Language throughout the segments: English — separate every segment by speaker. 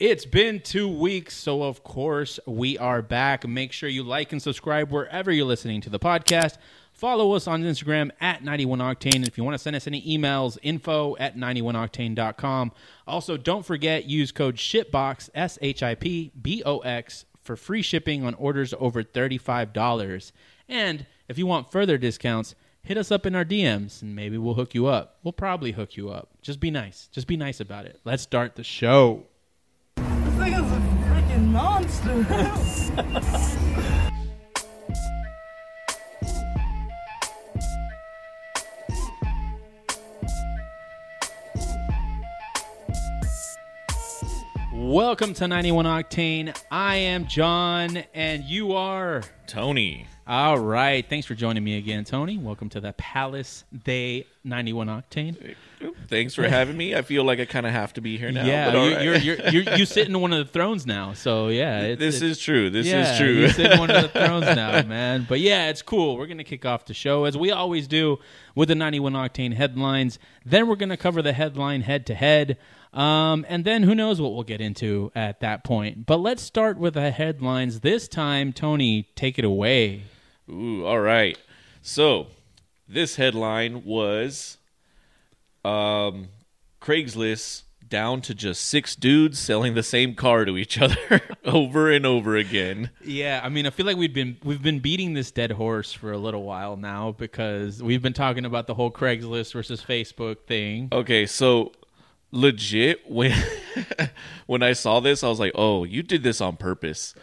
Speaker 1: It's been two weeks, so of course we are back. Make sure you like and subscribe wherever you're listening to the podcast. Follow us on Instagram at 91octane. And if you want to send us any emails, info at 91octane.com. Also, don't forget, use code SHIPBOX, S H I P B O X, for free shipping on orders over $35. And if you want further discounts, hit us up in our DMs and maybe we'll hook you up. We'll probably hook you up. Just be nice. Just be nice about it. Let's start the show.
Speaker 2: This thing is a freaking monster.
Speaker 1: Welcome to 91 Octane. I am John and you are.
Speaker 3: Tony.
Speaker 1: All right. Thanks for joining me again, Tony. Welcome to the Palace Day 91 Octane.
Speaker 3: Thanks for having me. I feel like I kind of have to be here now. but all
Speaker 1: yeah,
Speaker 3: right.
Speaker 1: you, you're, you're, you're, you sit in one of the thrones now. So, yeah. It's,
Speaker 3: this
Speaker 1: it's-
Speaker 3: is true. This
Speaker 1: yeah,
Speaker 3: is
Speaker 1: You
Speaker 3: true.
Speaker 1: sit in one of the thrones now, man. But yeah, it's cool. We're gonna kick off the show as we always do with the 91 octane headlines. Then we're gonna cover the headline head to head, Um, and then who knows what we'll get into at that point. But let's start with the headlines this time. Tony, take it away.
Speaker 3: Ooh, all right. So this headline was um, Craigslist down to just six dudes selling the same car to each other over and over again.
Speaker 1: Yeah, I mean, I feel like we've been we've been beating this dead horse for a little while now because we've been talking about the whole Craigslist versus Facebook thing.
Speaker 3: Okay, so legit when when I saw this, I was like, "Oh, you did this on purpose.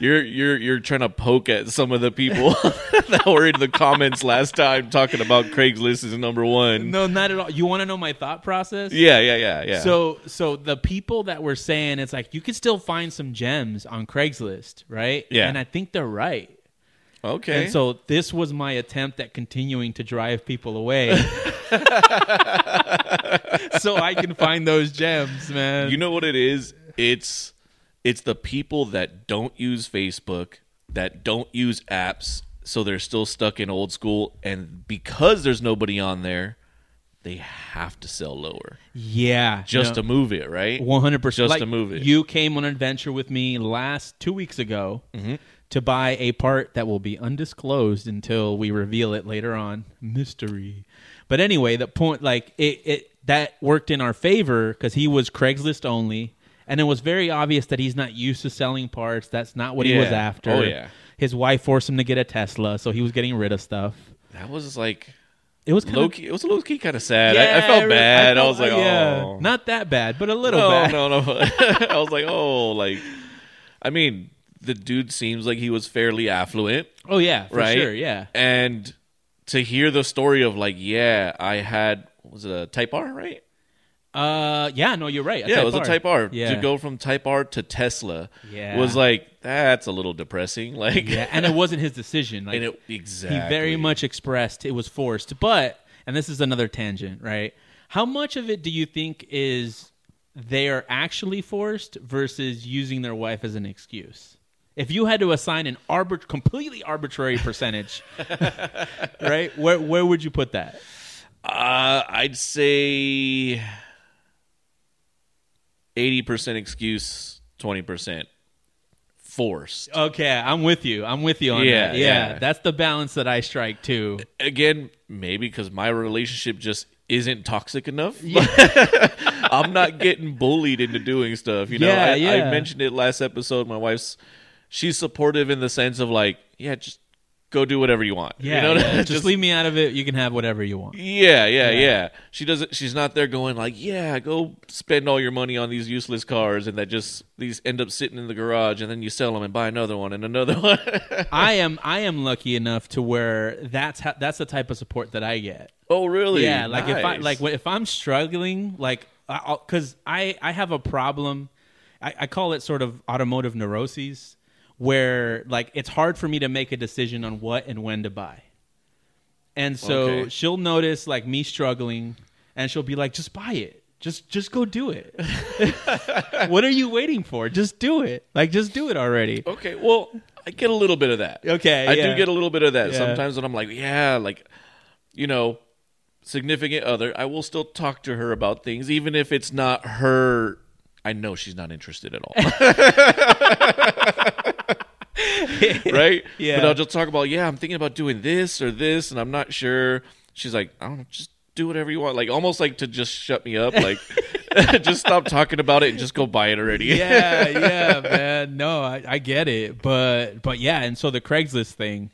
Speaker 3: You're you're you're trying to poke at some of the people that were in the comments last time talking about Craigslist is number one."
Speaker 1: No, not at all. You want to know my thought process?
Speaker 3: Yeah, yeah, yeah, yeah.
Speaker 1: So so the people that were saying it's like you could still find some gems on Craigslist, right?
Speaker 3: Yeah.
Speaker 1: And I think they're right.
Speaker 3: okay,
Speaker 1: And so this was my attempt at continuing to drive people away. so I can find those gems, man.
Speaker 3: you know what it is? It's it's the people that don't use Facebook, that don't use apps, so they're still stuck in old school, and because there's nobody on there, they have to sell lower.
Speaker 1: yeah.
Speaker 3: just
Speaker 1: no.
Speaker 3: to move it, right?
Speaker 1: One hundred percent.
Speaker 3: Just to move it.
Speaker 1: You came on an adventure with me last two weeks ago
Speaker 3: Mm-hmm.
Speaker 1: to buy a part that will be undisclosed until we reveal it later on. Mystery. But anyway, the point, like it, it that worked in our favor because he was Craigslist only, and it was very obvious that he's not used to selling parts. That's not what he was
Speaker 3: Yeah.
Speaker 1: after.
Speaker 3: Oh, yeah.
Speaker 1: His wife forced him to get a Tesla, so he was getting rid of stuff.
Speaker 3: that was like
Speaker 1: It was kind
Speaker 3: low
Speaker 1: of.
Speaker 3: key. It was low key, kind of sad. I, I felt bad. I, was like, oh,
Speaker 1: not that bad, but a little
Speaker 3: no,
Speaker 1: bad.
Speaker 3: no, no. I was like, oh, like, I mean, the dude seems like he was fairly affluent,
Speaker 1: Oh yeah, for
Speaker 3: right?
Speaker 1: sure, yeah.
Speaker 3: And to hear the story of like, yeah, I had what was it a Type R, right?
Speaker 1: Uh, yeah, no, you're right.
Speaker 3: yeah, it was a Type R.
Speaker 1: Yeah.
Speaker 3: To go from Type R to Tesla
Speaker 1: Yeah.
Speaker 3: was like that's a little depressing. Like,
Speaker 1: yeah, and it wasn't his decision. Like
Speaker 3: and it exactly
Speaker 1: he very much expressed it was forced. But and this is another tangent, right? How much of it do you think is they are actually forced versus using their wife as an excuse? If you had to assign an arbit- completely arbitrary percentage, right? Where where would you put that?
Speaker 3: Uh, I'd say eighty percent excuse, twenty percent forced.
Speaker 1: Okay, I'm with you. I'm with you on
Speaker 3: Yeah,
Speaker 1: that. Yeah,
Speaker 3: yeah.
Speaker 1: that's the balance that I strike too.
Speaker 3: Again, maybe because my relationship just isn't toxic enough. I'm not getting bullied into doing stuff. You know,
Speaker 1: Yeah,
Speaker 3: I,
Speaker 1: yeah.
Speaker 3: I mentioned it last episode. My wife's she's supportive in the sense of like, yeah, just go do whatever you want.
Speaker 1: Yeah,
Speaker 3: you know?
Speaker 1: yeah. just leave me out of it. You can have whatever you want.
Speaker 3: Yeah, yeah,
Speaker 1: Yeah.
Speaker 3: yeah, She doesn't. She's not there going like, "Yeah, go spend all your money on these useless cars," and that just these end up sitting in the garage, and then you sell them and buy another one and another one.
Speaker 1: I am I am lucky enough to where that's how, that's the type of support that I get.
Speaker 3: oh, really?
Speaker 1: Yeah, like if I
Speaker 3: Nice.
Speaker 1: like if I'm struggling, like because I I have a problem, I, I call it sort of automotive neuroses, where like it's hard for me to make a decision on what and when to buy, and so
Speaker 3: Okay.
Speaker 1: she'll notice like me struggling, and she'll be like, just buy it. Just just go do it. what are you waiting for? Just do it. Like just do it already.
Speaker 3: okay, well, I get a little bit of that.
Speaker 1: Okay,
Speaker 3: I
Speaker 1: yeah.
Speaker 3: do get a little bit of that
Speaker 1: Yeah.
Speaker 3: sometimes when I'm like, yeah, like, you know, significant other. I will still talk to her about things, even if it's not her I know she's not interested at all. right?
Speaker 1: Yeah.
Speaker 3: But I'll just talk about, yeah, I'm thinking about doing this or this, and I'm not sure. She's like, I don't know, just do whatever you want. Like, almost like to just shut me up. Like, just stop talking about it and just go buy it already.
Speaker 1: yeah, yeah, man. No, I, I get it, but but yeah, and so the Craigslist thing,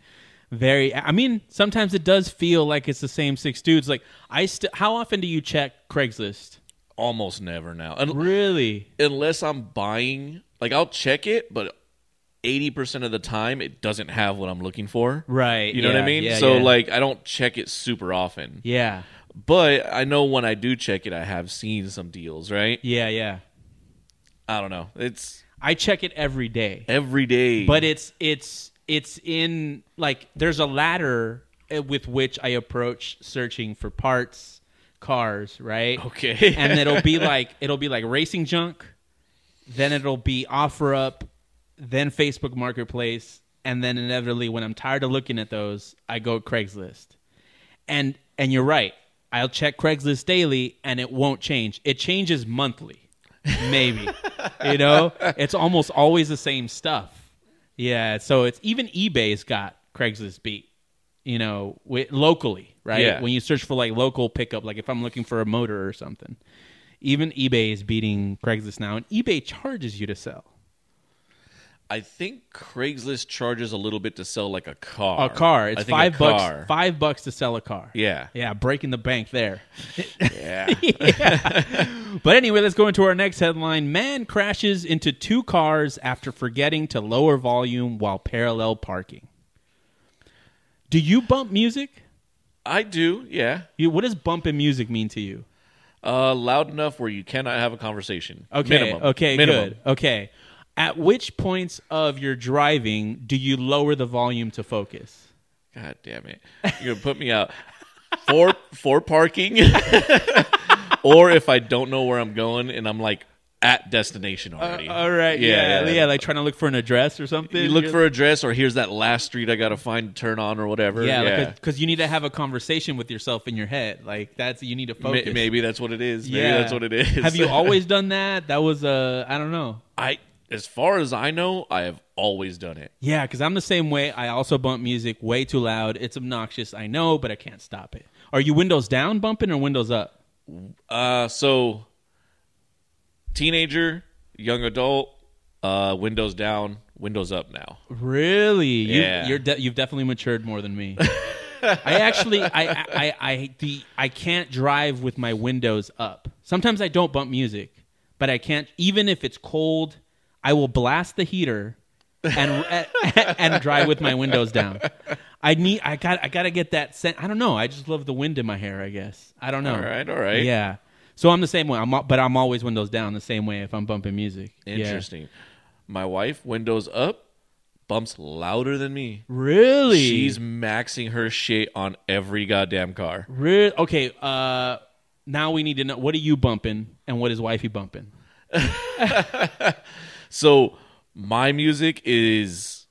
Speaker 1: very. I mean, sometimes it does feel like it's the same six dudes. Like I, st- how often do you check Craigslist?
Speaker 3: Almost never now. Un-
Speaker 1: Really?
Speaker 3: unless I'm buying, like, I'll check it, but 80% of the time, it doesn't have what I'm looking for.
Speaker 1: Right.
Speaker 3: You know what
Speaker 1: yeah,
Speaker 3: I mean?
Speaker 1: yeah,
Speaker 3: so,
Speaker 1: yeah.
Speaker 3: like, I don't check it super often.
Speaker 1: yeah,
Speaker 3: But I know when I do check it, I have seen some deals, right?
Speaker 1: yeah, yeah.
Speaker 3: I don't know. It's
Speaker 1: I check it every day.
Speaker 3: every day.
Speaker 1: but it's it's it's in like there's a ladder uh, with which I approach searching for parts, cars, right?
Speaker 3: Okay.
Speaker 1: and it'll be like it'll be like racing junk, then it'll be offer up, then Facebook Marketplace, and then inevitably when I'm tired of looking at those, I go Craigslist. And and you're right. I'll check Craigslist daily and it won't change. It changes monthly. Maybe. you know? It's almost always the same stuff. Yeah, so it's even eBay's got Craigslist beat, you know, wi- locally, right?
Speaker 3: Yeah.
Speaker 1: When you search for like local pickup, like if I'm looking for a motor or something, even eBay is beating Craigslist now, and eBay charges you to sell
Speaker 3: I think Craigslist charges a little bit to sell like a car.
Speaker 1: a car. It's
Speaker 3: I think a
Speaker 1: five
Speaker 3: car.
Speaker 1: bucks. Five bucks to sell a car.
Speaker 3: Yeah.
Speaker 1: yeah, breaking the bank there.
Speaker 3: Yeah.
Speaker 1: But anyway, let's go into our next headline. Man crashes into two cars after forgetting to lower volume while parallel parking. Do you bump music?
Speaker 3: I do. Yeah.
Speaker 1: You, what does bump in music mean to you?
Speaker 3: Uh, loud enough where you cannot have a conversation.
Speaker 1: Okay.
Speaker 3: Minimum.
Speaker 1: Okay.
Speaker 3: Minimum.
Speaker 1: Good. Okay. At which points of your driving do you lower the volume to focus?
Speaker 3: God damn it! You're gonna put me out for for parking, or if I don't know where I'm going and I'm like at destination already.
Speaker 1: Uh, All right. Yeah. Yeah. like trying to look for an address or something.
Speaker 3: you look
Speaker 1: You're-
Speaker 3: for a dress, or here's that last street I gotta find to turn on or whatever.
Speaker 1: Yeah, because you need to have a conversation with yourself in your head. Like that's you need to
Speaker 3: Ma-
Speaker 1: focus.
Speaker 3: maybe that's what it is. Maybe
Speaker 1: yeah,
Speaker 3: that's what it is.
Speaker 1: Have you always done that? That was uh, I don't know.
Speaker 3: I, as far as I know, I have always done it.
Speaker 1: Yeah, because I'm the same way. I also bump music way too loud. It's obnoxious. I know, but I can't stop it. Are you windows down bumping or windows up?
Speaker 3: Uh, so teenager, young adult, uh, windows down, windows up now.
Speaker 1: Really? You,
Speaker 3: Yeah.
Speaker 1: You're de- you've definitely matured more than me. I actually, I, I, I, I, the, I can't drive with my windows up. Sometimes I don't bump music, but I can't. Even if it's cold, I will blast the heater and and drive with my windows down. I need. I got. I got to get that scent. I don't know. I just love the wind in my hair. I guess. I don't know.
Speaker 3: All right, all right.
Speaker 1: Yeah. So I'm the same way. I'm, al- but I'm always windows down. The same way if I'm bumping music. Yeah.
Speaker 3: Interesting. My wife, windows up, bumps louder than me.
Speaker 1: Really?
Speaker 3: She's maxing her shit on every goddamn car.
Speaker 1: Real okay. Uh, now we need to know what are you bumping and what is wifey bumping.
Speaker 3: So my music is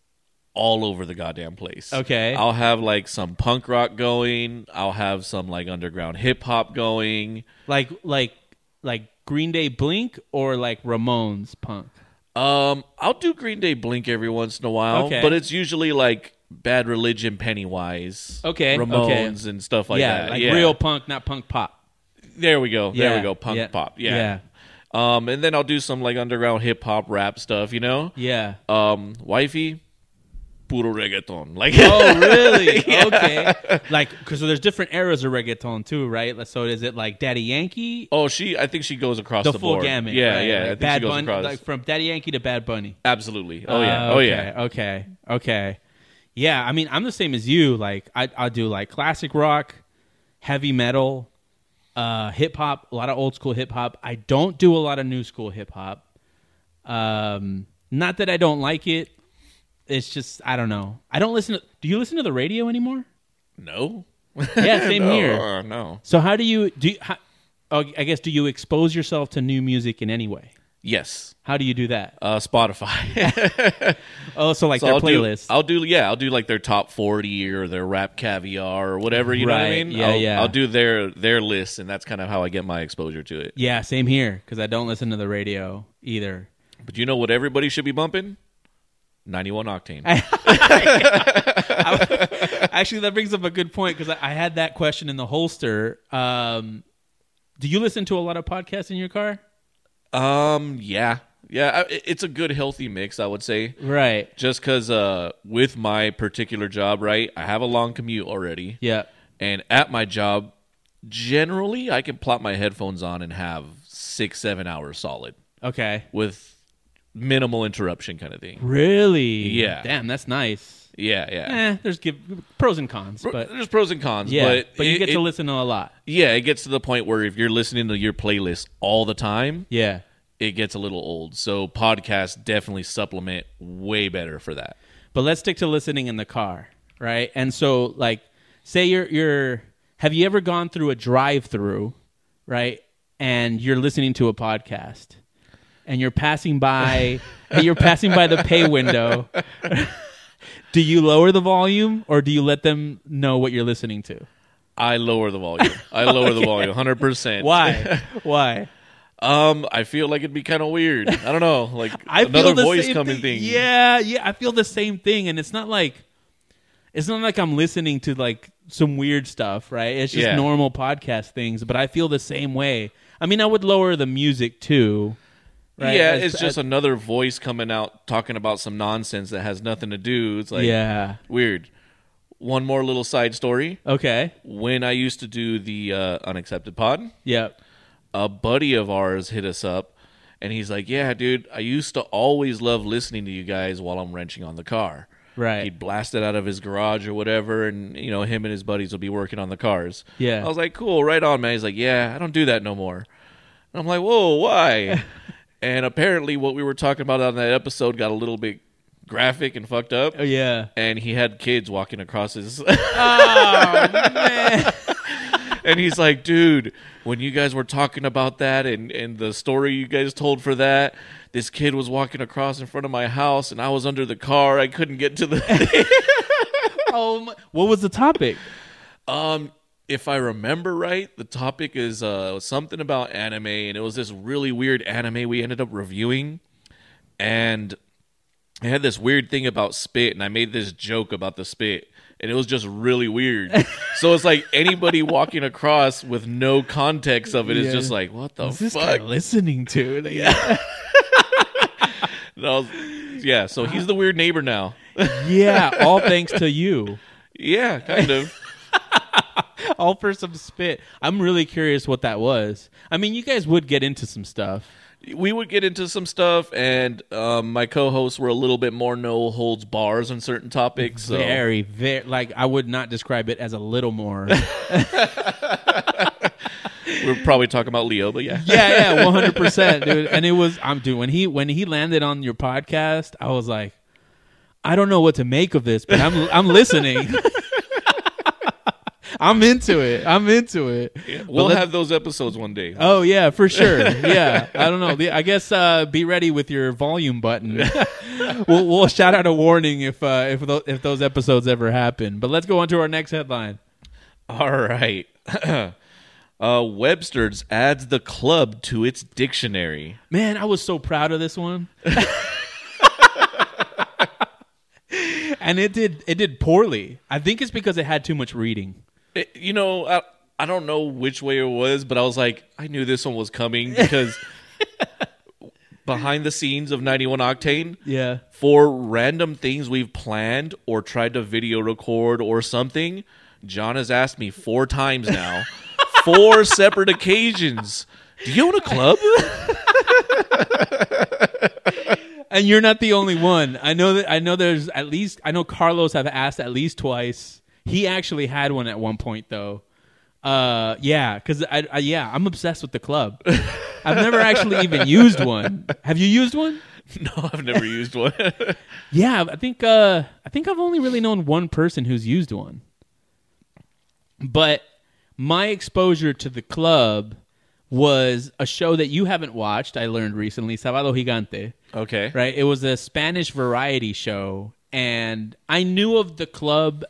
Speaker 3: all over the goddamn place.
Speaker 1: Okay.
Speaker 3: I'll have like some punk rock going. I'll have some like underground hip hop going.
Speaker 1: Like like like Green Day Blink or like Ramones punk.
Speaker 3: Um, I'll do Green Day Blink every once in a while,
Speaker 1: Okay.
Speaker 3: but it's usually like Bad Religion, Pennywise,
Speaker 1: Okay,
Speaker 3: Ramones, and stuff like
Speaker 1: yeah,
Speaker 3: that.
Speaker 1: like
Speaker 3: yeah,
Speaker 1: real punk, not punk pop.
Speaker 3: There we go. There
Speaker 1: Yeah,
Speaker 3: we go. Punk
Speaker 1: yeah,
Speaker 3: pop.
Speaker 1: yeah.
Speaker 3: Yeah. Um, and then I'll do some like underground hip hop rap stuff. You know.
Speaker 1: Yeah.
Speaker 3: Um, wifey, puro reggaeton. Like
Speaker 1: Oh really? Okay. Like, cause so there's different eras of reggaeton too, right? Like, So is it like Daddy Yankee,
Speaker 3: Oh, she. I think she goes across
Speaker 1: the,
Speaker 3: the,
Speaker 1: full
Speaker 3: board.
Speaker 1: gamut?
Speaker 3: Yeah,
Speaker 1: right?
Speaker 3: yeah.
Speaker 1: Like
Speaker 3: I think
Speaker 1: Bad
Speaker 3: she goes
Speaker 1: Bunny,
Speaker 3: across.
Speaker 1: like from Daddy Yankee to Bad Bunny.
Speaker 3: Absolutely. Oh yeah.
Speaker 1: Uh,
Speaker 3: Oh
Speaker 1: okay,
Speaker 3: yeah.
Speaker 1: Okay. Okay. Yeah. I mean, I'm the same as you. Like, I I do like classic rock, heavy metal, uh, hip hop, a lot of old school hip hop. I don't do a lot of new school hip hop. Um, not that I don't like it. It's just I don't know. I don't listen. To, do you listen to the radio anymore?
Speaker 3: No.
Speaker 1: Yeah, same
Speaker 3: no,
Speaker 1: here.
Speaker 3: uh, no.
Speaker 1: So how do you do? You, how, oh, I guess do you expose yourself to new music in any way?
Speaker 3: Yes,
Speaker 1: How do you do that?
Speaker 3: uh, Spotify.
Speaker 1: Oh, so like
Speaker 3: so
Speaker 1: their
Speaker 3: I'll
Speaker 1: playlist.
Speaker 3: do. I'll do. Yeah, I'll do like their top forty or their rap caviar or whatever. You know what I
Speaker 1: Right,
Speaker 3: mean?
Speaker 1: yeah,
Speaker 3: I'll,
Speaker 1: yeah.
Speaker 3: I'll do their their list, and that's kind of how I get my exposure to it.
Speaker 1: yeah, same here because I don't listen to the radio either.
Speaker 3: But you know what? Everybody should be bumping. Ninety-one octane.
Speaker 1: Actually, that brings up a good point because I, I had that question in the holster. Um, do you listen to a lot of podcasts in your car?
Speaker 3: Um, yeah, yeah. I- it- It's a good healthy mix, I would say.
Speaker 1: Right.
Speaker 3: Just because, uh, with my particular job, right, I have a long commute already,
Speaker 1: Yeah.
Speaker 3: and at my job, generally, I can plop my headphones on and have six, seven hours solid
Speaker 1: Okay.
Speaker 3: with minimal interruption, kind of thing.
Speaker 1: Really?
Speaker 3: Yeah.
Speaker 1: Damn, that's nice.
Speaker 3: Yeah, yeah.
Speaker 1: Eh, there's give, pros and cons, but
Speaker 3: There's pros and cons,
Speaker 1: yeah, but,
Speaker 3: but
Speaker 1: you
Speaker 3: it-
Speaker 1: get
Speaker 3: it-
Speaker 1: to listen to a lot.
Speaker 3: Yeah, it gets to the point where if you're listening to your playlist all the time,
Speaker 1: Yeah.
Speaker 3: it gets a little old. So podcasts definitely supplement way better for that.
Speaker 1: But let's stick to listening in the car, right? And so, like, say you're you're have you ever gone through a drive-through, right? And you're listening to a podcast, and you're passing by, and you're passing by the pay window. do you lower the volume, or do you let them know what you're listening to?
Speaker 3: I lower the volume. I lower the volume 100%.
Speaker 1: Why? Why?
Speaker 3: Um, I feel like it'd be kind of weird. I don't know, like
Speaker 1: I
Speaker 3: another
Speaker 1: feel the
Speaker 3: voice
Speaker 1: same
Speaker 3: coming
Speaker 1: thing.
Speaker 3: thing.
Speaker 1: Yeah, yeah, I feel the same thing, and it's not like it's not like I'm listening to like some weird stuff, right? It's just
Speaker 3: Yeah.
Speaker 1: normal podcast things, but I feel the same way. I mean, I would lower the music too. Right?
Speaker 3: Yeah,
Speaker 1: As-
Speaker 3: it's just
Speaker 1: as-
Speaker 3: another voice coming out talking about some nonsense that has nothing to do. It's like
Speaker 1: yeah.
Speaker 3: weird. One more little side story.
Speaker 1: Okay.
Speaker 3: When I used to do the uh, unaccepted pod,
Speaker 1: Yep.
Speaker 3: a buddy of ours hit us up and he's like, Yeah, dude, I used to always love listening to you guys while I'm wrenching on the car.
Speaker 1: Right.
Speaker 3: He'd blast it out of his garage or whatever, and you know, him and his buddies would be working on the cars.
Speaker 1: Yeah.
Speaker 3: I was like, Cool, right on, man. He's like, Yeah, I don't do that no more. And I'm like, Whoa, why? and apparently what we were talking about on that episode got a little bit graphic and fucked up.
Speaker 1: Oh yeah.
Speaker 3: And he had kids walking across his
Speaker 1: Man.
Speaker 3: and he's like, dude, when you guys were talking about that and, and the story you guys told for that, this kid was walking across in front of my house and I was under the car. I couldn't get to the.
Speaker 1: oh, my- what was the topic?
Speaker 3: um, if I remember right, the topic is uh, something about anime and it was this really weird anime we ended up reviewing. And I had this weird thing about spit and I made this joke about the spit. And it was just really weird. so it's like anybody walking across with no context of it is
Speaker 1: Yeah.
Speaker 3: just like, what the
Speaker 1: What's this guy
Speaker 3: Oh, fuck?
Speaker 1: listening to? Yeah.
Speaker 3: And I was- yeah, so he's the weird neighbor now.
Speaker 1: yeah. All thanks to you.
Speaker 3: yeah, kind of.
Speaker 1: All for some spit. I'm really curious what that was. I mean, you guys would get into some stuff.
Speaker 3: we would get into some stuff, and um, my co-hosts were a little bit more no holds bars on certain topics. So
Speaker 1: Very, very like I would not describe it as a little more. yeah,
Speaker 3: we are probably talking about Leo, but yeah,
Speaker 1: yeah, one hundred percent, dude. And it was I'm dude when he when he landed on your podcast, I was like, I don't know what to make of this, but I'm I'm listening. I'm into it. I'm into it.
Speaker 3: we'll Uh,
Speaker 1: But let-
Speaker 3: have those episodes one day.
Speaker 1: Oh yeah, for sure. Yeah, I don't know. The- I guess uh, be ready with your volume button. we'll, we'll shout out a warning if uh, if tho- if those episodes ever happen. But let's go on to our next headline.
Speaker 3: All right. Uh, Webster's adds the club to its dictionary.
Speaker 1: Man, I was so proud of this one. and it did it did poorly. I think it's because it had too much reading.
Speaker 3: It- Eh, you know, I, I don't know which way it was, but I was like, I knew this one was coming because behind the scenes of 91 Octane,
Speaker 1: Yeah.
Speaker 3: for random things we've planned or tried to video record or something, John has asked me four times now, four separate occasions. Do you own a club?
Speaker 1: And you're not the only one. I know that I know there's at least I know Carlos have asked at least twice. He actually had one at one point though. Uh yeah, cuz I, I yeah, I'm obsessed with the club. I've never actually even used one. Have you used one?
Speaker 3: no, I've never used one.
Speaker 1: Yeah, I think uh I think I've only really known one person who's used one. But my exposure to the club was a show that you haven't watched. I learned recently, Sábado Gigante.
Speaker 3: Okay.
Speaker 1: Right? It was a Spanish variety show, and I knew of the club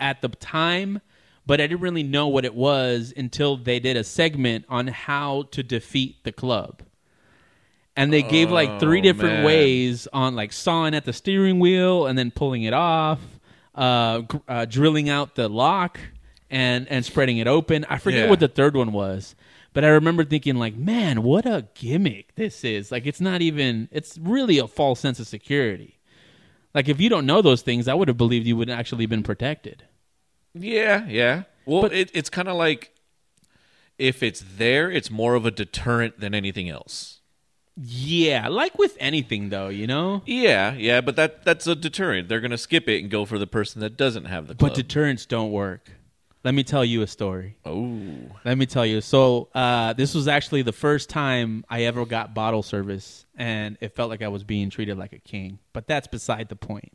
Speaker 1: at the time, but I didn't really know what it was until they did a segment on how to defeat the club. And they gave like three
Speaker 3: Oh,
Speaker 1: different
Speaker 3: man.
Speaker 1: ways on like sawing at the steering wheel and then pulling it off, uh, gr- uh, drilling out the lock and and spreading it open. I forget
Speaker 3: Yeah.
Speaker 1: what the third one was, but I remember thinking like, man, what a gimmick this is. Like it's not even. It's really a false sense of security. Like if you don't know those things, I would have believed you would have actually been protected.
Speaker 3: Yeah, yeah. Well,
Speaker 1: But-
Speaker 3: it, it's kind of like if it's there, it's more of a deterrent than anything else.
Speaker 1: Yeah, like with anything though, you know.
Speaker 3: Yeah, yeah, but that that's a deterrent. They're gonna skip it and go for the person that doesn't have the club.
Speaker 1: But deterrents don't work. Let me tell you a story.
Speaker 3: oh,
Speaker 1: Let me tell you. So uh, this was actually the first time I ever got bottle service, and it felt like I was being treated like a king. But that's beside the point.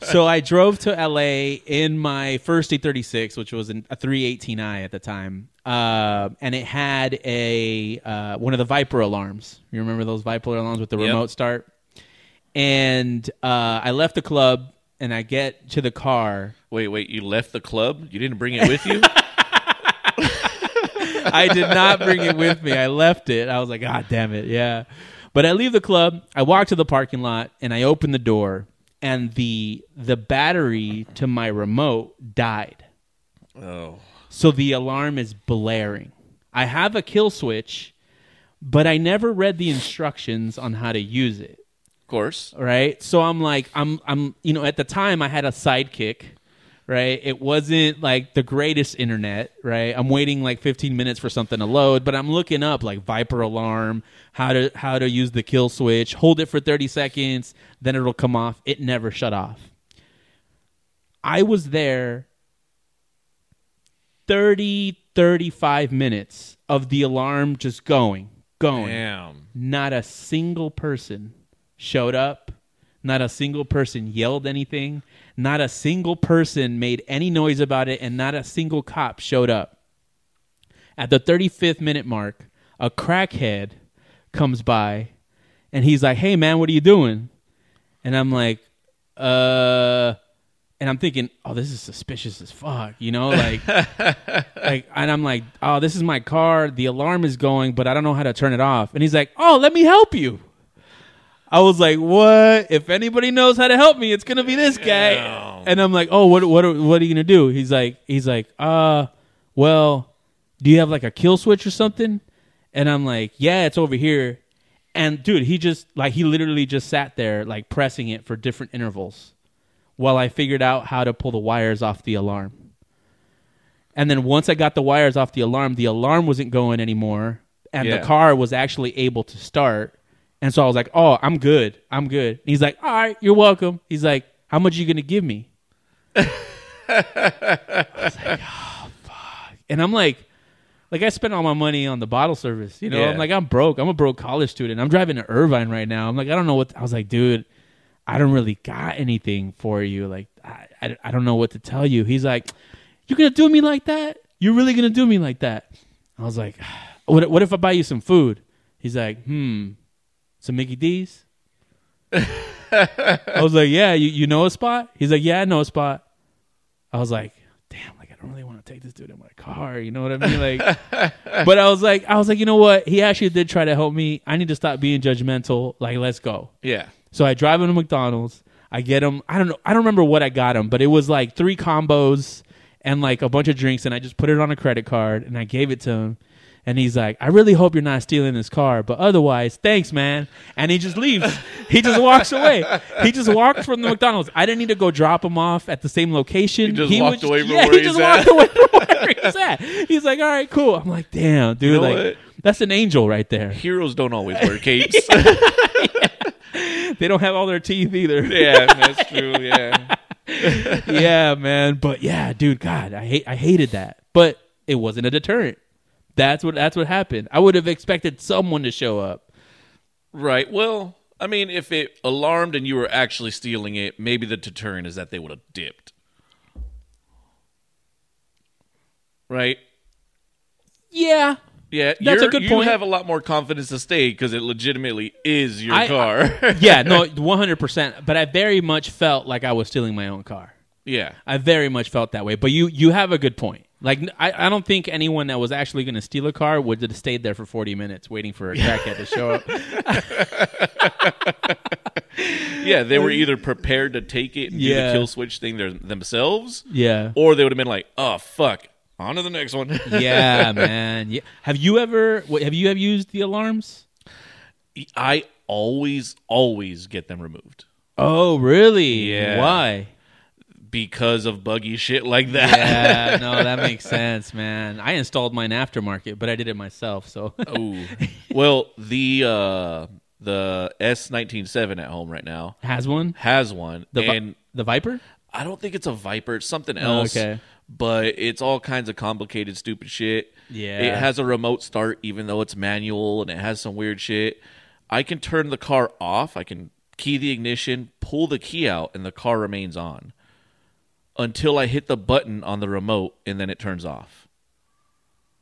Speaker 1: so I drove to LA in my first E36, which was an, a 318i at the time, uh, and it had a uh, one of the Viper alarms. You remember those Viper alarms with the
Speaker 3: Yep.
Speaker 1: remote start? And uh, I left the club, and I get to the car.
Speaker 3: wait, wait. You left the club. You didn't bring it with you.
Speaker 1: I did not bring it with me. I left it. I was like, God damn it. Yeah. But I leave the club, I walk to the parking lot, and I open the door, and the the battery to my remote died.
Speaker 3: oh,
Speaker 1: So the alarm is blaring. I have a kill switch, but I never read the instructions on how to use it.
Speaker 3: of course.
Speaker 1: Right? So I'm like, I'm I'm you know, at the time I had a sidekick. Right, it wasn't like the greatest internet. Right, I'm waiting like 15 minutes for something to load, but I'm looking up like Viper alarm, how to how to use the kill switch, hold it for 30 seconds, then it'll come off. It never shut off. I was there 30 35 minutes of the alarm just going, going,
Speaker 3: Damn.
Speaker 1: not a single person showed up. Not a single person yelled anything. Not a single person made any noise about it. And not a single cop showed up. At the 35th minute mark, a crackhead comes by and he's like, Hey, man, what are you doing? And I'm like, Uh, and I'm thinking, Oh, this is suspicious as fuck. You know, like, like and I'm like, "Oh, this is my car. The alarm is going, but I don't know how to turn it off." And he's like, "Oh, let me help you." I was like, "What? If anybody knows how to help me, it's going to be this guy." And I'm like, "Oh, what what are- what are you going to do?" He's like he's like, "Uh, well, do you have like a kill switch or something?" And I'm like, "Yeah, it's over here." And dude, he just like he literally just sat there like pressing it for different intervals while I figured out how to pull the wires off the alarm. And then once I got the wires off the alarm, the alarm wasn't going anymore, and
Speaker 3: Yeah.
Speaker 1: the car was actually able to start. And so I was like, "Oh, I'm good. I'm good." And he's like, "All right, you're welcome." He's like, "How much are you gonna give me?" I was like, "Oh fuck," and I'm like. Like I spent all my money on the bottle service, you know.
Speaker 3: Yeah.
Speaker 1: I'm like I'm broke. I'm a broke college student. I'm driving to Irvine right now. I'm like I don't know what. I was like, dude, I don't really got anything for you. Like, I, I, I don't know what to tell you. He's like, You're going to do me like that? You're really going to do me like that? I was like, what, what if I buy you some food? He's like, Hmm, some Mickey D's? I was like, Yeah, you, you know a spot? He's like, Yeah, I know a spot. I was like, Damn, like, I don't really want to take this dude in my car. You know what I mean? Like, but I was like, I was like, You know what? He actually did try to help me. I need to stop being judgmental. Like, let's go.
Speaker 3: Yeah.
Speaker 1: So I drive him to McDonald's. I get him. I don't know. I don't remember what I got him, but it was like three combos and like a bunch of drinks. And I just put it on a credit card and I gave it to him. And he's like, I really hope you're not stealing this car, but otherwise, thanks, man. And he just leaves. he just walks away. He just walked from the McDonald's. I didn't need to go drop him off at the same location. He
Speaker 3: just
Speaker 1: would
Speaker 3: walked away from
Speaker 1: yeah,
Speaker 3: where
Speaker 1: he
Speaker 3: he's
Speaker 1: just
Speaker 3: at.
Speaker 1: walked away from where he's at. He's like, all right, cool. I'm like, damn, dude,
Speaker 3: know
Speaker 1: like
Speaker 3: what?
Speaker 1: that's an angel right there.
Speaker 3: Heroes don't always wear capes.
Speaker 1: They don't have all their teeth either.
Speaker 3: yeah, that's true. Yeah.
Speaker 1: yeah, man. But yeah, dude, God, I hate I hated that. But it wasn't a deterrent. That's what that's what happened. I would have expected someone to show up.
Speaker 3: Right. Well, I mean, if it alarmed and you were actually stealing it, maybe the deterrent is that they would have dipped. Right?
Speaker 1: Yeah.
Speaker 3: Yeah,
Speaker 1: That's a
Speaker 3: you're-
Speaker 1: good
Speaker 3: you
Speaker 1: point.
Speaker 3: have a lot more confidence to stay because it legitimately is your
Speaker 1: I-
Speaker 3: car.
Speaker 1: yeah, no, 100%. But I very much felt like I was stealing my own car.
Speaker 3: yeah.
Speaker 1: I very much felt that way. But you you have a good point. Like n- I, I don't think anyone that was actually going to steal a car would have stayed there for 40 minutes waiting for a crackhead to show up.
Speaker 3: Yeah, they were either prepared to take it and do
Speaker 1: Yeah.
Speaker 3: the kill switch thing their, themselves,
Speaker 1: Yeah.
Speaker 3: or they would have been like, "Oh fuck, on to the next one."
Speaker 1: yeah, man. Yeah. Have you ever what, have you have used the alarms?
Speaker 3: I always, always get them removed
Speaker 1: Oh, really?
Speaker 3: Yeah.
Speaker 1: Why?
Speaker 3: because of buggy shit like that.
Speaker 1: Yeah, Uh, no, that makes sense, man. I installed mine aftermarket, but I did it myself, so
Speaker 3: Ooh. Well, the uh, the S nineteen seven at home right now
Speaker 1: has one.
Speaker 3: has one,
Speaker 1: The Vi-
Speaker 3: and
Speaker 1: the Viper?
Speaker 3: I don't think it's a Viper. It's something else.
Speaker 1: okay.
Speaker 3: But it's all kinds of complicated, stupid shit.
Speaker 1: Yeah.
Speaker 3: It has a remote start, even though it's manual, and it has some weird shit. I can turn the car off. I can key the ignition, pull the key out, and the car remains on until I hit the button on the remote, and then it turns off.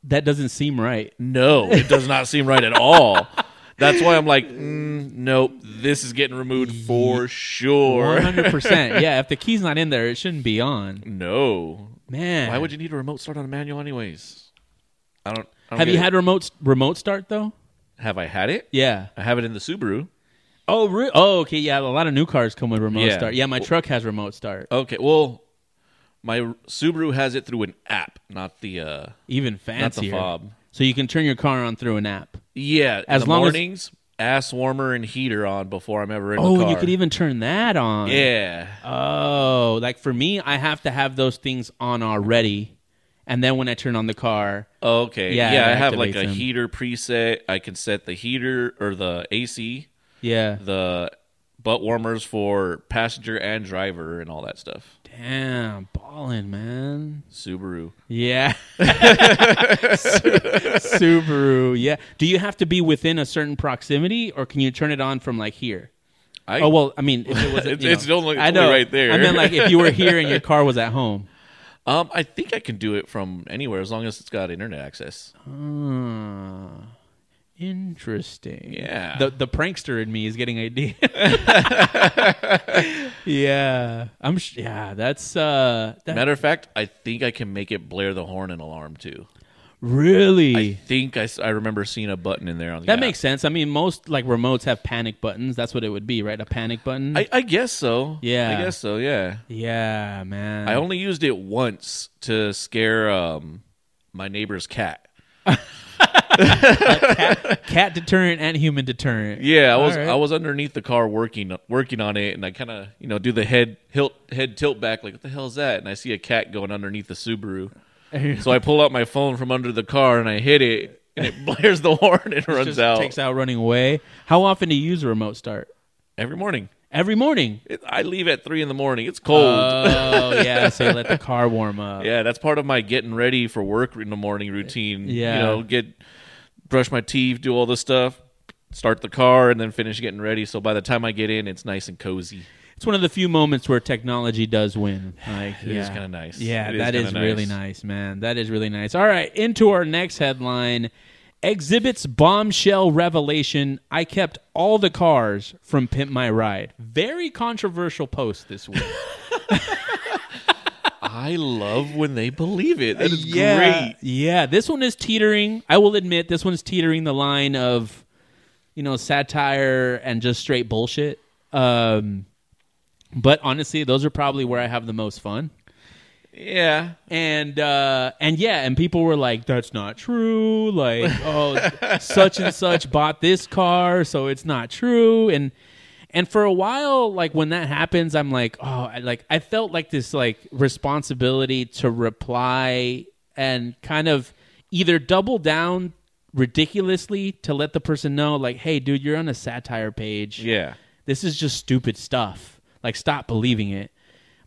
Speaker 1: That doesn't seem right.
Speaker 3: No, it does not seem right at all. That's why I'm like, mm, nope, this is getting removed for sure.
Speaker 1: 100%. Yeah, if the key's not in there, it shouldn't be on.
Speaker 3: No,
Speaker 1: Man.
Speaker 3: Why would you need a remote start on a manual, anyways? I don't. I don't
Speaker 1: Have
Speaker 3: get
Speaker 1: you
Speaker 3: it.
Speaker 1: had remote remote start though?
Speaker 3: Have I had it?
Speaker 1: Yeah.
Speaker 3: I have it in the Subaru.
Speaker 1: Oh, re- oh, okay. Yeah, a lot of new cars come with remote
Speaker 3: Yeah.
Speaker 1: start. Yeah, my
Speaker 3: Well-
Speaker 1: truck has remote start.
Speaker 3: Okay. Well, my Subaru has it through an app, not the uh,
Speaker 1: Even
Speaker 3: not the
Speaker 1: fancier.
Speaker 3: fob.
Speaker 1: So you can turn your car on through an app.
Speaker 3: Yeah.
Speaker 1: As
Speaker 3: in the
Speaker 1: long as-
Speaker 3: mornings, ass warmer and heater on before I'm ever in
Speaker 1: Oh,
Speaker 3: the
Speaker 1: and
Speaker 3: car.
Speaker 1: you could even turn that on.
Speaker 3: Yeah.
Speaker 1: Oh, like for me, I have to have those things on already, and then when I turn on the car,
Speaker 3: Okay.
Speaker 1: Yeah,
Speaker 3: Yeah.
Speaker 1: it
Speaker 3: I have like
Speaker 1: activates
Speaker 3: a
Speaker 1: them.
Speaker 3: heater preset. I can set the heater or the AC,
Speaker 1: yeah.
Speaker 3: the butt warmers for passenger and driver, and all that stuff.
Speaker 1: Damn, ballin', man.
Speaker 3: Subaru.
Speaker 1: Yeah. Su- Subaru. Yeah. Do you have to be within a certain proximity, or can you turn it on from like here?
Speaker 3: I,
Speaker 1: Oh well, I mean, if it was,
Speaker 3: It's-
Speaker 1: you know,
Speaker 3: it's only- it's
Speaker 1: I
Speaker 3: only
Speaker 1: know.
Speaker 3: right there.
Speaker 1: I meant like if you were here and your car was at home.
Speaker 3: Um, I think I can do it from anywhere as long as it's got internet access.
Speaker 1: Ah, interesting.
Speaker 3: Yeah.
Speaker 1: The the prankster in me is getting idea. yeah, I'm. Sh- yeah, that's uh. That
Speaker 3: Matter of fact, I think I can make it blare the horn and alarm too. I
Speaker 1: really.
Speaker 3: think I, s- I remember seeing a button in there on the
Speaker 1: E. that
Speaker 3: app.
Speaker 1: makes sense. I mean, most like remotes have panic buttons. That's what it would be, right? A panic button.
Speaker 3: I, I guess so.
Speaker 1: Yeah.
Speaker 3: I guess so. Yeah.
Speaker 1: yeah, man.
Speaker 3: I only used it once to scare um my neighbor's cat.
Speaker 1: cat deterrent and human deterrent.
Speaker 3: Yeah, I was
Speaker 1: All right.
Speaker 3: I was underneath the car working working on it, and I kind of you know do the head hilt head tilt back like what the hell is that? And I see a cat going underneath the Subaru. So I pull out my phone from under the car and I hit it, and it blares the horn and runs
Speaker 1: just
Speaker 3: out.
Speaker 1: takes out running away. How often do you use a remote start?
Speaker 3: every morning.
Speaker 1: Every morning.
Speaker 3: It, I leave at three in the morning. It's cold.
Speaker 1: Oh yeah, so you let the car warm up.
Speaker 3: yeah, that's part of my getting ready for work in the morning routine.
Speaker 1: Yeah.
Speaker 3: you know, get brush my teeth, do all this stuff, start the car, and then finish getting ready. So by the time I get in, it's nice and cozy.
Speaker 1: It's one of the few moments where technology does win. Like
Speaker 3: It is
Speaker 1: yeah.
Speaker 3: kinda nice.
Speaker 1: Yeah,
Speaker 3: It is
Speaker 1: that is,
Speaker 3: kinda
Speaker 1: really
Speaker 3: nice.
Speaker 1: nice, man. That is really nice. All right, into our next headline. Exhibits bombshell revelation. I kept all the cars from Pimp My Ride. Very controversial post this week.
Speaker 3: I love when they believe it. That is
Speaker 1: yeah,
Speaker 3: great.
Speaker 1: Yeah, this one is teetering. I will admit, this one's teetering the line of, you know, satire and just straight bullshit. Um, but honestly, those are probably where I have the most fun.
Speaker 3: Yeah,
Speaker 1: And uh, and yeah, and people were like, "That's not true." Like, oh, such and such bought this car, so it's not true. And and for a while, like when that happens, I'm like, oh, I, like I felt like this like responsibility to reply and kind of either double down ridiculously to let the person know, like, hey, dude, you're on a satire page.
Speaker 3: yeah.
Speaker 1: This is just stupid stuff. Like, stop believing it.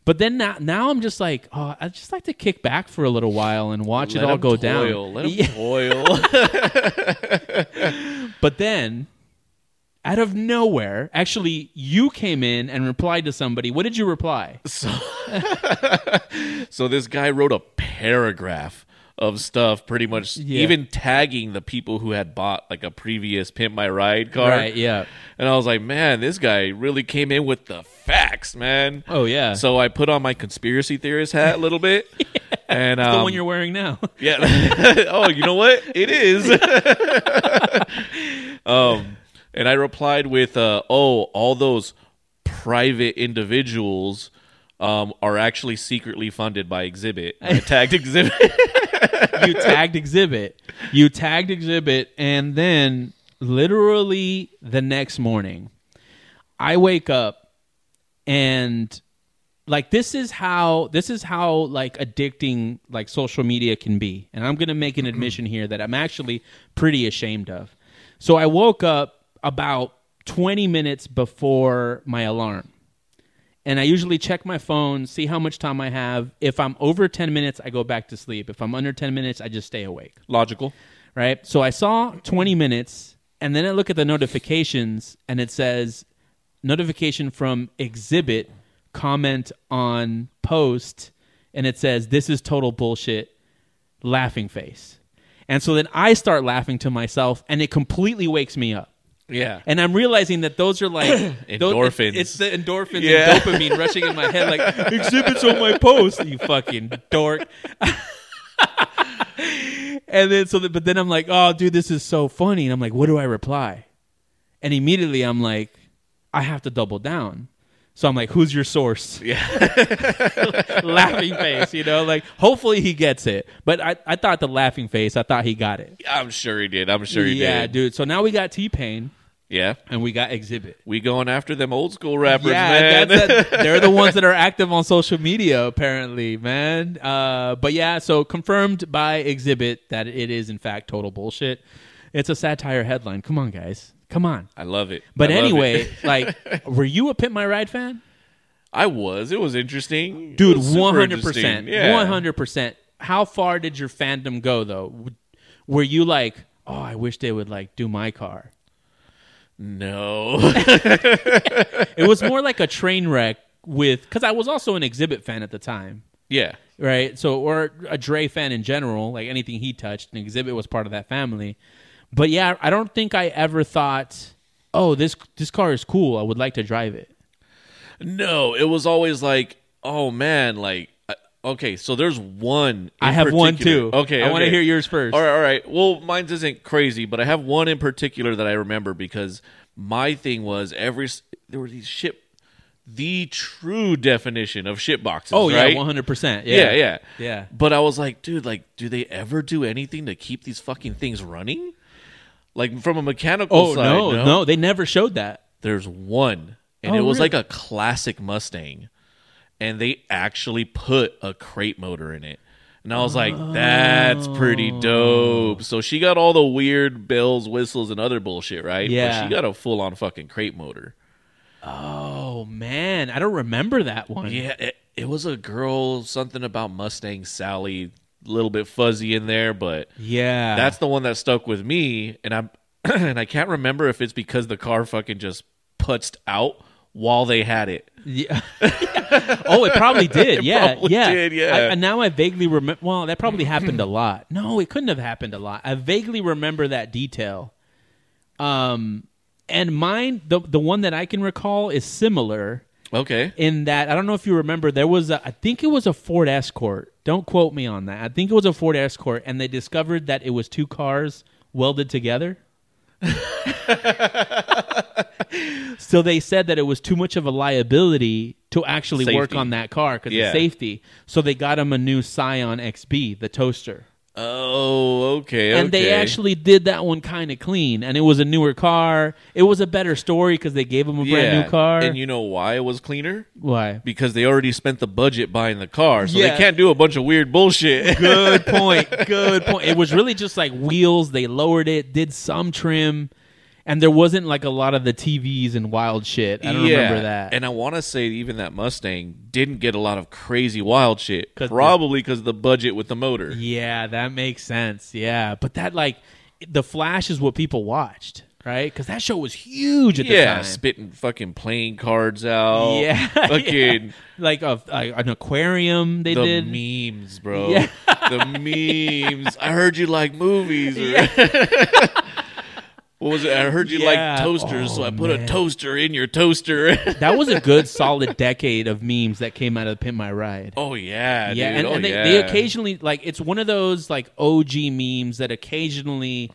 Speaker 1: But then now, now I'm just like, oh, I just like to kick back for a little while and watch
Speaker 3: Let
Speaker 1: it all
Speaker 3: 'em
Speaker 1: go down.
Speaker 3: toil. Let them
Speaker 1: Yeah.
Speaker 3: toil.
Speaker 1: But then, out of nowhere, actually, you came in and replied to somebody. What did you reply?
Speaker 3: So this guy wrote a paragraph of stuff pretty much
Speaker 1: Yeah.
Speaker 3: even tagging the people who had bought like a previous pimp my ride card
Speaker 1: Right, yeah.
Speaker 3: and i was like man this guy really came in with the facts man
Speaker 1: Oh, yeah.
Speaker 3: so i put on my conspiracy theorist hat a little bit and um,
Speaker 1: the one you're wearing now.
Speaker 3: yeah. oh, you know what? It is. um, and I replied with, uh, "Oh, all those private individuals um, are actually secretly funded by Exhibit." And I tagged Exhibit.
Speaker 1: you tagged exhibit. You tagged exhibit, and then literally the next morning, I wake up and like this is how this is how like addicting like social media can be. And I'm gonna make an admission here that I'm actually pretty ashamed of. So I woke up about 20 minutes before my alarm and I usually check my phone, see how much time I have. If I'm over 10 minutes, I go back to sleep. If I'm under 10 minutes, I just stay awake,
Speaker 3: Logical.
Speaker 1: right? So I saw 20 minutes, and then I look at the notifications, and it says notification from exhibit, comment on post, and it says, This is total bullshit, laughing face. And so then I start laughing to myself, and it completely wakes me up.
Speaker 3: Yeah.
Speaker 1: And I'm realizing that those are like tho-
Speaker 3: Endorphins.
Speaker 1: it's the endorphins
Speaker 3: Yeah.
Speaker 1: and dopamine rushing in my head, like exhibits on my post, you fucking dork. and then so, the, but then I'm like, oh, dude, this is so funny, and I'm like, what do I reply? And immediately I'm like, I have to double down. So I'm like, who's your source? laughing face, you know, like hopefully he gets it. But I, I thought the laughing face, I thought he got it.
Speaker 3: I'm sure he did. I'm sure he
Speaker 1: yeah,
Speaker 3: did.
Speaker 1: dude. So now we got T Pain
Speaker 3: Yeah.
Speaker 1: and we got Exhibit.
Speaker 3: We going after them old school rappers,
Speaker 1: Yeah,
Speaker 3: man.
Speaker 1: that's that, they're the ones that are active on social media, apparently, man. Uh, but yeah, so confirmed by Exhibit that it is in fact total bullshit. It's a satire headline. Come on, guys, come on.
Speaker 3: I love it.
Speaker 1: But
Speaker 3: I love
Speaker 1: anyway,
Speaker 3: it.
Speaker 1: like, were you a Pit My Ride fan,
Speaker 3: I was. It was interesting, It
Speaker 1: dude?
Speaker 3: was super
Speaker 1: One hundred percent,
Speaker 3: interesting. Yeah.
Speaker 1: one hundred percent. How far did your fandom go though? W- Were you like, oh, I wish they would like do my car?
Speaker 3: No.
Speaker 1: It was more like a train wreck with because I was also an Exhibit fan at the time.
Speaker 3: yeah.
Speaker 1: right? So, or a Dre fan in general, like anything he touched, and Exhibit was part of that family. But yeah, I don't think I ever thought, oh, this this car is cool. I would like to drive it.
Speaker 3: No, it was always like, oh man, like uh, okay, so there's one. in
Speaker 1: I have one too.
Speaker 3: particular- Okay,
Speaker 1: I want to
Speaker 3: okay.
Speaker 1: hear yours first.
Speaker 3: All right, all right. Well, mine's isn't crazy, but I have one in particular that I remember because my thing was every s- there were these ship, the true definition of shit boxes.
Speaker 1: Oh yeah,
Speaker 3: right?
Speaker 1: one hundred percent.
Speaker 3: yeah, yeah,
Speaker 1: Yeah.
Speaker 3: But I was like, dude, like, do they ever do anything to keep these fucking things running? Like from a mechanical
Speaker 1: Oh
Speaker 3: side,
Speaker 1: no, no, they never showed that.
Speaker 3: there's one and
Speaker 1: Oh,
Speaker 3: it was
Speaker 1: really?
Speaker 3: like a classic mustang and they actually put a crate motor in it and i was like that's pretty
Speaker 1: Oh.
Speaker 3: dope so she got all the weird bells whistles and other bullshit right
Speaker 1: Yeah.
Speaker 3: but she got a full-on fucking crate motor
Speaker 1: Oh man, I don't remember that one.
Speaker 3: yeah it, it was a girl something about mustang sally a little bit fuzzy in there but
Speaker 1: yeah.
Speaker 3: that's the one that stuck with me and i'm and i can't remember if it's because the car fucking just putzed out while they had it
Speaker 1: Yeah. oh, it probably did. yeah,
Speaker 3: probably
Speaker 1: yeah.
Speaker 3: did, yeah.
Speaker 1: I, and now I vaguely remember. Well, that probably happened a lot. No, it couldn't have happened a lot. I vaguely remember that detail. Um, and mine, the the one that I can recall is similar
Speaker 3: okay
Speaker 1: in that I don't know if you remember. There was, a, I think it was a Ford Escort. Don't quote me on that. I think it was a Ford Escort, and they discovered that it was two cars welded together. so they said that it was too much of a liability to actually work
Speaker 3: Safety.
Speaker 1: on that car because
Speaker 3: Yeah.
Speaker 1: of safety. So they got him a new Scion XB, the toaster.
Speaker 3: Oh, okay.
Speaker 1: And they
Speaker 3: okay.
Speaker 1: actually did that one kind of clean, and it was a newer car. It was a better story because they gave him a brand new car.
Speaker 3: And you know why it was cleaner?
Speaker 1: Why?
Speaker 3: Because they already spent the budget buying the car, so
Speaker 1: Yeah.
Speaker 3: they can't do a bunch of weird bullshit.
Speaker 1: good point. Good point. It was really just like wheels. They lowered it, did some trim, and there wasn't like a lot of the TVs and wild shit. I don't
Speaker 3: Yeah.
Speaker 1: remember that.
Speaker 3: And I want to say even that Mustang didn't get a lot of crazy wild shit,
Speaker 1: 'Cause the-
Speaker 3: probably because of the budget with the motor.
Speaker 1: yeah, that makes sense. Yeah, but that like the Flash is what people watched. right? Because that show was huge at
Speaker 3: yeah,
Speaker 1: the time.
Speaker 3: spitting fucking playing cards out.
Speaker 1: Yeah,
Speaker 3: fucking
Speaker 1: yeah. like a, like an aquarium they
Speaker 3: the
Speaker 1: did.
Speaker 3: memes, bro.
Speaker 1: Yeah.
Speaker 3: the memes. I heard you like movies. Or what was it? I heard you
Speaker 1: Yeah.
Speaker 3: like toasters, so
Speaker 1: Oh,
Speaker 3: I put
Speaker 1: man.
Speaker 3: a toaster in your toaster.
Speaker 1: That was a good solid decade of memes that came out of Pimp My Ride.
Speaker 3: oh yeah,
Speaker 1: yeah,
Speaker 3: dude.
Speaker 1: and,
Speaker 3: Oh,
Speaker 1: and they,
Speaker 3: yeah.
Speaker 1: they occasionally like it's one of those like OG memes that occasionally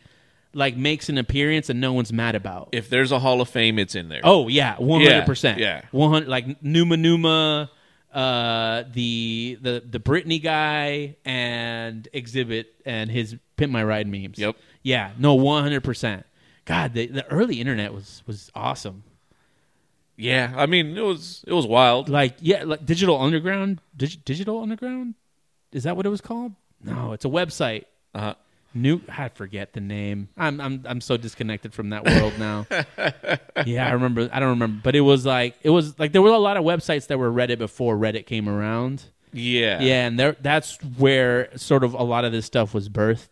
Speaker 1: like makes an appearance and no one's mad about.
Speaker 3: If there's a Hall of Fame, it's in there.
Speaker 1: Oh yeah, one hundred percent.
Speaker 3: yeah.
Speaker 1: one hundred like Numa Numa, uh, the the the Britney guy and Exhibit and his Pimp My Ride memes.
Speaker 3: Yep.
Speaker 1: Yeah. No, one hundred percent. God, the, the early internet was was awesome.
Speaker 3: yeah. I mean, it was it was wild.
Speaker 1: Like yeah, like Digital Underground. Dig, Digital Underground. Is that what it was called? No, it's a website.
Speaker 3: Uh-huh.
Speaker 1: New, I forget the name. I'm I'm I'm so disconnected from that world now. yeah, I remember. I don't remember, but it was like it was like there were a lot of websites that were Reddit before Reddit came around.
Speaker 3: Yeah,
Speaker 1: Yeah, and there that's where sort of a lot of this stuff was birthed.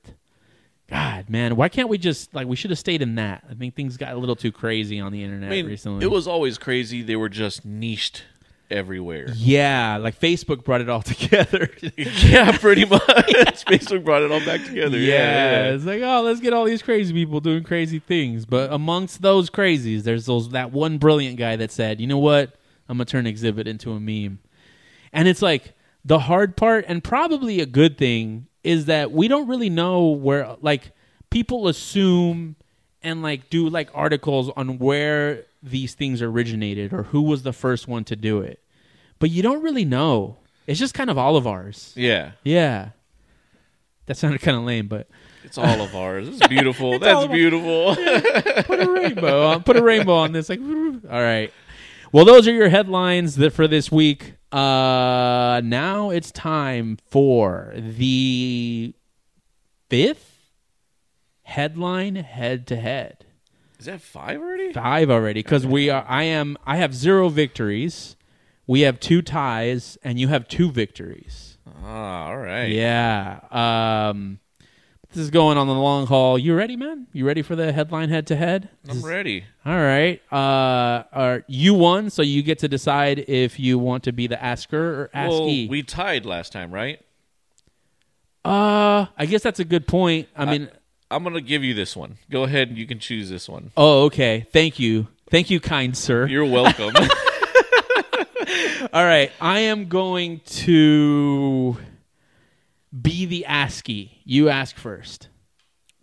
Speaker 1: God, man, why can't we just like we should have stayed in that? I think things got a little too crazy on the internet
Speaker 3: I mean,
Speaker 1: recently.
Speaker 3: it was always crazy. They were just niched everywhere.
Speaker 1: yeah, like Facebook brought it all together.
Speaker 3: yeah, pretty much. Facebook brought it all back together.
Speaker 1: Yeah, it's like oh, let's get all these crazy people doing crazy things. But amongst those crazies, there's those that one brilliant guy that said, "You know what? I'm gonna turn exhibit into a meme." And it's like the hard part, and probably a good thing, is that we don't really know where like people assume and like do like articles on where these things originated or who was the first one to do it, but you don't really know. It's just kind of all of ours.
Speaker 3: yeah.
Speaker 1: Yeah. That sounded kind of lame, but
Speaker 3: It's all of ours. It's beautiful.
Speaker 1: all
Speaker 3: That's
Speaker 1: of-
Speaker 3: beautiful.
Speaker 1: put a rainbow on, put a rainbow on this. Like, all right. Well, those are your headlines that for this week. Uh, now it's time for the fifth headline head to head.
Speaker 3: Is that five already?
Speaker 1: Five already because we are. I am. I have zero victories. We have two ties, and you have two victories.
Speaker 3: Ah, all right.
Speaker 1: Yeah. Um, this is going on the long haul. You ready, man? You ready for the headline head to head?
Speaker 3: I'm ready.
Speaker 1: All right. Uh, are- you won, so you get to decide if you want to be the asker or E.
Speaker 3: Well,
Speaker 1: askee.
Speaker 3: we tied last time, right?
Speaker 1: uh, I guess that's a good point. I mean,
Speaker 3: I'm gonna give you this one. Go ahead and you can choose this one.
Speaker 1: oh, okay. Thank you. Thank you, kind sir.
Speaker 3: You're welcome.
Speaker 1: All right. I am going to be the askee. You ask first.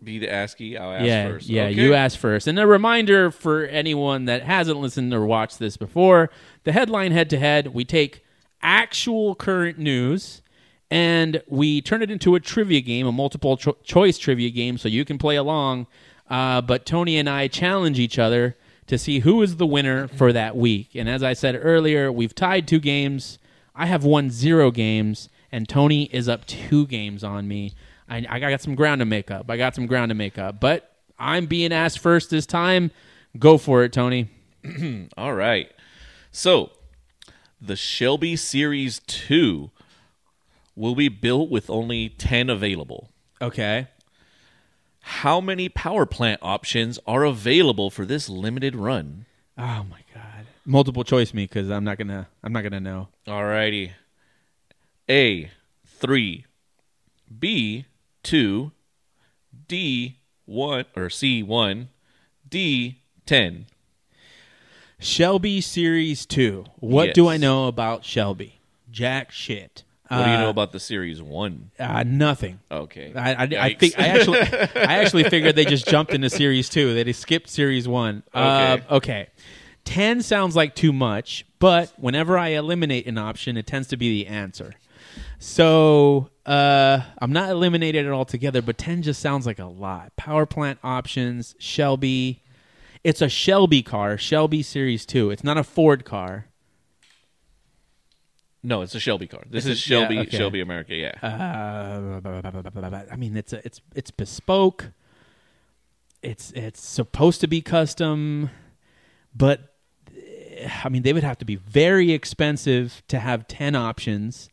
Speaker 3: Be the ASCII. I'll ask
Speaker 1: yeah,
Speaker 3: first.
Speaker 1: Yeah,
Speaker 3: Okay.
Speaker 1: you ask first. And a reminder for anyone that hasn't listened or watched this before the headline head to head, we take actual current news and we turn it into a trivia game, a multiple cho- choice trivia game, so you can play along. Uh, but Tony and I challenge each other to see who is the winner for that week. And as I said earlier, we've tied two games. I have won zero games, and Tony is up two games on me. I, I got some ground to make up. I got some ground to make up, but I'm being asked first this time. Go for it, Tony.
Speaker 3: All right. So, the Shelby Series 2 will be built with only 10 available.
Speaker 1: Okay.
Speaker 3: How many power plant options are available for this limited run?
Speaker 1: Oh my God. Multiple choice me because I'm not gonna. I'm not gonna know.
Speaker 3: Alrighty. A three. B two. D one or C one. D ten.
Speaker 1: Shelby Series Two. What do
Speaker 3: Yes.
Speaker 1: I know about Shelby? Jack shit.
Speaker 3: What do you know about the series one?
Speaker 1: Uh, nothing.
Speaker 3: Okay.
Speaker 1: I, I, I
Speaker 3: Yikes.
Speaker 1: think I actually I actually figured they just jumped into series two. They just skipped series one. Uh,
Speaker 3: Okay.
Speaker 1: okay. Ten sounds like too much, but whenever I eliminate an option, it tends to be the answer. So uh, I'm not eliminated it altogether, but ten just sounds like a lot. Power plant options, Shelby. It's a Shelby car, Shelby Series Two. It's not a Ford car.
Speaker 3: No, it's a Shelby car. This
Speaker 1: It's
Speaker 3: is
Speaker 1: a-
Speaker 3: Shelby
Speaker 1: yeah, okay.
Speaker 3: Shelby America, yeah.
Speaker 1: Uh, I mean, it's a, it's it's bespoke. It's it's supposed to be custom, but eh, I mean, they would have to be very expensive to have ten options.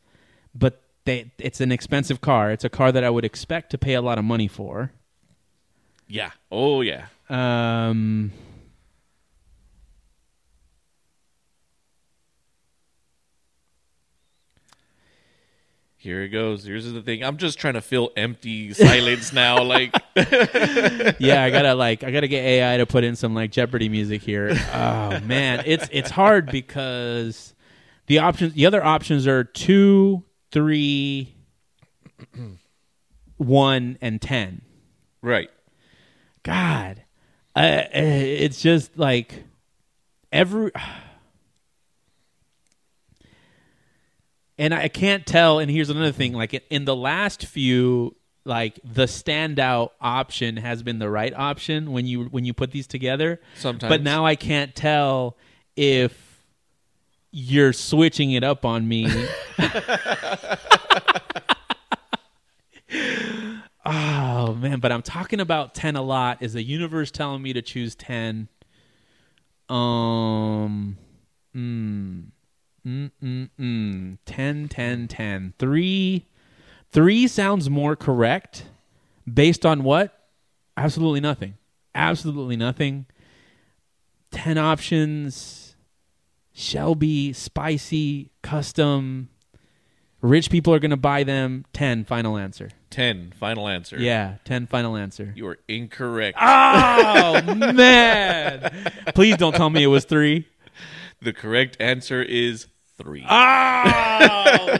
Speaker 1: But they, it's an expensive car. It's a car that I would expect to pay a lot of money for.
Speaker 3: yeah. Oh yeah.
Speaker 1: Um,
Speaker 3: Here it goes. Here's the thing. I'm just trying to fill empty silence now. Like,
Speaker 1: yeah, I gotta like I gotta get AI to put in some like Jeopardy music here. Oh man, it's it's hard because the options the other options are two, three, one, and ten.
Speaker 3: right.
Speaker 1: God, uh, it's just like every. And I can't tell. And here's another thing: like in the last few, like the standout option has been the right option when you when you put these together.
Speaker 3: Sometimes.
Speaker 1: but now I can't tell if you're switching it up on me. Oh man, but I'm talking about ten a lot. Is the universe telling me to choose ten? Um, mm, mm, mm, mm. 10, 10, 10. Three, three sounds more correct. Based on what? Absolutely nothing. Absolutely nothing. Ten options. Shelby, spicy, custom. Rich people are gonna buy them. Ten. Final answer.
Speaker 3: 10. Final answer.
Speaker 1: Yeah, Ah! 10 final answer.
Speaker 3: You are incorrect.
Speaker 1: Oh, man. Please don't tell me it was three.
Speaker 3: The correct answer is three.
Speaker 1: Oh,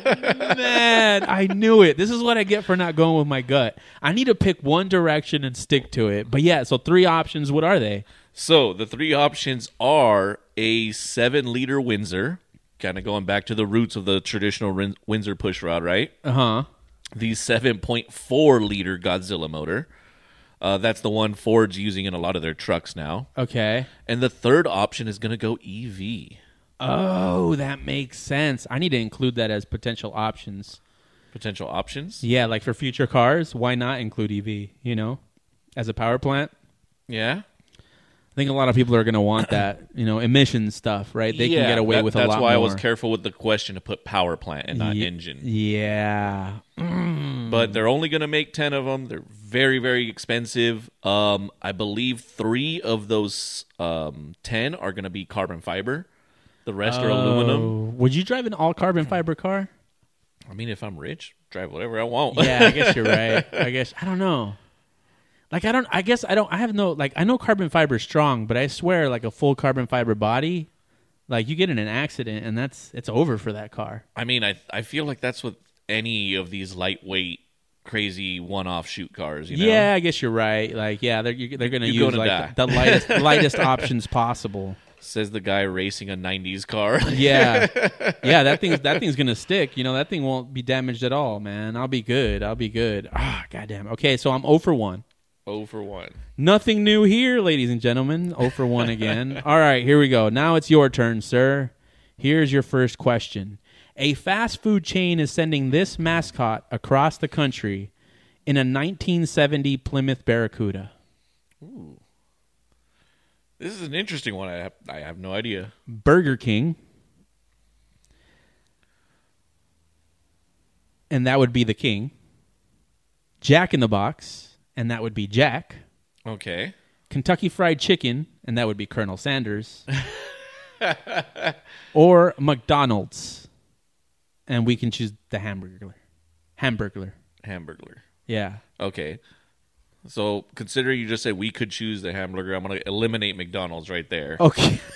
Speaker 1: man. I knew it. This is what I get for not going with my gut. I need to pick one direction and stick to it. But yeah, so three options. What are they?
Speaker 3: So the three options are a seven liter Windsor, kind of going back to the roots of the traditional Win- Windsor push rod, right?
Speaker 1: Uh huh.
Speaker 3: The 7.4 liter Godzilla motor. Uh, that's the one Ford's using in a lot of their trucks now.
Speaker 1: Okay.
Speaker 3: And the third option is going to go E EV.
Speaker 1: Oh, that makes sense. I need to include that as potential options.
Speaker 3: Potential options?
Speaker 1: Yeah, like for future cars, why not include EV, you know, as a power plant?
Speaker 3: Yeah.
Speaker 1: I think a lot of people are going to want that, you know, emission stuff, right? They
Speaker 3: Yeah,
Speaker 1: can get away
Speaker 3: that-
Speaker 1: with a
Speaker 3: That's
Speaker 1: lot
Speaker 3: why I
Speaker 1: more.
Speaker 3: was careful with the question to put power plant and not
Speaker 1: Ye-
Speaker 3: engine.
Speaker 1: Yeah. Mm-hmm.
Speaker 3: but they're only going to make 10 of them they're very very expensive um i believe three of those um 10 are going to be carbon fiber the rest are aluminum
Speaker 1: Oh, would you drive an all carbon fiber car?
Speaker 3: i mean if i'm rich drive whatever i want
Speaker 1: Yeah, I guess you're right. I guess I don't know. Like I don't I guess I don't I have no like I know carbon fiber is strong, but I swear like a full carbon fiber body, like you get in an accident and that's it's over for that car.
Speaker 3: i mean i i feel like that's with any of these lightweight crazy one-off shoot cars you know
Speaker 1: Yeah, I guess you're right. Like yeah, they're you- they're going to
Speaker 3: You're
Speaker 1: use
Speaker 3: gonna
Speaker 1: like the, the lightest lightest options possible.
Speaker 3: says the guy racing a 90s car
Speaker 1: Yeah, yeah. That thing's that thing's gonna stick. You know, that thing won't be damaged at all, man. I'll be good. I'll be good. Ah, goddamn. Okay, so I'm 0 for one.
Speaker 3: oh for one
Speaker 1: Nothing new here, ladies and gentlemen. 0 for one again. all right, here we go. Now it's your turn, sir. Here's your first question. A fast food chain is sending this mascot across the country in a 1970 Plymouth Barracuda.
Speaker 3: this is an interesting one i have, I have no idea
Speaker 1: Burger King. And that would be the king. Jack in the Box, and that would be Jack.
Speaker 3: okay
Speaker 1: Kentucky Fried Chicken, and that would be Colonel Sanders. or McDonald's. And we can choose the hamburger. Hamburglar.
Speaker 3: hamburger
Speaker 1: Yeah.
Speaker 3: Okay. So consider you just said we could choose the hamburger. I'm gonna eliminate McDonald's right there.
Speaker 1: Okay.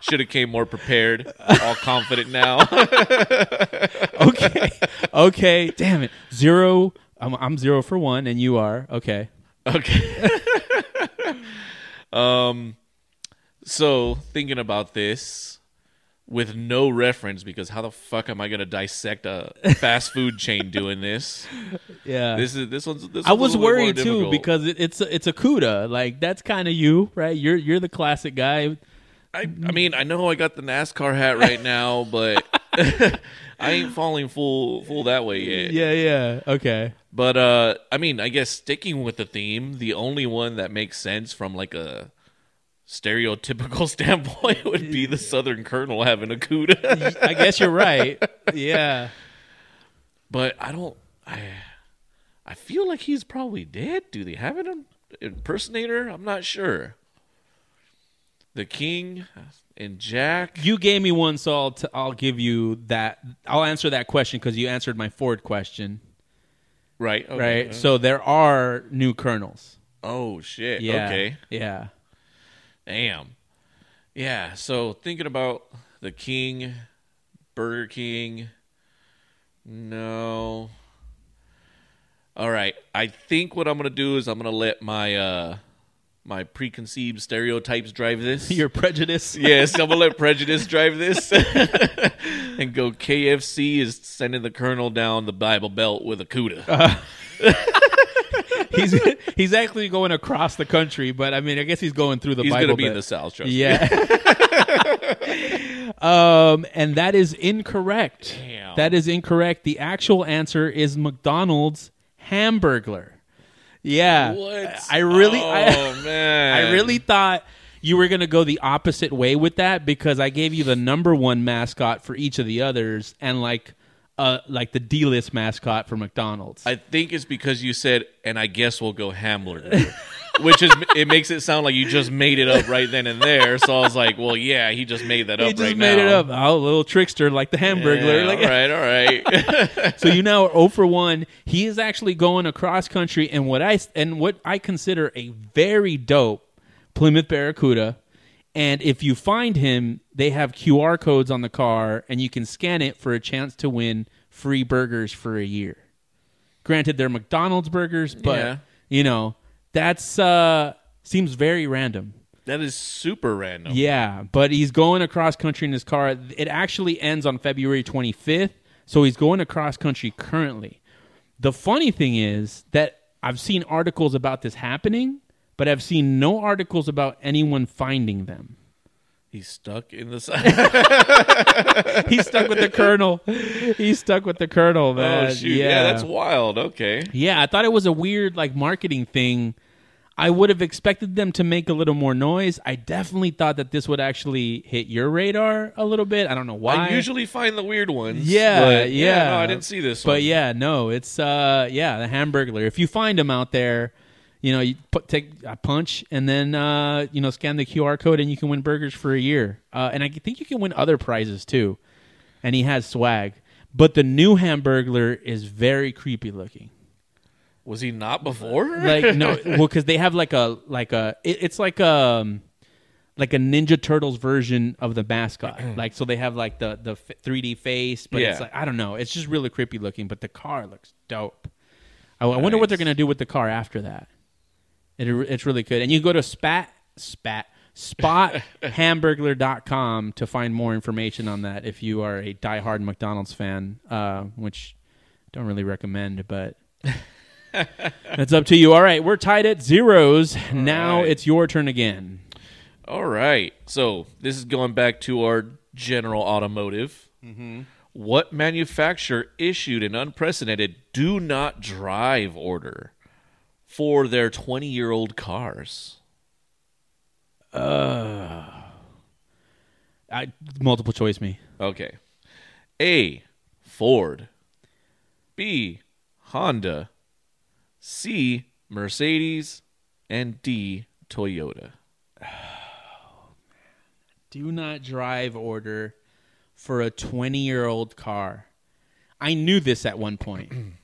Speaker 3: Should have came more prepared, all confident now.
Speaker 1: okay. Okay. Damn it. Zero. I'm, I'm zero for one, and you are. Okay.
Speaker 3: okay. um. So thinking about this with no reference, because how the fuck am I gonna dissect a fast food chain doing this?
Speaker 1: Yeah.
Speaker 3: This is this one's. This
Speaker 1: I
Speaker 3: one's a
Speaker 1: was
Speaker 3: little bit more
Speaker 1: worried too
Speaker 3: difficult.
Speaker 1: because it, it's a, it's a CUDA. Like that's kind of you, right? You're you're the classic guy.
Speaker 3: I, I mean I know I got the NASCAR hat right now, but I ain't falling full full that way yet.
Speaker 1: Yeah, yeah. Okay.
Speaker 3: But uh I mean, I guess sticking with the theme, the only one that makes sense from like a stereotypical standpoint would be the Southern Colonel having a CUDA.
Speaker 1: I guess you're right. Yeah.
Speaker 3: but I don't I I feel like he's probably dead. Do they have him? impersonator. I'm not sure. The King and Jack.
Speaker 1: You gave me one, so I'll, t- I'll give you that. I'll answer that question because you answered my Ford question,
Speaker 3: Right. okay.
Speaker 1: right? So there are new colonels.
Speaker 3: Oh shit.
Speaker 1: Yeah.
Speaker 3: Okay.
Speaker 1: Yeah.
Speaker 3: Damn. Yeah. So thinking about the King, Burger King. No. All right. I think what I'm gonna do is I'm gonna let my uh my preconceived stereotypes drive this.
Speaker 1: Your prejudice.
Speaker 3: yes, I'm gonna let prejudice drive this and go. KFC is sending the Colonel down the Bible Belt with a cuda.
Speaker 1: Uh, he's he's actually going across the country, but I mean, I guess he's going through the
Speaker 3: He's
Speaker 1: Bible.
Speaker 3: gonna be in
Speaker 1: Belt.
Speaker 3: the South. Trust me.
Speaker 1: Yeah. um, and that is incorrect.
Speaker 3: Damn.
Speaker 1: That is incorrect. The actual answer is McDonald's Hamburglar. Yeah.
Speaker 3: What?
Speaker 1: I really,
Speaker 3: Oh
Speaker 1: I,
Speaker 3: man.
Speaker 1: I really thought you were going to go the opposite way with that because I gave you the number one mascot for each of the others and like, uh, like the D list mascot for McDonald's.
Speaker 3: I think it's because you said, and I guess we'll go Hamler, which is it makes it sound like you just made it up right then and there. So I was like, well, yeah, he just made that up
Speaker 1: he just
Speaker 3: right
Speaker 1: made
Speaker 3: now.
Speaker 1: it up. Oh, little trickster like the Hamburglar.
Speaker 3: Yeah,
Speaker 1: like,
Speaker 3: all right, all right.
Speaker 1: So you now are 0 for 1. He is actually going across country and what I and what I consider a very dope Plymouth Barracuda. And if you find him, they have QR codes on the car and you can scan it for a chance to win free burgers for a year. Granted they're McDonald's burgers, but
Speaker 3: Yeah.
Speaker 1: you know, that's uh seems very random.
Speaker 3: that is super random.
Speaker 1: Yeah, but he's going across country in his car. It actually ends on February 25th, so he's going across country currently. The funny thing is that I've seen articles about this happening, but I've seen no articles about anyone finding them.
Speaker 3: He's stuck in the side.
Speaker 1: He's stuck with the colonel. He's stuck with the colonel, man.
Speaker 3: oh shoot! Yeah. that's wild. Okay.
Speaker 1: Yeah, I thought it was a weird like marketing thing. I would have expected them to make a little more noise. I definitely thought that this would actually hit your radar a little bit. I don't know why.
Speaker 3: I usually find the weird ones.
Speaker 1: Yeah,
Speaker 3: but
Speaker 1: yeah.
Speaker 3: No, I didn't see this one.
Speaker 1: But yeah, no, it's uh yeah, the Hamburglar. If you find him out there, you know, you put, take a punch and then uh you know scan the QR code and you can win burgers for a year. Uh, and I think you can win other prizes too. And he has swag. But the new Hamburglar is very creepy looking.
Speaker 3: was he not before?
Speaker 1: Like no, well, because they have like a like a it, it's like um like a Ninja Turtles version of the mascot. like so they have like the the f- 3D face, but it's
Speaker 3: Yeah.
Speaker 1: like I don't know. It's just really creepy looking, but the car looks dope. I, I wonder what they're
Speaker 3: Nice.
Speaker 1: gonna do with the car after that. It it's really good. And you go to spat spat spothamburglar.com to find more information on that if you are a diehard McDonald's fan, uh, which don't really recommend, but that's up to you. All right, we're tied at zeros. now
Speaker 3: right.
Speaker 1: it's your turn again.
Speaker 3: All right. So this is going back to our general automotive.
Speaker 1: Mm-hmm.
Speaker 3: What manufacturer issued an unprecedented do not drive order for their 20 year old cars?
Speaker 1: I, multiple choice me.
Speaker 3: Okay. A. Ford. B. Honda. C. Mercedes. And D. Toyota.
Speaker 1: Do not drive order for a 20 year old car. I knew this at one point.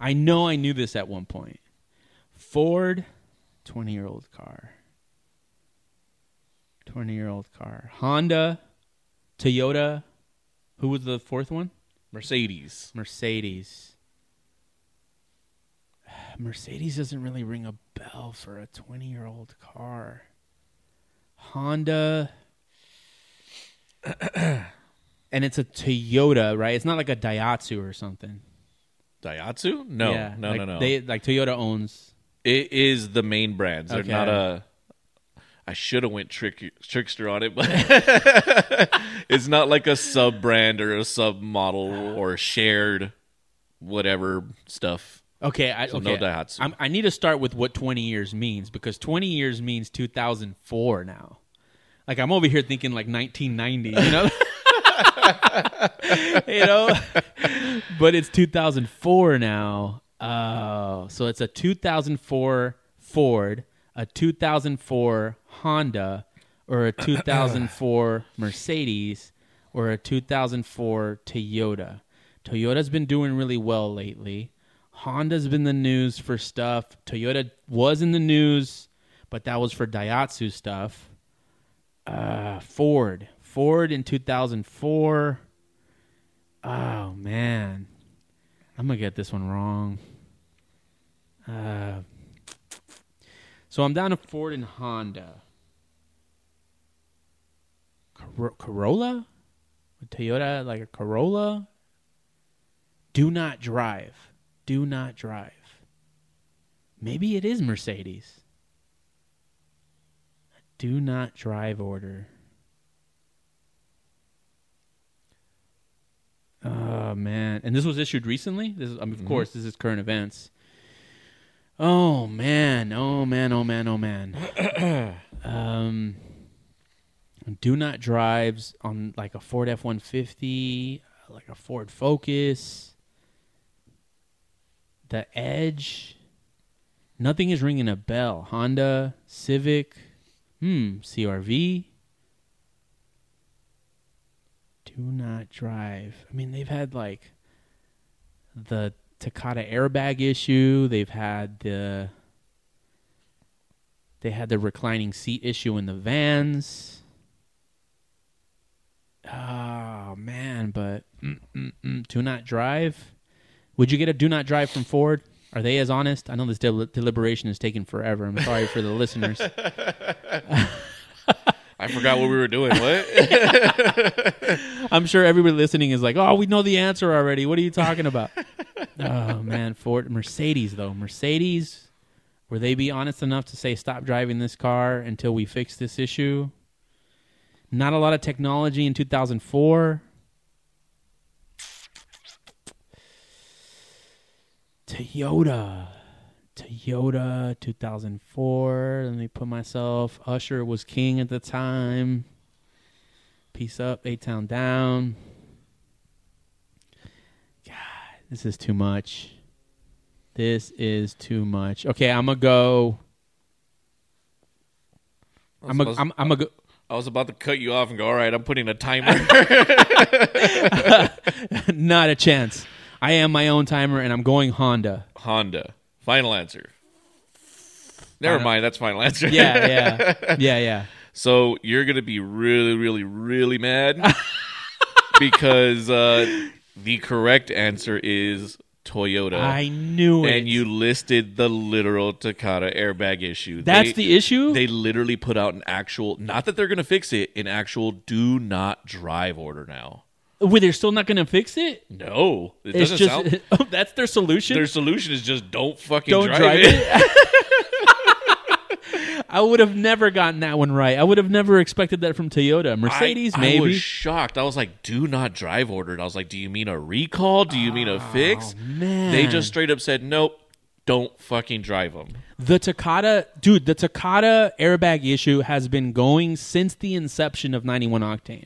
Speaker 1: I know I knew this at one point. Ford, 20 year old car. 20 year old car. Honda, Toyota. Who was the fourth one?
Speaker 3: Mercedes.
Speaker 1: Mercedes. Mercedes doesn't really ring a bell for a 20 year old car. Honda. and it's a Toyota, right? It's not like a Daihatsu or something.
Speaker 3: Daihatsu? No,
Speaker 1: Yeah,
Speaker 3: no,
Speaker 1: like
Speaker 3: no, no.
Speaker 1: They like Toyota owns.
Speaker 3: It is the main brands. They're
Speaker 1: Okay.
Speaker 3: not a. I should have went trick, trickster on it, but it's not like a sub brand or a sub model or shared whatever stuff.
Speaker 1: Okay, I,
Speaker 3: So
Speaker 1: okay.
Speaker 3: no Daihatsu.
Speaker 1: I'm, I need to start with what 20 years means because 20 years means 2004 now. Like I'm over here thinking like 1990, you know. you know, but it's 2004 now. Oh, so it's a 2004 Ford, a 2004 Honda, or a 2004 Mercedes, or a 2004 Toyota. Toyota's been doing really well lately. Honda's been in the news for stuff. Toyota was in the news, but that was for Daihatsu stuff. Uh, Ford. Ford in 2004. Oh, man. I'm going to get this one wrong. Uh, so I'm down to Ford and Honda. Cor- Corolla? A Toyota, like a Corolla? Do not drive. Do not drive. Maybe it is Mercedes. Do not drive order. Oh man! And this was issued recently. This is, I mean, of course, this is current events. Oh man! Oh man! Oh man! Oh man! um, do not drives on like a Ford F one fifty, like a Ford Focus, the Edge. Nothing is ringing a bell. Honda Civic, hmm, CRV. Do not drive. I mean, they've had like the Takata airbag issue. They've had the they had the reclining seat issue in the vans. Oh man, but mm, mm, mm, do not drive. Would you get a do not drive from Ford? Are they as honest? I know this del- deliberation is taking forever. I'm sorry for the listeners.
Speaker 3: I forgot what we were doing. What?
Speaker 1: I'm sure everybody listening is like, "Oh, we know the answer already. What are you talking about?" oh man, Ford Mercedes though. Mercedes, were they be honest enough to say, "Stop driving this car until we fix this issue"? Not a lot of technology in 2004. Toyota. Toyota 2004. Let me put myself. Usher was king at the time. Peace up, A Town down. God, this is too much. This is too much. Okay, I'm gonna go. I'm gonna. I'm, I'm gonna go.
Speaker 3: I was about to cut you off and go. All right, I'm putting a timer.
Speaker 1: Not a chance. I am my own timer, and I'm going Honda.
Speaker 3: Honda. Final answer. Never
Speaker 1: Final-
Speaker 3: mind. That's final answer.
Speaker 1: Yeah, yeah, yeah, yeah.
Speaker 3: So you're gonna be really, really, really mad because uh, the correct answer is Toyota.
Speaker 1: I knew it.
Speaker 3: and you listed the literal Takata airbag issue.
Speaker 1: That's
Speaker 3: They-
Speaker 1: the issue.
Speaker 3: They literally put out an actual, not that they're going to fix it, an actual do not drive order now.
Speaker 1: Wait, they're still not gonna fix it.
Speaker 3: No, it
Speaker 1: It's
Speaker 3: doesn't
Speaker 1: just Oh,
Speaker 3: sound.
Speaker 1: that's their solution.
Speaker 3: Their solution is just don't fucking
Speaker 1: don't
Speaker 3: drive,
Speaker 1: drive
Speaker 3: it.
Speaker 1: it. I would have never gotten that one right. I would have never expected that from Toyota.
Speaker 3: I-
Speaker 1: Mercedes,
Speaker 3: I,
Speaker 1: maybe.
Speaker 3: was shocked. I was like, "Do not drive order." And I was like, "Do you mean a recall? Do you mean a fix?"
Speaker 1: man.
Speaker 3: They just straight up said, "Nope, don't fucking drive them."
Speaker 1: the Takata, dude, the Takata airbag issue has been going since the inception of 91 Octane.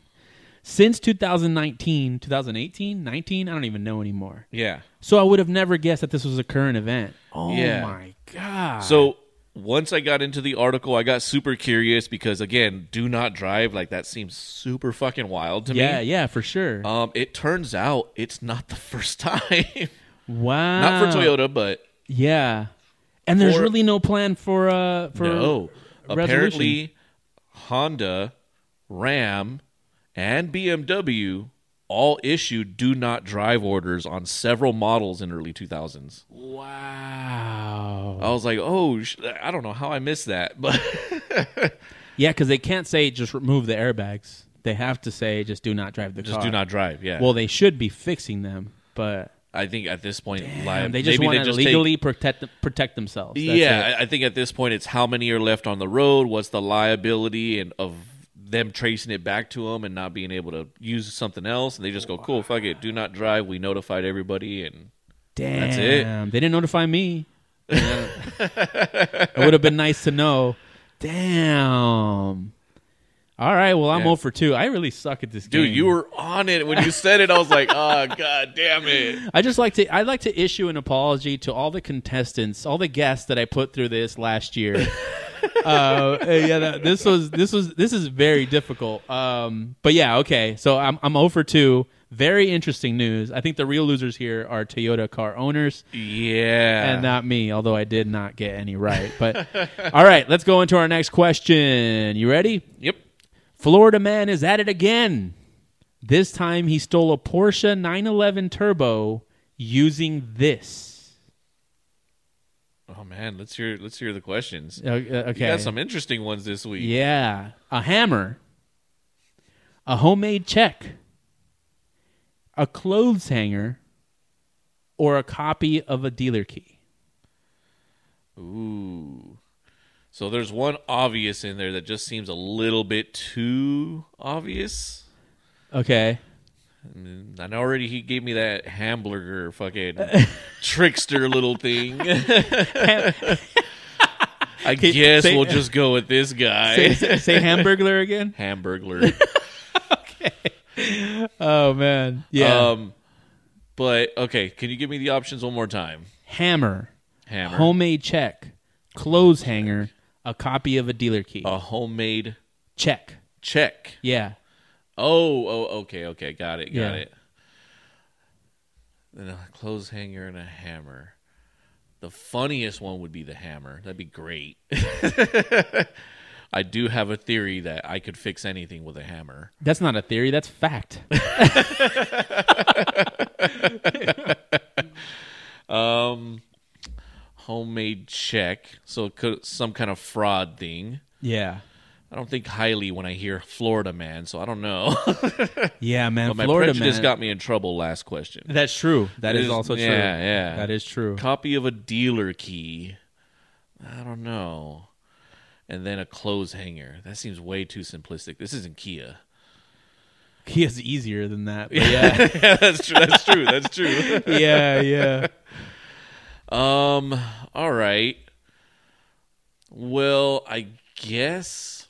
Speaker 1: Since 2019, 2018, 19, I don't even know anymore.
Speaker 3: Yeah.
Speaker 1: So I would have never guessed that this was a current event. Oh
Speaker 3: Yeah.
Speaker 1: my god.
Speaker 3: So once I got into the article, I got super curious because again, do not drive. Like that seems super fucking wild to
Speaker 1: yeah,
Speaker 3: me.
Speaker 1: yeah, for sure.
Speaker 3: Um, it turns out it's not the first time.
Speaker 1: Oh. wow.
Speaker 3: not for Toyota, but
Speaker 1: Yeah. And there's
Speaker 3: Or-
Speaker 1: really no plan for uh for
Speaker 3: no.
Speaker 1: resolution.
Speaker 3: Apparently, Honda, Ram, and BMW all issued do not drive orders on several models in early 2000s.
Speaker 1: Wow.
Speaker 3: I was like, oh, sh- I don't know how I missed that, but
Speaker 1: Yeah, because they can't say just remove the airbags. They have to say just do not drive the
Speaker 3: just
Speaker 1: car.
Speaker 3: do not drive. Yeah.
Speaker 1: Well, they should be fixing them, but
Speaker 3: I think at this point,
Speaker 1: um,
Speaker 3: live,
Speaker 1: they just
Speaker 3: maybe
Speaker 1: want
Speaker 3: they
Speaker 1: to
Speaker 3: just
Speaker 1: legally protect protect themselves.
Speaker 3: Take,
Speaker 1: That's
Speaker 3: yeah,
Speaker 1: it.
Speaker 3: I I think at this point, it's how many are left on the road. What's the liability and of them tracing it back to them and not being able to use something else? And they just go, cool, fuck it, do not drive. We notified everybody, and
Speaker 1: Damn.
Speaker 3: that's
Speaker 1: They didn't notify me. it would have been nice to know. Damn. All All right. Well, I'm 0
Speaker 3: Yeah.
Speaker 1: for 2. I really suck at this game.
Speaker 3: Dude, you were on it when you said it. I was like, oh god damn it.
Speaker 1: I just like to I'd like to issue an apology to all the contestants, all the guests that I put through this last year. uh, yeah, that, this was this was this is very difficult. Um, but yeah, okay. So I'm I'm 0 for 2. Very interesting news. I think the real losers here are Toyota car owners
Speaker 3: Yeah.
Speaker 1: and not me, although I did not get any right. But all right, let's go into our next question. You ready?
Speaker 3: yep.
Speaker 1: Florida man is at it again. This time he stole a Porsche 911 Turbo using this.
Speaker 3: Oh man, let's hear let's hear the questions.
Speaker 1: Uh, uh, okay.
Speaker 3: You got some interesting ones this week.
Speaker 1: Yeah. A hammer. A homemade check. A clothes hanger. Or a copy of a dealer key.
Speaker 3: Ooh. So there's one obvious in there that just seems a little bit too obvious.
Speaker 1: Okay.
Speaker 3: And I know already he gave me that hamburger fucking trickster little thing. I
Speaker 1: Okay,
Speaker 3: guess
Speaker 1: say-
Speaker 3: we'll just go with this guy.
Speaker 1: Say, say, say hamburglar again.
Speaker 3: Hamburglar.
Speaker 1: Oh man. Yeah.
Speaker 3: Um but okay, can you give me the options one more time?
Speaker 1: hammer.
Speaker 3: Hammer.
Speaker 1: Homemade check. Clothes hanger. A copy of a dealer key.
Speaker 3: a homemade
Speaker 1: Check.
Speaker 3: check.
Speaker 1: Yeah.
Speaker 3: Oh, oh, okay, okay, got it, got
Speaker 1: Yeah.
Speaker 3: it. Then a clothes hanger and a hammer. The funniest one would be the hammer. That'd be great. I do have a theory that I could fix anything with a hammer.
Speaker 1: That's not a theory, that's fact.
Speaker 3: Homemade check, so it could, some kind of fraud thing.
Speaker 1: yeah.
Speaker 3: I don't think highly when I hear Florida man, so I don't know.
Speaker 1: Yeah, man.
Speaker 3: but my
Speaker 1: Florida
Speaker 3: prejudice
Speaker 1: man.
Speaker 3: got me in trouble last question.
Speaker 1: that's true. That is,
Speaker 3: Is-
Speaker 1: also true.
Speaker 3: yeah, yeah.
Speaker 1: That is true.
Speaker 3: copy of a dealer key. I don't know. And then a clothes hanger. That seems way too simplistic. This isn't Kia.
Speaker 1: He is easier than that. But yeah.
Speaker 3: yeah, that's true. That's true. That's true.
Speaker 1: yeah, yeah.
Speaker 3: Um, all right. Well, I guess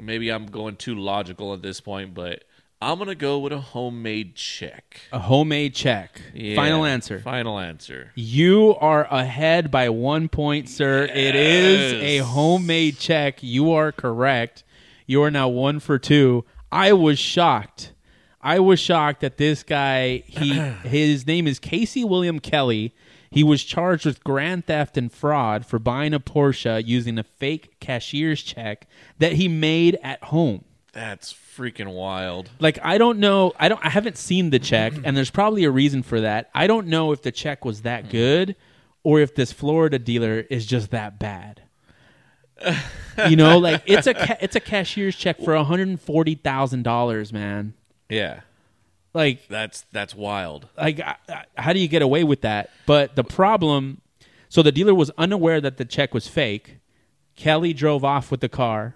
Speaker 3: maybe I'm going too logical at this point, but I'm going to go with a homemade check.
Speaker 1: A homemade check.
Speaker 3: Yeah.
Speaker 1: Final answer.
Speaker 3: Final answer.
Speaker 1: You are ahead by one point, sir. It is a
Speaker 3: Yes.
Speaker 1: homemade check. You are correct. You are now one for two. I was shocked. I was shocked that this guy he his name is Casey William Kelly. He was charged with grand theft and fraud for buying a Porsche using a fake cashier's check that he made at home
Speaker 3: That's freaking wild.
Speaker 1: like I don't know. I don't. I haven't seen the check, and there's probably a reason for that. I don't know if the check was that good, or if this Florida dealer is just that bad. you know, like it's a ca- it's a cashier's check for one hundred and forty thousand dollars, man.
Speaker 3: Yeah.
Speaker 1: Like
Speaker 3: That's that's wild.
Speaker 1: like I, I, how do you get away with that but the problem so the dealer was unaware that the check was fake kelly drove off with the car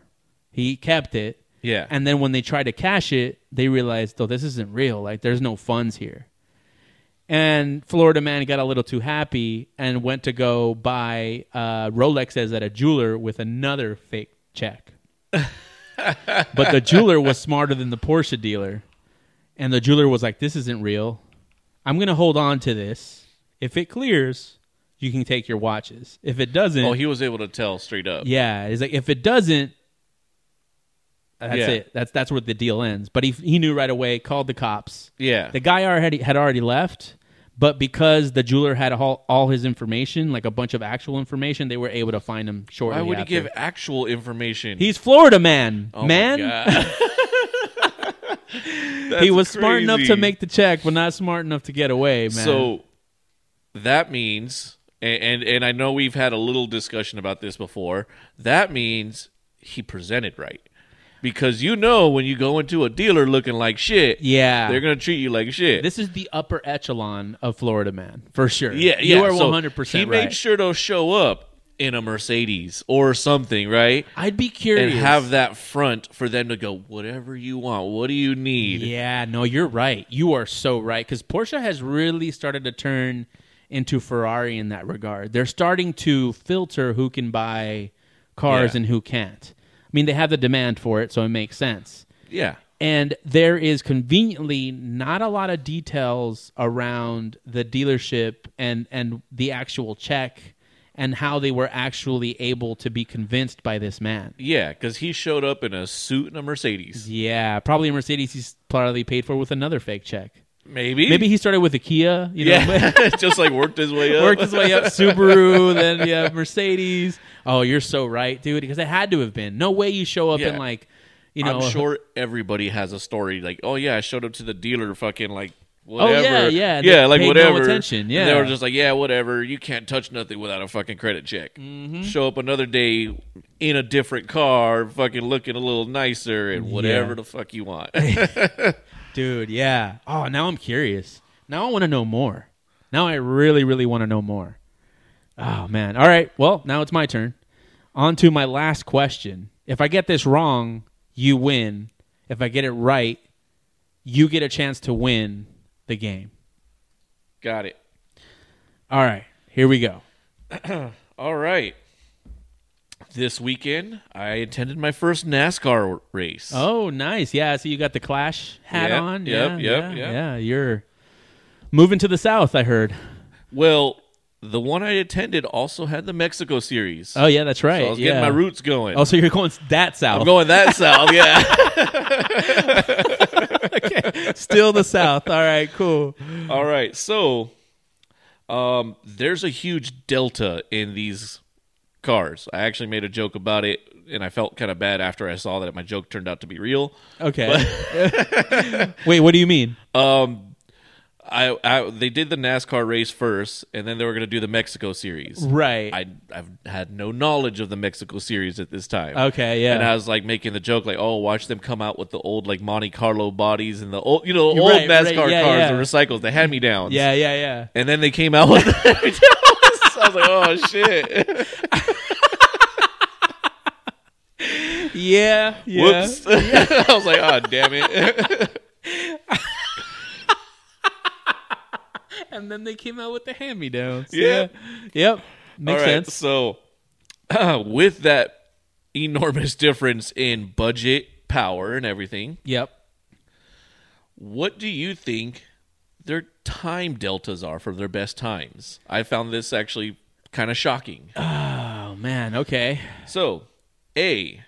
Speaker 1: he kept it
Speaker 3: Yeah.
Speaker 1: and then when they tried to cash it they realized oh this isn't real like there's no funds here and florida man got a little too happy and went to go buy uh, rolexes at a jeweler with another fake check but the jeweler was smarter than the porsche dealer and the jeweler was like, "This isn't real. I'm gonna hold on to this. If it clears, you can take your watches. If it doesn't,
Speaker 3: Oh, he was able to tell straight up.
Speaker 1: yeah, he's like, if it doesn't, that's
Speaker 3: Yeah.
Speaker 1: it. That's that's where the deal ends. But he he knew right away. Called the cops.
Speaker 3: Yeah.
Speaker 1: The guy already had already left, but because the jeweler had all, all his information, like a bunch of actual information, they were able to find him shortly.
Speaker 3: Why would he
Speaker 1: after.
Speaker 3: give actual information?
Speaker 1: He's Florida man,
Speaker 3: Oh my
Speaker 1: man.
Speaker 3: God.
Speaker 1: He
Speaker 3: That's
Speaker 1: was smart enough to
Speaker 3: crazy.
Speaker 1: make the check, but not smart enough to get away, man.
Speaker 3: So that means, and, and and I know we've had a little discussion about this before. That means he presented right, because you know when you go into a dealer looking like shit,
Speaker 1: yeah,
Speaker 3: they're gonna treat you like shit.
Speaker 1: This is the upper echelon of Florida man for sure.
Speaker 3: yeah,
Speaker 1: you
Speaker 3: yeah.
Speaker 1: are
Speaker 3: So
Speaker 1: one hundred percent
Speaker 3: He
Speaker 1: right.
Speaker 3: made sure to show up in a Mercedes or something, right?
Speaker 1: I'd be
Speaker 3: And
Speaker 1: curious
Speaker 3: have that front for them to go whatever you want. What do you need?
Speaker 1: Yeah, no, you're right. You are so right because Porsche has really started to turn into Ferrari in that regard. They're starting to filter who can buy cars
Speaker 3: Yeah.
Speaker 1: and who can't. I mean, they have the demand for it, so it makes sense.
Speaker 3: Yeah.
Speaker 1: And there is conveniently not a lot of details around the dealership and and the actual check and how they were actually able to be convinced by this man.
Speaker 3: Yeah, because he showed up in a suit and a Mercedes.
Speaker 1: Yeah, probably a Mercedes he's probably paid for with another fake check.
Speaker 3: Maybe.
Speaker 1: Maybe he started with a Kia, you know,
Speaker 3: Yeah. Just like worked his way up.
Speaker 1: worked his way up Subaru, then yeah, Mercedes. Oh, you're so right, dude, because it had to have been. No way you show up
Speaker 3: Yeah.
Speaker 1: in like, you know,
Speaker 3: I'm sure everybody has a story like, oh yeah, I showed up to the dealer, fucking like
Speaker 1: Oh, yeah,
Speaker 3: whatever.
Speaker 1: yeah, they
Speaker 3: yeah, like
Speaker 1: paid no
Speaker 3: whatever.
Speaker 1: attention,
Speaker 3: And
Speaker 1: yeah.
Speaker 3: they were just like, yeah, whatever. You can't touch nothing without a fucking credit check.
Speaker 1: Mm-hmm.
Speaker 3: Show up another day in a different car, fucking looking a little nicer and whatever
Speaker 1: Yeah.
Speaker 3: the fuck you want.
Speaker 1: dude, yeah. Oh, now I'm curious. Now I want to know more. Now I really, really want to know more. Oh man. All right. Well, now it's my turn. On to my last question. If I get this wrong, you win. If I get it right, you get a chance to win the game.
Speaker 3: Got it.
Speaker 1: All right. Here we go.
Speaker 3: All right. This weekend, I attended my first NASCAR race.
Speaker 1: Oh, nice. Yeah, so you got the Clash hat
Speaker 3: Yep,
Speaker 1: on.
Speaker 3: yep,
Speaker 1: yeah,
Speaker 3: yep,
Speaker 1: yeah,
Speaker 3: yep.
Speaker 1: yeah. You're moving to the south, I heard.
Speaker 3: Well, the one I attended also had the Mexico series.
Speaker 1: Oh, yeah, that's right.
Speaker 3: so I was
Speaker 1: yeah.
Speaker 3: getting my roots going.
Speaker 1: Oh, so you're going that south.
Speaker 3: I'm going that south, yeah.
Speaker 1: Still the south. All right, cool.
Speaker 3: All right, so um, there's a huge delta in these cars. I actually made a joke about it, and I felt kind of bad after I saw that my joke turned out to be real.
Speaker 1: Okay. Wait, what do you mean?
Speaker 3: I, I they did the NASCAR race first, and then they were going to do the Mexico series.
Speaker 1: Right.
Speaker 3: I I've had no knowledge of the Mexico series at this time.
Speaker 1: Okay, yeah.
Speaker 3: And I was like making the joke, like, oh, watch them come out with the old like Monte Carlo bodies and the old, you know, old
Speaker 1: Right, right,
Speaker 3: NASCAR
Speaker 1: yeah,
Speaker 3: cars,
Speaker 1: yeah.
Speaker 3: the recycles, the hand me downs.
Speaker 1: yeah, yeah, yeah.
Speaker 3: And then they came out with I was like, oh shit.
Speaker 1: Yeah, yeah.
Speaker 3: Whoops. I was like, oh damn it.
Speaker 1: And then they came out with the hand-me-downs.
Speaker 3: Yeah.
Speaker 1: Yep. Makes
Speaker 3: All right,
Speaker 1: sense.
Speaker 3: So with that enormous difference in budget, power, and everything,
Speaker 1: Yep.
Speaker 3: what do you think their time deltas are for their best times? I found this actually kind of shocking.
Speaker 1: Oh man, okay.
Speaker 3: So, A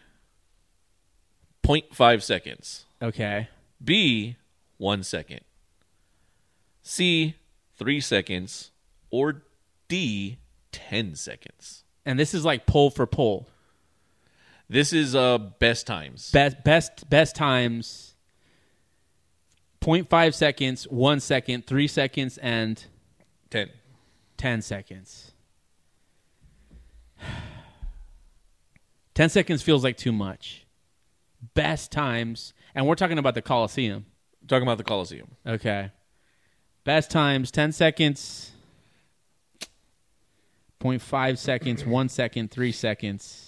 Speaker 3: 0.5 seconds.
Speaker 1: Okay.
Speaker 3: B, one second. C, three seconds. Or D, 10 seconds.
Speaker 1: And this is like poll for poll.
Speaker 3: This is uh, best times.
Speaker 1: best best best times 0.5 seconds 1 second 3 seconds and
Speaker 3: 10.
Speaker 1: 10 seconds 10 seconds feels like too much best times and we're talking about the coliseum
Speaker 3: Talking about the Coliseum.
Speaker 1: okay best times 10 seconds 0.5 seconds 1 second 3 seconds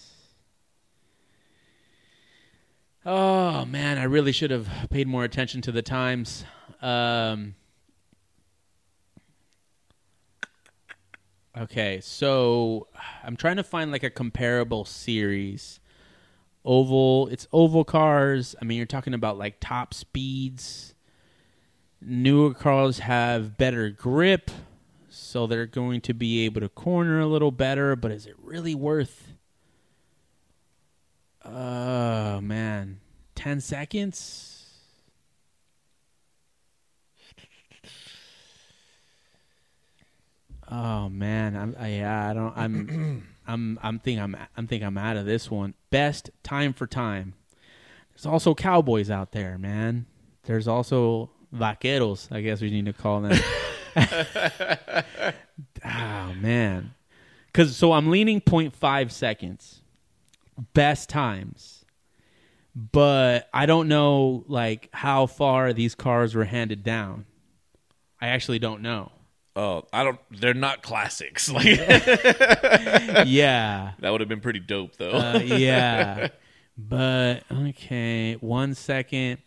Speaker 1: Oh man, I really should have paid more attention to the times. Um, okay, so I'm trying to find like a comparable series. Oval, it's oval cars. I mean, you're talking about like top speeds. Newer cars have better grip, so they're going to be able to corner a little better. But is it really worth? Oh man, ten seconds. Oh man, I'm I, yeah, I don't I'm I'm I'm think I'm I'm think I'm out of this one. Best time for time. There's also cowboys out there, man. There's also vaqueros, I guess we need to call them. oh man. Cuz so I'm leaning 0.5 seconds. Best times. But I don't know like how far these cars were handed down. I actually don't know.
Speaker 3: Oh, I don't. They're not classics. Like
Speaker 1: yeah.
Speaker 3: that would have been pretty dope, though.
Speaker 1: Uh, yeah. But okay, one second.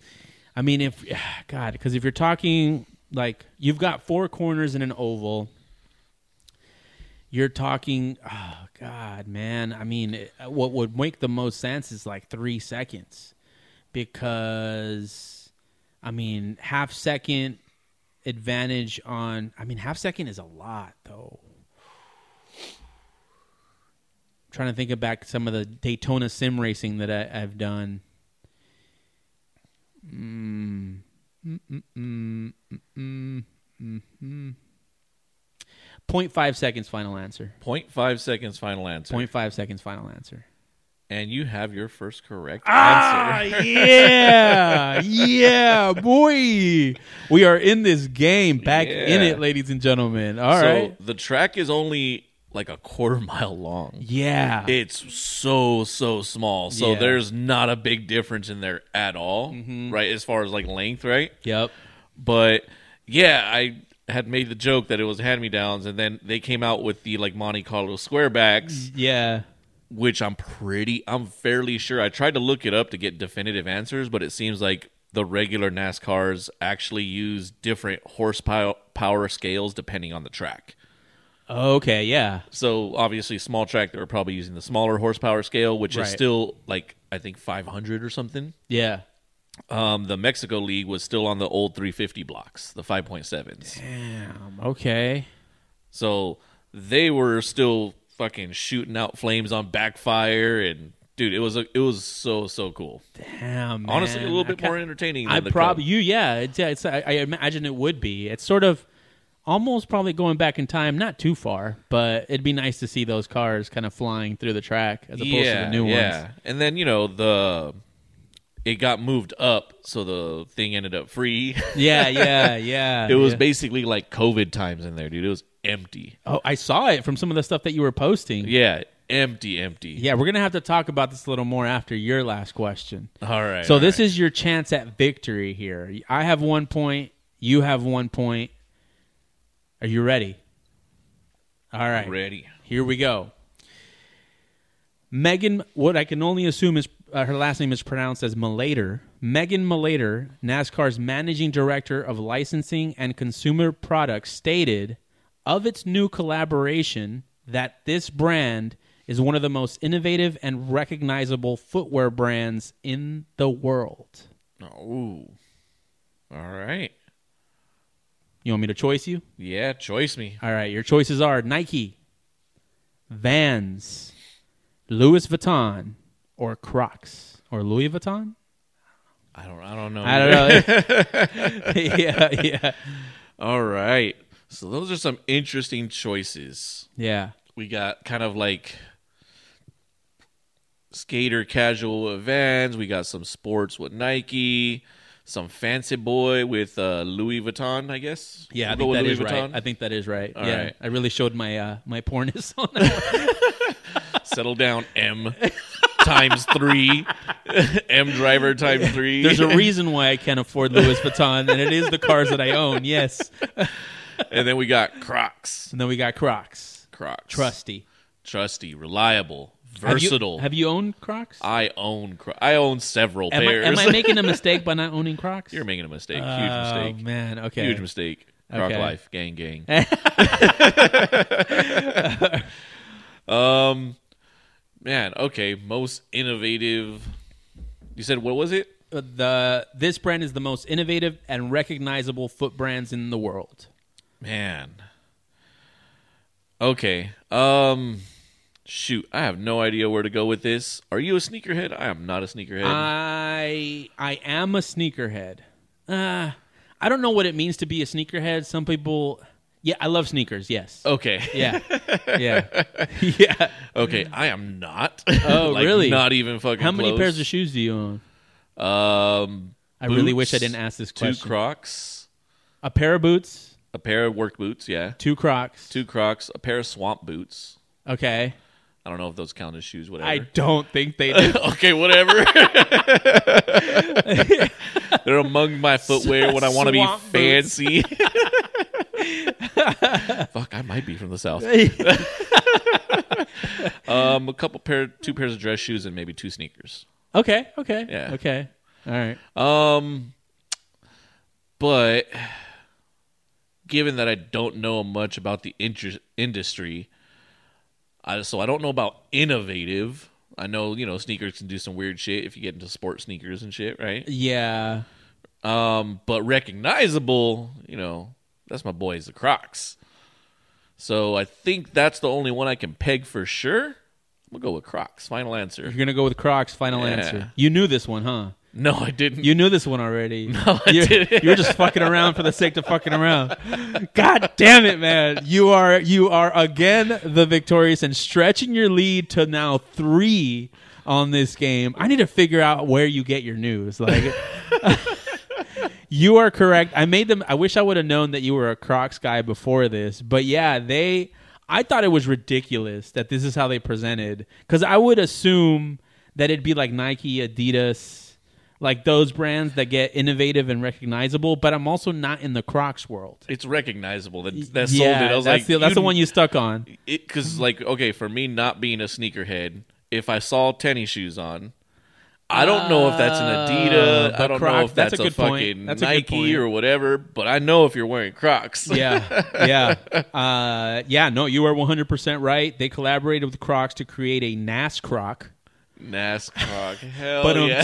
Speaker 1: I mean, if God, because if you're talking like you've got four corners in an oval, you're talking. Oh God, man. I mean, it- what would make the most sense is like three seconds, because I mean, half second advantage on. I mean, half second is a lot though. trying to think of back some of the Daytona sim racing that I, I've done. Mm, mm, Point five seconds final answer.
Speaker 3: 0.5 seconds final answer.
Speaker 1: Point five seconds final answer.
Speaker 3: And you have your first correct answer.
Speaker 1: Ah, yeah, yeah, boy. We are in this game, back in
Speaker 3: Yeah.
Speaker 1: it, ladies and gentlemen. All right.
Speaker 3: so the track is only like a quarter mile long.
Speaker 1: yeah,
Speaker 3: It's so so small. So
Speaker 1: Yeah.
Speaker 3: there's not a big difference in there at all, right? As far as like length, right?
Speaker 1: yep.
Speaker 3: But yeah, I had made the joke that it was hand me downs, and then they came out with the like Monte Carlo squarebacks,
Speaker 1: Yeah.
Speaker 3: which I'm pretty, I'm fairly sure. I tried to look it up to get definitive answers, but it seems like the regular NASCARs actually use different horsepower power scales depending on the track.
Speaker 1: Okay. Yeah.
Speaker 3: So obviously, small track they were probably using the smaller horsepower scale, which
Speaker 1: Right.
Speaker 3: is still like I think 500 or something.
Speaker 1: Yeah.
Speaker 3: Um, the Mexico League was still on the old 350 blocks, the 5.7s.
Speaker 1: Damn. Okay.
Speaker 3: So they were still fucking shooting out flames on backfire, and dude, it was a, it was so so cool.
Speaker 1: Damn.
Speaker 3: Honestly, a
Speaker 1: man.
Speaker 3: little
Speaker 1: I
Speaker 3: bit
Speaker 1: ca-
Speaker 3: more entertaining. Than
Speaker 1: I
Speaker 3: the
Speaker 1: probably
Speaker 3: Cup.
Speaker 1: you yeah it's, yeah, it's I, I imagine it would be it's sort of almost probably going back in time not too far but it'd be nice to see those cars kind of flying through the track as opposed to the new ones
Speaker 3: And then you know the it got moved up, so the thing ended up free.
Speaker 1: yeah yeah yeah
Speaker 3: it was
Speaker 1: Uh, yeah.
Speaker 3: basically like COVID times in there, dude. It was empty.
Speaker 1: oh I saw it from some of the stuff that you were posting
Speaker 3: Yeah, empty, empty.
Speaker 1: yeah we're gonna have to talk about this a little more after your last question
Speaker 3: All right.
Speaker 1: So this is your chance at victory here. I have one point. You have one point. Are you ready? All right.
Speaker 3: ready.
Speaker 1: Here we go. Megan, what I can only assume is uh, her last name is pronounced as Malater. Megan Malater, NASCAR's managing director of licensing and consumer products, stated of its new collaboration that this brand is one of the most innovative and recognizable footwear brands in the world.
Speaker 3: Ooh. All right.
Speaker 1: You want me to choice you?
Speaker 3: Yeah, choice me.
Speaker 1: All right, your choices are Nike, Vans, Louis Vuitton, or Crocs or Louis Vuitton.
Speaker 3: I don't. I don't know.
Speaker 1: I don't know. yeah, yeah,
Speaker 3: All right. So those are some interesting choices.
Speaker 1: yeah.
Speaker 3: We got kind of like skater casual events. We got some sports with Nike, some fancy boy with uh, Louis Vuitton, I guess.
Speaker 1: Yeah, I
Speaker 3: We'll
Speaker 1: think
Speaker 3: go
Speaker 1: that
Speaker 3: with
Speaker 1: is right. I think that is right.
Speaker 3: All
Speaker 1: yeah,
Speaker 3: right.
Speaker 1: I really showed my uh, my pornness on that.
Speaker 3: Settle down, M times three. M driver times three.
Speaker 1: There's a reason why I can't afford Louis Vuitton, and it is the cars that I own. Yes,
Speaker 3: and then we got Crocs.
Speaker 1: and then we got Crocs,
Speaker 3: Crocs.
Speaker 1: trusty,
Speaker 3: Trusty, reliable,
Speaker 1: Have you-
Speaker 3: versatile.
Speaker 1: Have you, owned Crocs?
Speaker 3: I own Cro- I own several
Speaker 1: Am I,
Speaker 3: pairs.
Speaker 1: am I making a mistake by not owning Crocs?
Speaker 3: You're making a mistake. Huge
Speaker 1: Oh,
Speaker 3: mistake.
Speaker 1: man. Okay.
Speaker 3: Huge mistake. Croc
Speaker 1: Okay.
Speaker 3: life. Gang gang. um man, okay. Most innovative you said what was it?
Speaker 1: the this brand is the most innovative and recognizable foot brands in the world.
Speaker 3: Man. Okay. Um shoot, I have no idea where to go with this. Are you a sneakerhead? I am not a sneakerhead.
Speaker 1: Uh, I I am a sneakerhead. Uh, I don't know what it means to be a sneakerhead. Some people, yeah, I love sneakers. Yes.
Speaker 3: okay.
Speaker 1: Yeah. Yeah. yeah.
Speaker 3: Okay, I am not.
Speaker 1: Oh,
Speaker 3: Like,
Speaker 1: really?
Speaker 3: Not even fucking
Speaker 1: How many
Speaker 3: close.
Speaker 1: pairs of shoes do you own?
Speaker 3: Um,
Speaker 1: I really wish I
Speaker 3: boots,
Speaker 1: didn't ask this
Speaker 3: Two
Speaker 1: question.
Speaker 3: Crocs,
Speaker 1: a pair of boots,
Speaker 3: a pair of work boots, yeah.
Speaker 1: two Crocs.
Speaker 3: Two Crocs, a pair of swamp boots.
Speaker 1: Okay.
Speaker 3: I don't know if those count as shoes, whatever.
Speaker 1: I don't think they do.
Speaker 3: okay, whatever. They're among my footwear when I want to be
Speaker 1: Swamp boots.
Speaker 3: fancy. Fuck, I might be from the south. um, a couple pair, two pairs of dress shoes, and maybe two sneakers.
Speaker 1: okay. Okay.
Speaker 3: Yeah.
Speaker 1: Okay. All right.
Speaker 3: Um, but given that I don't know much about the inter- industry, I, so I don't know about innovative. I know you know sneakers can do some weird shit if you get into sport sneakers and shit, right?
Speaker 1: Yeah.
Speaker 3: Um, but recognizable, you know, that's my boys, the Crocs. So I think that's the only one I can peg for sure. We'll go with Crocs. Final answer.
Speaker 1: You're going to go with Crocs, final
Speaker 3: Yeah.
Speaker 1: answer. You knew this one, huh?
Speaker 3: No, I didn't.
Speaker 1: You knew this one already.
Speaker 3: No, I
Speaker 1: you're,
Speaker 3: didn't.
Speaker 1: you're just fucking around for the sake of fucking around. God damn it, man! You are you are again the victorious and stretching your lead to now three on this game. I need to figure out where you get your news. Like, you are correct. I made them. I wish I would have known that you were a Crocs guy before this, but yeah, they. I thought it was ridiculous that this is how they presented because I would assume that it'd be like Nike, Adidas, like those brands that get innovative and recognizable. But I'm also not in the Crocs world.
Speaker 3: it's recognizable. That that sold
Speaker 1: yeah,
Speaker 3: it. I was
Speaker 1: that's
Speaker 3: like,
Speaker 1: the, that's the
Speaker 3: you-
Speaker 1: one you stuck on.
Speaker 3: because like okay for me not being a sneakerhead if i saw tennis shoes on i don't know if that's an
Speaker 1: Ah,
Speaker 3: adidas
Speaker 1: but
Speaker 3: i don't know
Speaker 1: Crocs-
Speaker 3: if
Speaker 1: that's
Speaker 3: that's,
Speaker 1: a
Speaker 3: a,
Speaker 1: good point.
Speaker 3: fucking
Speaker 1: That's a good
Speaker 3: nike
Speaker 1: point.
Speaker 3: or whatever but i know if you're wearing crocs
Speaker 1: yeah, yeah, uh, yeah. No, you are 100 percent right. They collaborated with Crocs to create a NAS Croc.
Speaker 3: nas croc hell
Speaker 1: But um,
Speaker 3: yeah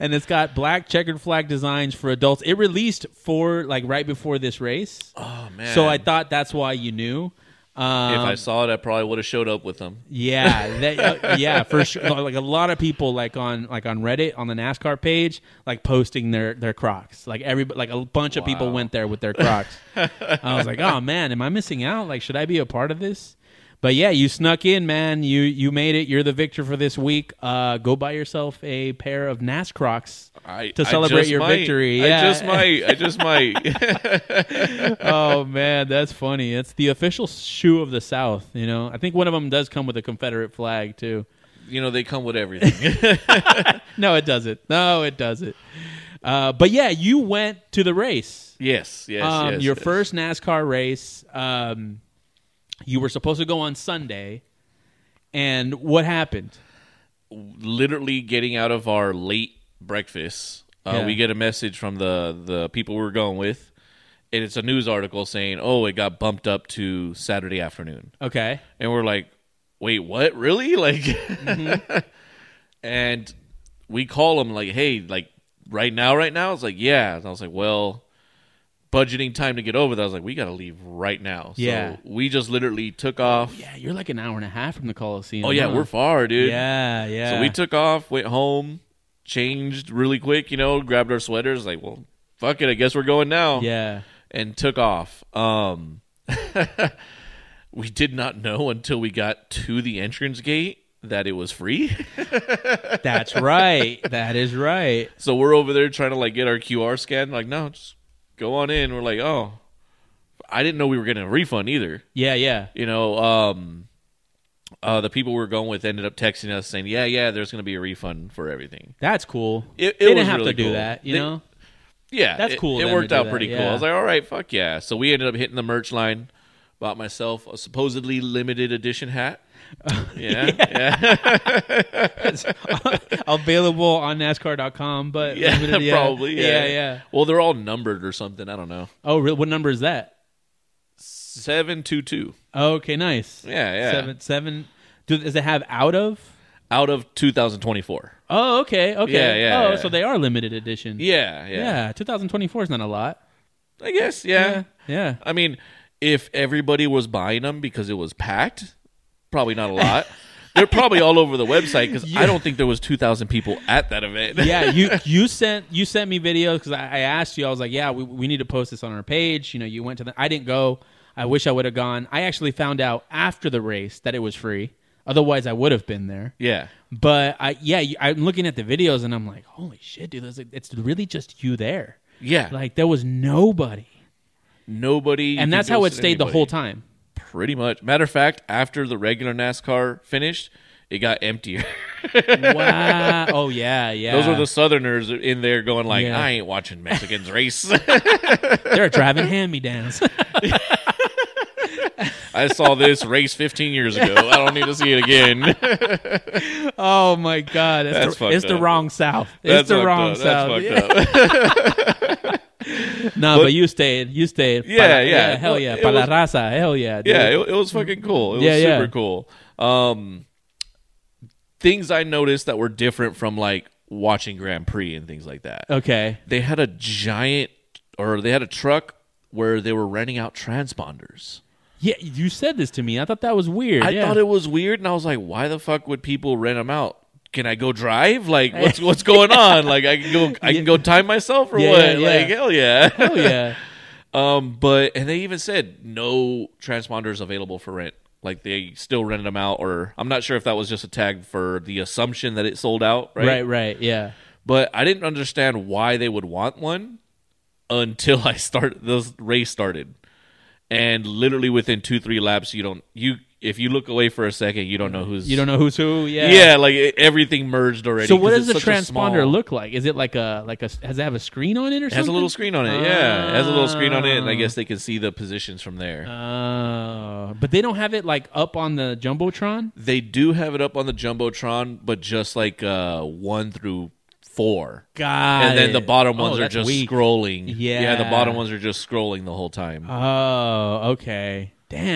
Speaker 1: and it's got black checkered flag designs for adults. It released for like right before this race,
Speaker 3: oh man
Speaker 1: so I thought that's why you knew. Um,
Speaker 3: if i saw it i probably would have showed up with them
Speaker 1: yeah, that, uh, yeah, for sure. Like a lot of people, like on like on Reddit on the NASCAR page, like posting their their Crocs. Like every like a bunch of people
Speaker 3: Wow.
Speaker 1: went there with their Crocs. I was like, oh man, am I missing out? Like, should I be a part of this? But yeah, you snuck in, man. You you made it. You're the victor for this week. Uh, go buy yourself a pair of NAS Crocs
Speaker 3: I,
Speaker 1: to
Speaker 3: I
Speaker 1: celebrate
Speaker 3: just
Speaker 1: your
Speaker 3: might.
Speaker 1: victory.
Speaker 3: I
Speaker 1: yeah.
Speaker 3: just might. I just might.
Speaker 1: oh man, that's funny. It's the official shoe of the South. You know, I think one of them does come with a Confederate flag too.
Speaker 3: you know, they come with everything.
Speaker 1: No, it doesn't. No, it doesn't. Uh, but yeah, you went to the race.
Speaker 3: yes, yes,
Speaker 1: um,
Speaker 3: yes.
Speaker 1: your
Speaker 3: yes.
Speaker 1: first NASCAR race. Um, you were supposed to go on Sunday, and what happened?
Speaker 3: literally getting out of our late breakfast, uh,
Speaker 1: Yeah.
Speaker 3: we get a message from the the people we were going with, and it's a news article saying, "Oh, it got bumped up to Saturday afternoon,"
Speaker 1: Okay.
Speaker 3: and we're like, "Wait, what? Really?" Like,
Speaker 1: Mm-hmm.
Speaker 3: and we call them like, "Hey, like right now, right now." It's like, "Yeah," and I was like, "Well." Budgeting time to get over that. I was like, we got to leave right now.
Speaker 1: Yeah.
Speaker 3: So we just literally took off.
Speaker 1: Yeah, you're like an hour and a half from the Coliseum.
Speaker 3: Oh, yeah,
Speaker 1: huh?
Speaker 3: we're far, dude.
Speaker 1: Yeah, yeah.
Speaker 3: So we took off, went home, changed really quick, you know, grabbed our sweaters, like, well, fuck it, I guess we're going now.
Speaker 1: yeah.
Speaker 3: And took off. Um we did not know until we got to the entrance gate that it was free.
Speaker 1: That's right. That is right.
Speaker 3: so we're over there trying to like get our QR scan, like, no, just go on in. We're like, oh. I didn't know we were getting a refund either.
Speaker 1: Yeah, yeah.
Speaker 3: you know, um, uh, the people we were going with ended up texting us saying, "Yeah, yeah, there's going to be a refund for everything."
Speaker 1: That's cool.
Speaker 3: It- it
Speaker 1: they didn't
Speaker 3: was
Speaker 1: have
Speaker 3: really
Speaker 1: to do
Speaker 3: cool.
Speaker 1: that, you
Speaker 3: They-
Speaker 1: know.
Speaker 3: Yeah,
Speaker 1: That's
Speaker 3: it-
Speaker 1: cool of
Speaker 3: It,
Speaker 1: them to
Speaker 3: worked
Speaker 1: do
Speaker 3: out
Speaker 1: that,
Speaker 3: pretty cool.
Speaker 1: yeah.
Speaker 3: I was like, "All right, fuck yeah!" So we ended up hitting the merch line, bought myself a supposedly limited edition hat. Yeah, yeah,
Speaker 1: Available on NASCAR.com, but
Speaker 3: yeah,
Speaker 1: limited,
Speaker 3: probably. Yeah.
Speaker 1: yeah, yeah.
Speaker 3: Well, they're all numbered or something. I don't know.
Speaker 1: Oh, really? What number is that?
Speaker 3: Seven two two.
Speaker 1: Okay, nice.
Speaker 3: Yeah, yeah.
Speaker 1: Seven, seven. Do, does it have out of?
Speaker 3: Out of 2024.
Speaker 1: Oh, okay, okay.
Speaker 3: Yeah, yeah,
Speaker 1: oh,
Speaker 3: yeah.
Speaker 1: so they are limited edition.
Speaker 3: Yeah, yeah.
Speaker 1: yeah. 2024 is not a lot.
Speaker 3: I guess. Yeah.
Speaker 1: yeah.
Speaker 3: I mean, if everybody was buying them because it was packed, probably not a lot. They're probably all over the website because I don't think there was two thousand people at that event.
Speaker 1: yeah, you you sent you sent me videos because I, I asked you. I was like, yeah, we, we need to post this on our page. You know, you went to the. I didn't go. I wish I would have gone. I actually found out after the race that it was free. Otherwise, I would have been there.
Speaker 3: yeah,
Speaker 1: But I yeah, you- I'm looking at the videos and I'm like, holy shit, dude! there's, like- It's really just you there.
Speaker 3: yeah.
Speaker 1: Like there was nobody,
Speaker 3: Nobody,
Speaker 1: and
Speaker 3: you
Speaker 1: that's
Speaker 3: could go
Speaker 1: how it
Speaker 3: see
Speaker 1: stayed the whole
Speaker 3: anybody.
Speaker 1: time.
Speaker 3: Pretty much. Matter of fact, after the regular NASCAR finished, it got emptier.
Speaker 1: Wow. oh yeah, yeah.
Speaker 3: Those were the Southerners in there going like,
Speaker 1: Yeah.
Speaker 3: "I ain't watching Mexicans race."
Speaker 1: they're driving hand me downs.
Speaker 3: I saw this race 15 years ago. I don't need to see it again.
Speaker 1: oh my god, it's,
Speaker 3: That's
Speaker 1: the,
Speaker 3: fucked
Speaker 1: it's the
Speaker 3: up.
Speaker 1: wrong South. It's
Speaker 3: That's
Speaker 1: the
Speaker 3: fucked
Speaker 1: wrong
Speaker 3: up.
Speaker 1: South.
Speaker 3: That's fucked up.
Speaker 1: No, but, you stayed. You stayed.
Speaker 3: Yeah,
Speaker 1: Para-
Speaker 3: yeah.
Speaker 1: Hell
Speaker 3: Well,
Speaker 1: yeah.
Speaker 3: it
Speaker 1: Para la
Speaker 3: was-
Speaker 1: raza. Hell yeah. dude.
Speaker 3: yeah, it, it was fucking cool. It was
Speaker 1: Yeah, yeah.
Speaker 3: super cool. Um, things I noticed that were different from like watching Grand Prix and things like that.
Speaker 1: Okay.
Speaker 3: They had a giant, or they had a truck where they were renting out transponders.
Speaker 1: Yeah, you said this to me. I thought that was weird.
Speaker 3: I
Speaker 1: yeah.
Speaker 3: thought it was weird, and I was like, why the fuck would people rent them out? Can I go drive? Like, what's what's going on? Like, I can go, I can go time myself or
Speaker 1: Yeah,
Speaker 3: what?
Speaker 1: yeah.
Speaker 3: Like, hell yeah.
Speaker 1: Hell yeah.
Speaker 3: Um, but and they even said no transponders available for rent. Like they still rented them out, or I'm not sure if that was just a tag for the assumption that it sold out, right?
Speaker 1: right. right, Yeah.
Speaker 3: But I didn't understand why they would want one until I started the race started, and literally within two three laps, you don't you if you look away for a second, you don't know who's
Speaker 1: You don't know who's who. Yeah.
Speaker 3: yeah, like it, everything merged already.
Speaker 1: So what
Speaker 3: 'cause
Speaker 1: does the
Speaker 3: it's such
Speaker 1: transponder
Speaker 3: small-
Speaker 1: look like? Is it like a like a has it have a screen on it or
Speaker 3: It
Speaker 1: something?
Speaker 3: has a little screen on it, yeah. It has a little screen on it, and I
Speaker 1: Ah.
Speaker 3: guess they can see the positions from there.
Speaker 1: Uh. Oh, but they don't have it like up on the jumbotron.
Speaker 3: They do have it up on the jumbotron, but just like uh, one through four,
Speaker 1: God.
Speaker 3: and then the bottom ones are just scrolling. the
Speaker 1: Oh, Yeah.
Speaker 3: bottom ones are just scrolling the whole time.
Speaker 1: Oh, okay. Damn.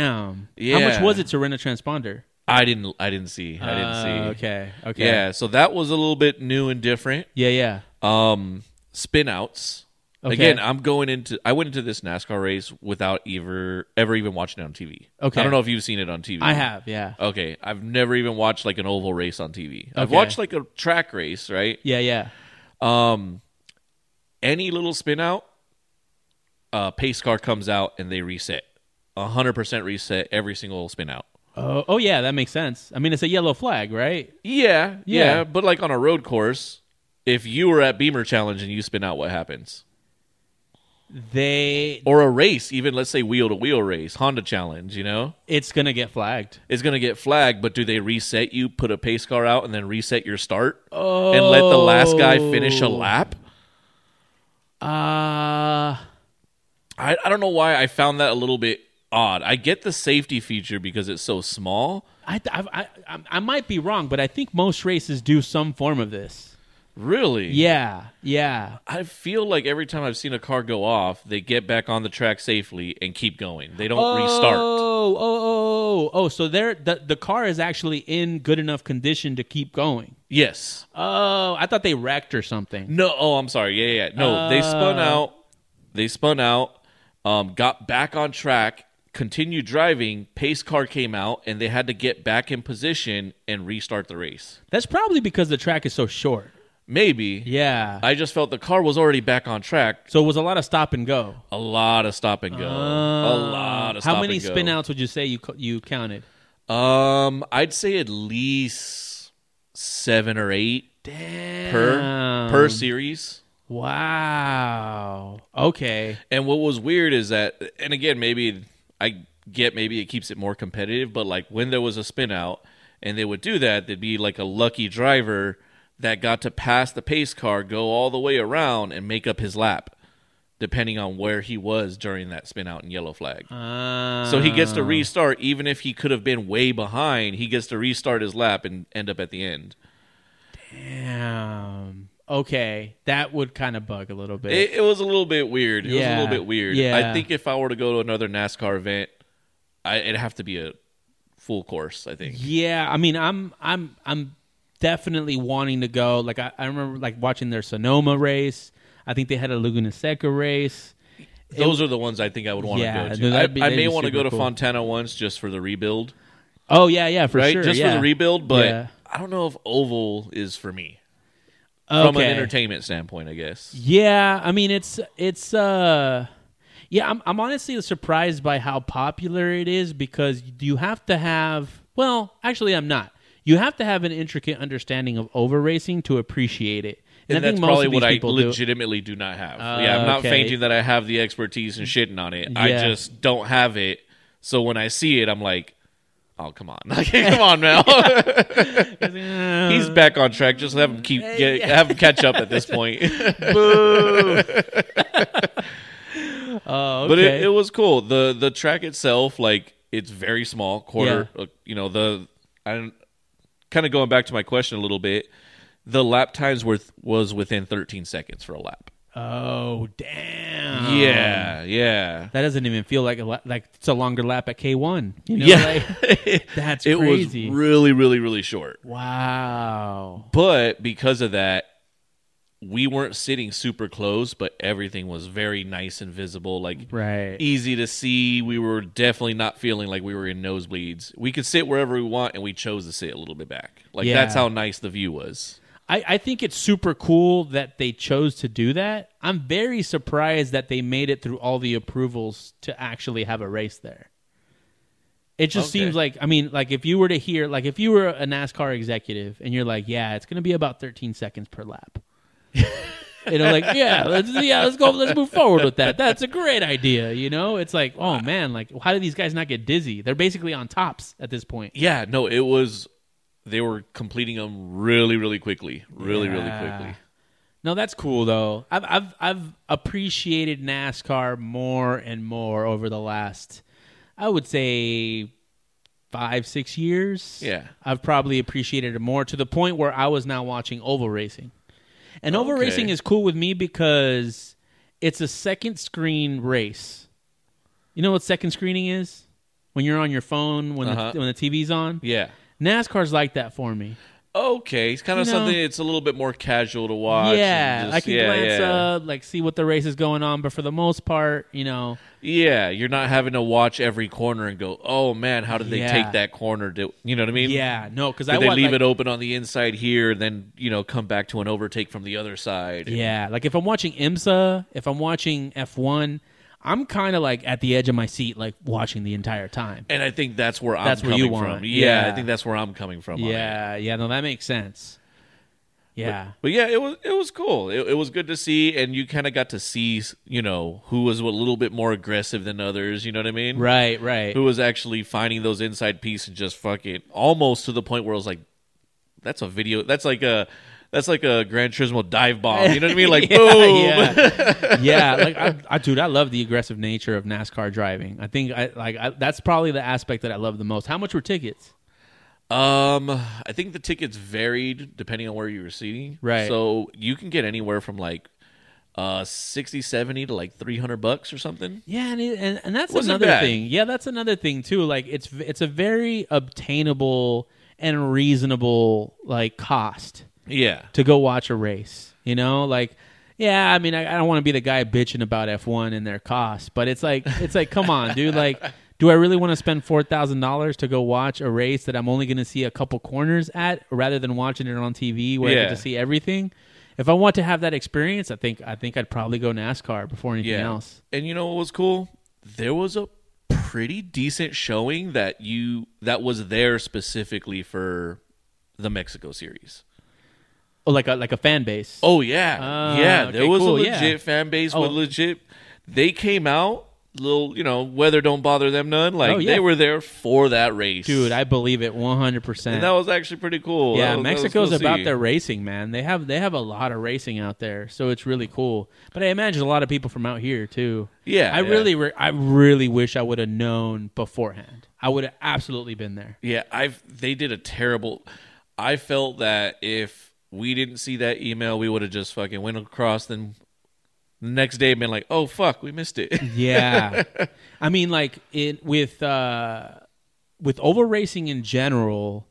Speaker 1: How much
Speaker 3: Yeah.
Speaker 1: was it to rent a transponder?
Speaker 3: I didn't, I didn't see, I didn't see.
Speaker 1: Oh, Okay. Okay.
Speaker 3: Yeah, so that was a little bit new and different.
Speaker 1: Yeah. Yeah.
Speaker 3: Um, spin outs.
Speaker 1: Okay.
Speaker 3: Again, I'm going into. I went into this NASCAR race without ever ever even watching it on TV.
Speaker 1: Okay.
Speaker 3: I don't know if you've seen it on TV.
Speaker 1: I have. Yeah.
Speaker 3: Okay, I've never even watched like an oval race on TV. I've
Speaker 1: Okay.
Speaker 3: watched like a track race, right?
Speaker 1: Yeah. Yeah.
Speaker 3: Um, any little spin out, uh, pace car comes out and they reset. A hundred percent reset every single spin out.
Speaker 1: Oh, oh yeah, that makes sense. I mean, it's a yellow flag, right?
Speaker 3: Yeah, yeah,
Speaker 1: Yeah.
Speaker 3: but like on a road course, if you were at Beamer Challenge and you spin out, what happens?
Speaker 1: They,
Speaker 3: Or a race, even let's say wheel to wheel race, Honda Challenge, you know,
Speaker 1: it's gonna get flagged.
Speaker 3: it's gonna get flagged. But do they reset you, put a pace car out, and then reset your start
Speaker 1: Oh,
Speaker 3: and let the last guy finish a lap?
Speaker 1: Oh. Uh
Speaker 3: I, I don't know why I found that a little bit odd. I get the safety feature because it's so small.
Speaker 1: I, I, I, I'm- I might be wrong, but I think most races do some form of this.
Speaker 3: Really?
Speaker 1: Yeah, yeah.
Speaker 3: I feel like every time I've seen a car go off, they get back on the track safely and keep going. They don't restart.
Speaker 1: Oh, oh, oh, oh. So there, the the car is actually in good enough condition to keep going.
Speaker 3: Yes.
Speaker 1: Oh, I thought they wrecked or something.
Speaker 3: No. Oh, I'm sorry. Yeah, yeah. yeah. No, they spun
Speaker 1: Oh.
Speaker 3: out. They spun out. Um, got back on track. Continued driving. Pace car came out, and they had to get back in position and restart the race.
Speaker 1: That's probably because the track is so short.
Speaker 3: Maybe.
Speaker 1: Yeah.
Speaker 3: I just felt the car was already back on track.
Speaker 1: so it was a lot of stop and go.
Speaker 3: A lot of stop and go. a lot of stop
Speaker 1: Uh, How many
Speaker 3: and go.
Speaker 1: spin outs would you say you co- you counted?
Speaker 3: Um, I'd say at least seven or eight
Speaker 1: Damn.
Speaker 3: per per series.
Speaker 1: Wow. Okay.
Speaker 3: And what was weird is that, and again, maybe I get maybe it keeps it more competitive, but like when there was a spin out and they would do that, there'd be like a lucky driver that got to pass the pace car, go all the way around, and make up his lap, depending on where he was during that spin out and yellow flag.
Speaker 1: Uh,
Speaker 3: So he gets to restart, even if he could have been way behind, he gets to restart his lap and end up at the end.
Speaker 1: Damn. Okay, that would kind of bug a little bit.
Speaker 3: It, it was a little bit weird. It was a
Speaker 1: Yeah.
Speaker 3: little bit weird.
Speaker 1: Yeah.
Speaker 3: I think if I were to go to another NASCAR event, I, it'd have to be a full course. I think.
Speaker 1: yeah, I mean, I'm, I'm, I'm definitely wanting to go. Like, I, I remember like watching their Sonoma race. I think they had a Laguna Seca race.
Speaker 3: Those are the ones I think I would want
Speaker 1: Yeah,
Speaker 3: to
Speaker 1: no,
Speaker 3: go to. I,
Speaker 1: that'd be-
Speaker 3: I
Speaker 1: that'd
Speaker 3: may
Speaker 1: be
Speaker 3: want to go
Speaker 1: super
Speaker 3: to
Speaker 1: cool.
Speaker 3: Fontana once just for the rebuild,
Speaker 1: Oh yeah, yeah, for
Speaker 3: right?
Speaker 1: sure.
Speaker 3: just for
Speaker 1: yeah.
Speaker 3: the rebuild, but
Speaker 1: Yeah.
Speaker 3: I don't know if oval is for me
Speaker 1: okay.
Speaker 3: from an entertainment standpoint. I guess.
Speaker 1: Yeah, I mean it's it's uh yeah, I'm I'm honestly surprised by how popular it is because you have to have well, actually I'm not. You have to have an intricate understanding of over racing to appreciate it.
Speaker 3: And,
Speaker 1: I think
Speaker 3: that's
Speaker 1: most
Speaker 3: probably
Speaker 1: of these
Speaker 3: what I
Speaker 1: people do.
Speaker 3: legitimately do. not have. yeah, I'm not
Speaker 1: okay.
Speaker 3: fainting that I have the expertise and shitting on it. I
Speaker 1: Yeah.
Speaker 3: just don't have it. So when I see it, I'm like, oh, come on. Like, come on now. He's back on track. Just have him keep get, have him catch up at this point.
Speaker 1: Oh,
Speaker 3: But
Speaker 1: okay.
Speaker 3: it, it was cool. the The track itself, like it's very small, quarter. uh, You know the I'm kind of going back to my question a little bit. The lap times were was within 13 seconds for a lap.
Speaker 1: Oh damn!
Speaker 3: yeah, yeah.
Speaker 1: that doesn't even feel like a la- like it's a longer lap at K one. You know, like, that's
Speaker 3: it
Speaker 1: crazy.
Speaker 3: was really, really, really short.
Speaker 1: wow.
Speaker 3: But because of that, we weren't sitting super close, but everything was very nice and visible, like
Speaker 1: Right.
Speaker 3: easy to see. We were definitely not feeling like we were in nosebleeds. We could sit wherever we want, and we chose to sit a little bit back. Like
Speaker 1: Yeah.
Speaker 3: that's how nice the view was.
Speaker 1: I, I think it's super cool that they chose to do that. I'm very surprised that they made it through all the approvals to actually have a race there. It just
Speaker 3: Okay.
Speaker 1: seems like I mean, like if you were to hear, like if you were a NASCAR executive and you're like, yeah, it's going to be about 13 seconds per lap. you know, like yeah, let's yeah, let's go, let's move forward with that. That's a great idea. You know, it's like, oh man, like how do these guys not get dizzy? They're basically on tops at this point.
Speaker 3: Yeah, no, it was. They were completing them really, really quickly, really, really
Speaker 1: Yeah.
Speaker 3: quickly.
Speaker 1: No, that's cool though. I've I've I've appreciated NASCAR more and more over the last, I would say, five six years.
Speaker 3: Yeah.
Speaker 1: I've probably appreciated it more to the point where I was now watching oval racing, and oval
Speaker 3: Okay.
Speaker 1: racing is cool with me because it's a second screen race. You know what second screening is? When you're on your phone, when
Speaker 3: Uh-huh.
Speaker 1: the, when the TV's on.
Speaker 3: Yeah.
Speaker 1: NASCAR's like that for me.
Speaker 3: Okay, it's kind of
Speaker 1: You know-
Speaker 3: something. It's a little bit more casual to watch.
Speaker 1: Yeah,
Speaker 3: and
Speaker 1: I
Speaker 3: just-
Speaker 1: can
Speaker 3: yeah,
Speaker 1: glance
Speaker 3: yeah.
Speaker 1: up, like see what the race is going on, but for the most part, you know,
Speaker 3: Yeah, you're not having to watch every corner and go, "Oh man, how did they
Speaker 1: Yeah.
Speaker 3: take that corner?" To, you know what I mean?
Speaker 1: yeah, no, because I
Speaker 3: Did they
Speaker 1: want,
Speaker 3: leave
Speaker 1: like,
Speaker 3: it open on the inside here, and then you know come back to an overtake from the other side?
Speaker 1: Yeah, like if I'm watching IMSA, if I'm watching F1, I'm kind of like at the edge of my seat, like watching the entire time.
Speaker 3: And I think that's where I'm
Speaker 1: That's where
Speaker 3: coming
Speaker 1: you
Speaker 3: from.
Speaker 1: want it.
Speaker 3: Yeah,
Speaker 1: Yeah.
Speaker 3: I think that's where I'm coming from. on it.
Speaker 1: Yeah, yeah, no, that makes sense. Yeah,
Speaker 3: But yeah, it was it was cool. It, it was good to see, and you kind of got to see, you know, who was a little bit more aggressive than others. You know what I mean?
Speaker 1: right, right.
Speaker 3: Who was actually finding those inside pieces and just fucking almost to the point where I was like, "That's a video. That's like a that's like a Gran Turismo dive bomb." You know what I mean? Like
Speaker 1: yeah,
Speaker 3: boom.
Speaker 1: yeah, yeah. Like, I, I, dude, I love the aggressive nature of NASCAR driving. I think, I like, I, that's probably the aspect that I love the most. How much were tickets?
Speaker 3: Um, I think the tickets varied depending on where you were seating.
Speaker 1: Right.
Speaker 3: So you can get anywhere from like uh 60 70 to like 300 bucks or something.
Speaker 1: Yeah, and it, and, and that's
Speaker 3: Wasn't
Speaker 1: another
Speaker 3: bad.
Speaker 1: thing. Yeah, that's another thing too. Like it's v- it's a very obtainable and reasonable like cost
Speaker 3: Yeah.
Speaker 1: to go watch a race. You know, like yeah, I mean, I, I don't want to be the guy bitching about F one and their cost, but it's like it's like come on, dude. Like, do I really want to spend four thousand dollars to go watch a race that I'm only going to see a couple corners at, rather than watching it on TV where I
Speaker 3: Yeah.
Speaker 1: get to see everything? If I want to have that experience, I think I think I'd probably go NASCAR before anything
Speaker 3: Yeah.
Speaker 1: else.
Speaker 3: And you know what was cool? There was a pretty decent showing that you that was there specifically for the Mexico series.
Speaker 1: Oh, like a like a fan base.
Speaker 3: Oh yeah.
Speaker 1: Ah,
Speaker 3: yeah,
Speaker 1: okay,
Speaker 3: there was
Speaker 1: cool,
Speaker 3: a
Speaker 1: yeah.
Speaker 3: legit fan base
Speaker 1: Oh.
Speaker 3: with legit they came out little, you know, weather don't bother them none. Like
Speaker 1: Oh, yeah.
Speaker 3: they were there for that race.
Speaker 1: dude, I believe it one hundred percent.
Speaker 3: and that was actually pretty cool.
Speaker 1: Yeah,
Speaker 3: That was- that was
Speaker 1: Mexico's
Speaker 3: cool to
Speaker 1: about
Speaker 3: see.
Speaker 1: their racing, man. They have they have a lot of racing out there, so it's really cool. But I imagine a lot of people from out here too.
Speaker 3: Yeah,
Speaker 1: I
Speaker 3: yeah.
Speaker 1: really re- I really wish I would have known beforehand. I would have absolutely been there.
Speaker 3: Yeah, I've they did a terrible. I felt that if we didn't see that email, we would have just fucking went across and the next day been like, oh fuck, we missed it.
Speaker 1: Yeah, I mean, like it with uh, with oval racing in general.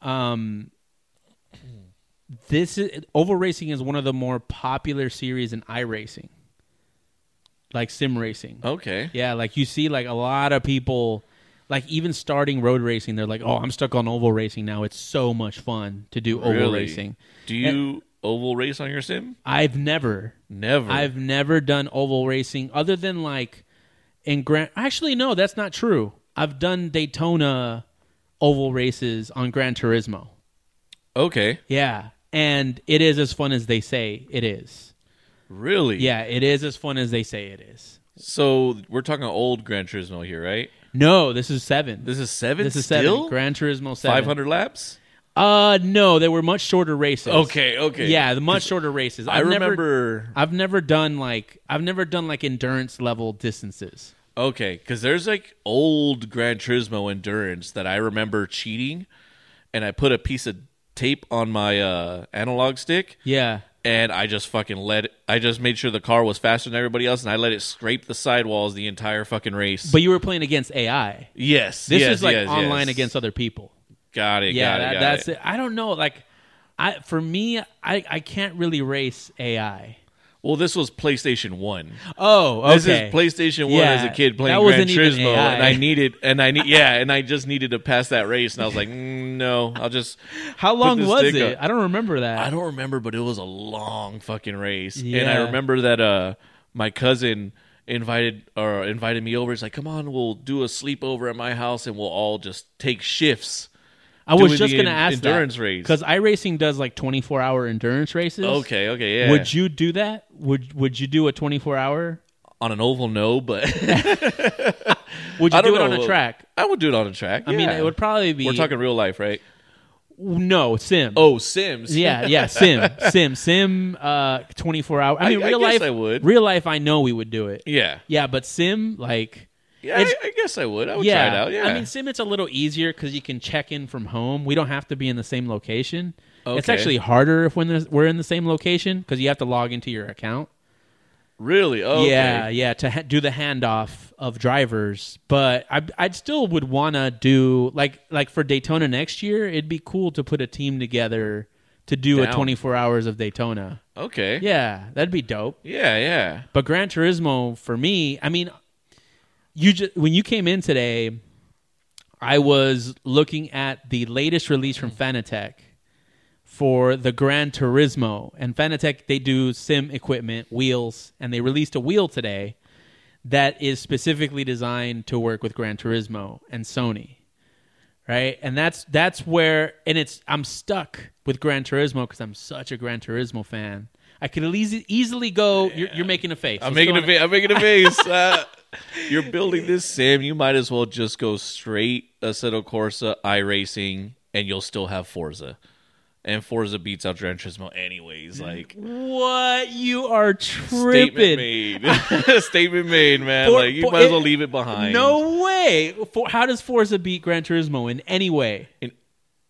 Speaker 1: Um, this is, oval racing is one of the more popular series in iRacing, like sim racing.
Speaker 3: okay,
Speaker 1: Yeah, like you see, like a lot of people, like even starting road racing, they're like, "Oh, I'm stuck on oval racing now. It's so much fun to do oval
Speaker 3: Really?
Speaker 1: racing."
Speaker 3: Do you oval race on your sim?
Speaker 1: I've never
Speaker 3: Never.
Speaker 1: I've never done oval racing other than like in Grand. Actually, no, that's not true. I've done Daytona oval races on Gran Turismo.
Speaker 3: okay,
Speaker 1: Yeah, and it is as fun as they say it is.
Speaker 3: really?
Speaker 1: Yeah, it is as fun as they say it is.
Speaker 3: So we're talking old Gran Turismo here, right?
Speaker 1: No, this is seven.
Speaker 3: This is seven.
Speaker 1: This is
Speaker 3: still
Speaker 1: seven. Gran Turismo seven.
Speaker 3: five hundred laps.
Speaker 1: Uh, no, they were much shorter races.
Speaker 3: Okay, okay.
Speaker 1: Yeah, the much shorter races.
Speaker 3: I
Speaker 1: I've never-
Speaker 3: remember.
Speaker 1: I've never done like I've never done like endurance level distances.
Speaker 3: Okay, because there's like old Gran Turismo endurance that I remember cheating, and I put a piece of tape on my uh, analog stick,
Speaker 1: Yeah.
Speaker 3: and I just fucking let. It, I just made sure the car was faster than everybody else, and I let it scrape the sidewalls the entire fucking race.
Speaker 1: But you were playing against AI.
Speaker 3: yes,
Speaker 1: This
Speaker 3: yes,
Speaker 1: is like
Speaker 3: yes,
Speaker 1: online
Speaker 3: yes.
Speaker 1: against other people.
Speaker 3: Got it.
Speaker 1: Yeah,
Speaker 3: got it,
Speaker 1: that,
Speaker 3: got
Speaker 1: that's
Speaker 3: it.
Speaker 1: it. I don't know. Like, I for me, I I can't really race AI.
Speaker 3: Well, this was PlayStation One.
Speaker 1: Oh, okay.
Speaker 3: This is PlayStation One
Speaker 1: Yeah,
Speaker 3: as a kid playing
Speaker 1: that
Speaker 3: Gran
Speaker 1: wasn't even
Speaker 3: Turismo,
Speaker 1: AI.
Speaker 3: and I needed, and I need, yeah, and I just needed to pass that race, and I was like, mm, no, I'll just.
Speaker 1: How long
Speaker 3: this
Speaker 1: was
Speaker 3: dick
Speaker 1: it?
Speaker 3: up.
Speaker 1: I don't remember that.
Speaker 3: I don't remember, but it was a long fucking race, and I
Speaker 1: Yeah.
Speaker 3: remember that uh, my cousin invited or invited me over. He's like, come on, we'll do a sleepover at my house, and we'll all just take shifts.
Speaker 1: I was
Speaker 3: doing
Speaker 1: just
Speaker 3: the
Speaker 1: going to
Speaker 3: en-
Speaker 1: ask
Speaker 3: endurance race.
Speaker 1: because iRacing does like twenty four hour endurance races.
Speaker 3: Okay, okay, yeah.
Speaker 1: Would you do that? Would Would you do a twenty four hour?
Speaker 3: on an oval? No, but
Speaker 1: Would you
Speaker 3: I
Speaker 1: do
Speaker 3: don't
Speaker 1: it on
Speaker 3: know.
Speaker 1: a track?
Speaker 3: I would do it on a track.
Speaker 1: I mean,
Speaker 3: yeah.
Speaker 1: it would probably be.
Speaker 3: We're talking real life, right?
Speaker 1: no sim.
Speaker 3: Oh, Sims.
Speaker 1: yeah, yeah, sim, sim, sim. Uh, twenty four hour. I mean,
Speaker 3: I
Speaker 1: real
Speaker 3: guess
Speaker 1: life.
Speaker 3: I would.
Speaker 1: Real life. I know we would do it.
Speaker 3: yeah.
Speaker 1: Yeah, but sim like.
Speaker 3: Yeah, I,
Speaker 1: It's-
Speaker 3: I guess I would. I would
Speaker 1: yeah,
Speaker 3: try it out. Yeah,
Speaker 1: I mean, sim it's a little easier because you can check in from home. We don't have to be in the same location. It's
Speaker 3: Okay.
Speaker 1: actually harder if when there's- we're in the same location because you have to log into your account.
Speaker 3: really? Oh,
Speaker 1: Yeah,
Speaker 3: okay.
Speaker 1: yeah, to ha- do the handoff of drivers. But I, I still would want to do like like for Daytona next year. It'd be cool to put a team together to do a
Speaker 3: Down.
Speaker 1: 24 hours of Daytona.
Speaker 3: okay,
Speaker 1: Yeah, that'd be dope.
Speaker 3: yeah, yeah.
Speaker 1: But Gran Turismo for me, I mean, you just when you came in today, I was looking at the latest release from Fanatec for the Gran Turismo, and Fanatec they do sim equipment, wheels, and they released a wheel today that is specifically designed to work with Gran Turismo and Sony. Right? And that's that's where and it's I'm stuck with Gran Turismo cuz I'm such a Gran Turismo fan. I could at least easily go you're, you're making a face.
Speaker 3: I'm
Speaker 1: Let's
Speaker 3: making
Speaker 1: go
Speaker 3: a
Speaker 1: on-
Speaker 3: face. I'm making a face. Uh, you're building this sim. You might as well just go straight Assetto Corsa, iRacing, and you'll still have Forza. And Forza beats out Gran Turismo anyways. Like
Speaker 1: What you are
Speaker 3: statement
Speaker 1: tripping?
Speaker 3: made. statement made, man.
Speaker 1: For-
Speaker 3: like you
Speaker 1: for-
Speaker 3: might as well
Speaker 1: it-
Speaker 3: leave it behind.
Speaker 1: No way. For, how does Forza beat Gran Turismo in any way?
Speaker 3: in,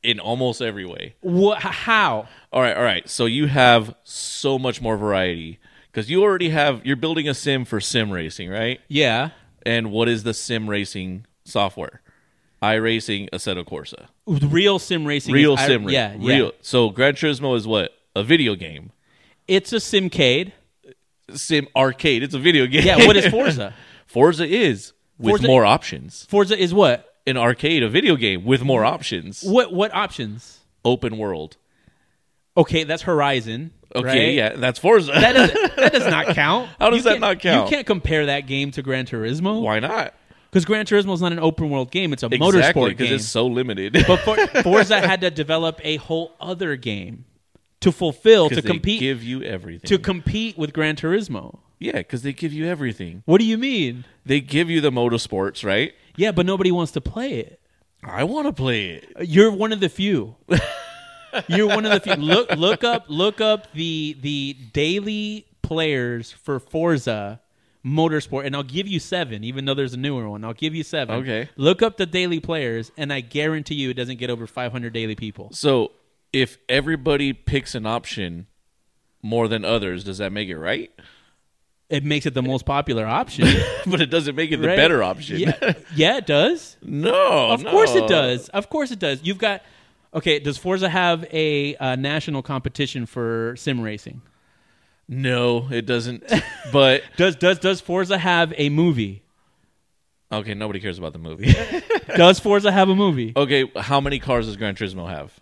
Speaker 3: in almost every way.
Speaker 1: What? How?
Speaker 3: All right, all right. So you have so much more variety because you already have you're building a sim for sim racing, right?
Speaker 1: Yeah.
Speaker 3: And what is the sim racing software? iRacing, Assetto Corsa,
Speaker 1: Real sim racing. is-
Speaker 3: real
Speaker 1: I-
Speaker 3: sim racing.
Speaker 1: Yeah, yeah.
Speaker 3: real. So Gran Turismo is what a video game,
Speaker 1: It's a simcade.
Speaker 3: sim arcade. It's a video game.
Speaker 1: Yeah. What is Forza?
Speaker 3: Forza is with
Speaker 1: Forza-
Speaker 3: more options.
Speaker 1: Forza is what?
Speaker 3: An arcade, a video game with more options.
Speaker 1: What? What options?
Speaker 3: Open world.
Speaker 1: Okay, that's Horizon.
Speaker 3: Okay,
Speaker 1: right?
Speaker 3: yeah, that's Forza.
Speaker 1: That does that does not count.
Speaker 3: How does
Speaker 1: You
Speaker 3: that
Speaker 1: can't-
Speaker 3: not count?
Speaker 1: You can't compare that game to Gran Turismo
Speaker 3: Why not?
Speaker 1: because Gran Turismo is not an open world game. It's a
Speaker 3: Exactly,
Speaker 1: motorsport game.
Speaker 3: it's so limited.
Speaker 1: But For- Forza had to develop a whole other game to fulfill to
Speaker 3: 'Cause they
Speaker 1: compete
Speaker 3: give you everything
Speaker 1: to compete with Gran Turismo.
Speaker 3: Yeah, because they give you everything.
Speaker 1: What do you mean?
Speaker 3: They give you the motorsports, right?
Speaker 1: Yeah, but nobody wants to play it.
Speaker 3: I want to play it.
Speaker 1: You're one of the few. You're one of the few. Look look up look up the the daily players for Forza Motorsport and I'll give you 7 even though there's a newer one. I'll give you 7.
Speaker 3: Okay.
Speaker 1: Look up the daily players and I guarantee you it doesn't get over 500 daily people.
Speaker 3: So, if everybody picks an option more than others, does that make it right?
Speaker 1: It makes it the most popular option.
Speaker 3: but it doesn't make it the
Speaker 1: right?
Speaker 3: better option.
Speaker 1: Yeah, yeah it does.
Speaker 3: no,
Speaker 1: Of course it does. Of course it does. You've got okay. Does Forza have a uh, national competition for sim racing?
Speaker 3: No, it doesn't. but
Speaker 1: Does does does Forza have a movie?
Speaker 3: okay, nobody cares about the movie.
Speaker 1: Does Forza have a movie?
Speaker 3: okay, how many cars does Gran Turismo have?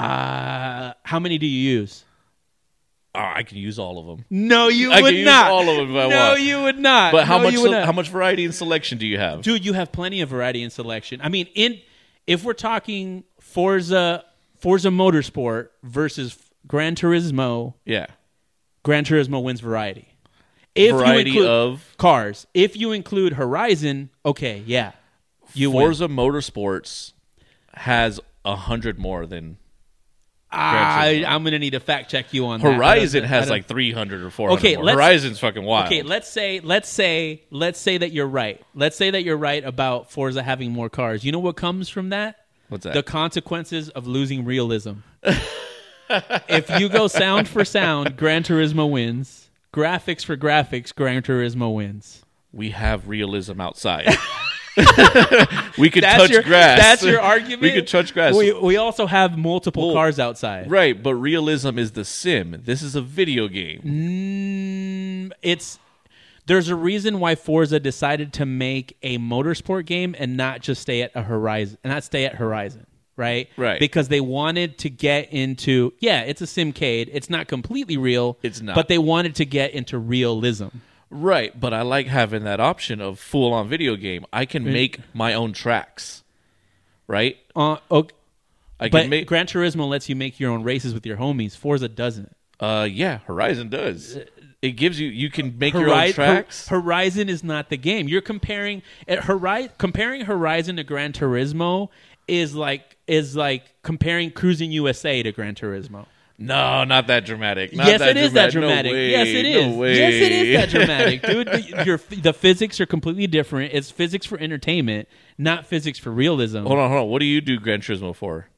Speaker 1: Uh, how many do you use?
Speaker 3: Oh, I can use all of them.
Speaker 1: No, you
Speaker 3: I
Speaker 1: would
Speaker 3: can use
Speaker 1: not.
Speaker 3: all of them if I
Speaker 1: no,
Speaker 3: want.
Speaker 1: you would not.
Speaker 3: But how
Speaker 1: No,
Speaker 3: much?
Speaker 1: You would
Speaker 3: sele-
Speaker 1: not.
Speaker 3: how much variety and selection do you have?
Speaker 1: Dude, you have plenty of variety and selection. I mean, in if we're talking Forza Forza Motorsport versus Gran Turismo,
Speaker 3: yeah,
Speaker 1: Gran Turismo wins variety. If
Speaker 3: Variety
Speaker 1: you include
Speaker 3: of?
Speaker 1: cars. If you include Horizon, okay, yeah, you win.
Speaker 3: Forza Motorsports has a hundred more than
Speaker 1: I,
Speaker 3: Gran Turismo.
Speaker 1: I'm gonna need to fact check you on that. I don't-
Speaker 3: Horizon
Speaker 1: I
Speaker 3: has
Speaker 1: don't-
Speaker 3: like 300 or 400.
Speaker 1: Okay,
Speaker 3: more.
Speaker 1: let's-
Speaker 3: Horizon's fucking wild.
Speaker 1: Okay, let's say let's say let's say that you're right. Let's say that you're right about Forza having more cars. You know what comes from that?
Speaker 3: What's that?
Speaker 1: The consequences of losing realism. if you go sound for sound, Gran Turismo wins. Graphics for graphics, Gran Turismo wins.
Speaker 3: We have realism outside. we could touch
Speaker 1: your,
Speaker 3: grass.
Speaker 1: That's your argument.
Speaker 3: We could touch grass.
Speaker 1: We, we also have multiple
Speaker 3: Well,
Speaker 1: cars outside.
Speaker 3: right, but realism is the sim. This is a video game.
Speaker 1: Mm, it's there's a reason why Forza decided to make a motorsport game and not just stay at a Horizon and not stay at Horizon, right?
Speaker 3: Right.
Speaker 1: Because they wanted to get into yeah, it's a simcade. It's not completely real.
Speaker 3: It's not.
Speaker 1: But they wanted to get into realism.
Speaker 3: Right, but I like having that option of full on video game. I can make my own tracks. Right?
Speaker 1: Uh, okay,
Speaker 3: I
Speaker 1: but
Speaker 3: can make
Speaker 1: Gran Turismo lets you make your own races with your homies. Forza doesn't.
Speaker 3: uh yeah, Horizon does. It gives you you can make your
Speaker 1: Hori-
Speaker 3: own tracks.
Speaker 1: Uh, Hor- Horizon is not the game. You're comparing at Hori- comparing Horizon to Gran Turismo is like is like comparing Cruising USA to Gran Turismo.
Speaker 3: no, not that dramatic. Not
Speaker 1: yes,
Speaker 3: that
Speaker 1: it is that
Speaker 3: dramatic.
Speaker 1: dramatic. yes, it is. Yes, it is that dramatic, dude. The, your the physics are completely different. It's physics for entertainment, not physics for realism.
Speaker 3: Hold on, hold on. What do you do Gran Turismo for?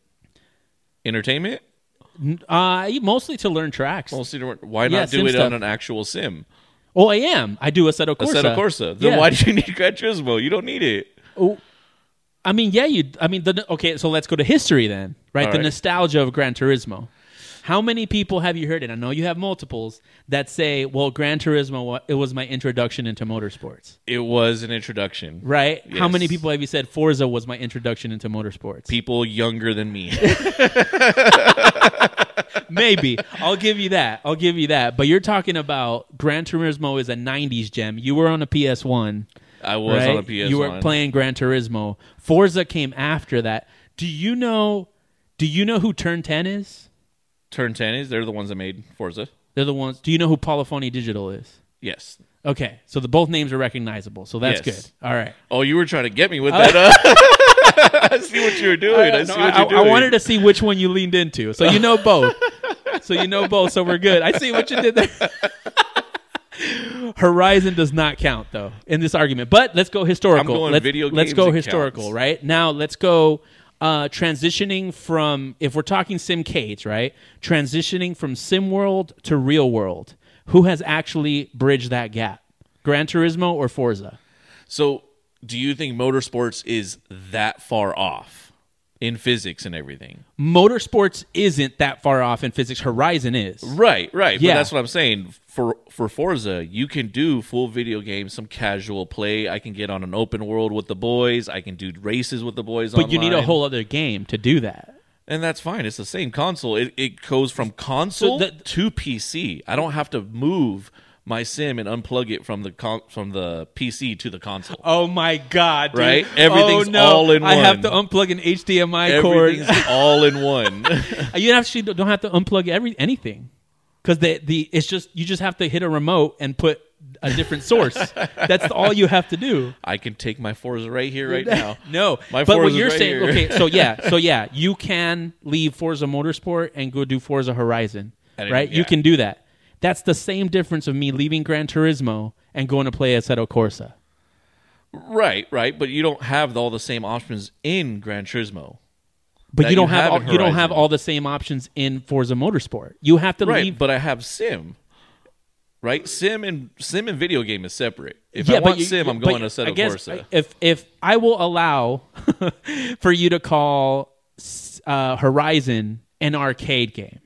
Speaker 3: Entertainment?
Speaker 1: Uh, mostly to learn tracks.
Speaker 3: Well, see, why
Speaker 1: Yeah,
Speaker 3: not do
Speaker 1: sim
Speaker 3: it
Speaker 1: stuff.
Speaker 3: on an actual sim?
Speaker 1: Oh, I am. I do Assetto
Speaker 3: A
Speaker 1: Corsa.
Speaker 3: set of Corsa. Then
Speaker 1: uh, Yeah.
Speaker 3: why do you need Gran Turismo? You don't need it.
Speaker 1: Oh, I mean, yeah, you. I mean, the, okay, so let's go to history then, right?
Speaker 3: All
Speaker 1: the
Speaker 3: right.
Speaker 1: nostalgia of Gran Turismo. How many people have you heard, and I know you have multiples, that say, well, Gran Turismo, wa- it was my introduction into motorsports,
Speaker 3: It was an introduction.
Speaker 1: right? How many
Speaker 3: Yes.
Speaker 1: people have you said Forza was my introduction into motorsports?
Speaker 3: People younger than me.
Speaker 1: Maybe. I'll give you that. I'll give you that. But you're talking about Gran Turismo is a 90s gem. You were on a PS1.
Speaker 3: I was on a
Speaker 1: right?
Speaker 3: PS1.
Speaker 1: You were playing Gran Turismo. Forza came after that. Do you know? Do you know who Turn Ten is?
Speaker 3: Turn 10 is they're the ones that made Forza.
Speaker 1: They're the ones. Do you know who Polyphony Digital is?
Speaker 3: Yes.
Speaker 1: Okay, so the both names are recognizable. So that's
Speaker 3: Yes.
Speaker 1: good. All right.
Speaker 3: Oh, you were trying to get me with that. Uh, I see what you were doing. I, see
Speaker 1: No,
Speaker 3: what
Speaker 1: I,
Speaker 3: you're doing.
Speaker 1: I wanted to see which one you leaned into. So you know both. so you know both. So we're good. I see what you did there. Horizon does not count though in this argument. But let's go historical.
Speaker 3: I'm going
Speaker 1: let's,
Speaker 3: video
Speaker 1: let's
Speaker 3: games
Speaker 1: go
Speaker 3: it
Speaker 1: historical,
Speaker 3: counts.
Speaker 1: right? Now let's go uh, transitioning from if we're talking simcades, right? Transitioning from sim world to real world. Who has actually bridged that gap? Gran Turismo or Forza?
Speaker 3: So, do you think motorsports is that far off in physics and everything?
Speaker 1: Motorsports isn't that far off in physics. Horizon is.
Speaker 3: Right, right.
Speaker 1: Yeah.
Speaker 3: But that's what I'm saying. For for Forza, you can do full video games, some casual play. I can get on an open world with the boys. I can do races with the boys.
Speaker 1: But you need a
Speaker 3: online.
Speaker 1: whole other game to do that.
Speaker 3: and that's fine. It's the same console. It it goes from console
Speaker 1: the-
Speaker 3: to PC. I don't have to move my sim and unplug it from the con- from the PC to the console.
Speaker 1: Oh my god!
Speaker 3: dude. Right? Everything's Oh, no. all in
Speaker 1: I have
Speaker 3: one.
Speaker 1: to unplug an HDMI cord.
Speaker 3: Everything's all in one.
Speaker 1: you actually don't have to unplug every anything because the the it's just you just have to hit a remote and put a different source. That's all you have to do.
Speaker 3: I can take my Forza right here, right now.
Speaker 1: No,
Speaker 3: My
Speaker 1: but what
Speaker 3: Forza's
Speaker 1: you're
Speaker 3: right
Speaker 1: saying,
Speaker 3: here.
Speaker 1: okay, so yeah, so yeah, you can leave Forza Motorsport and go do Forza Horizon,
Speaker 3: And it-
Speaker 1: right? You
Speaker 3: yeah.
Speaker 1: can do that. That's the same difference of me leaving Gran Turismo and going to play Assetto Corsa.
Speaker 3: Right, right. But you don't have all the same options in Gran Turismo.
Speaker 1: But
Speaker 3: that
Speaker 1: you don't
Speaker 3: you
Speaker 1: have,
Speaker 3: have
Speaker 1: all,
Speaker 3: in
Speaker 1: you don't have
Speaker 3: Horizon.
Speaker 1: all the same options in Forza Motorsport. You have to
Speaker 3: Right,
Speaker 1: leave.
Speaker 3: but I have sim. Right, sim and sim and video game is separate. If I
Speaker 1: but
Speaker 3: want
Speaker 1: you-
Speaker 3: sim, I'm
Speaker 1: but
Speaker 3: going to Assetto
Speaker 1: I guess
Speaker 3: Corsa.
Speaker 1: If if I will allow for you to call uh, Horizon an arcade game,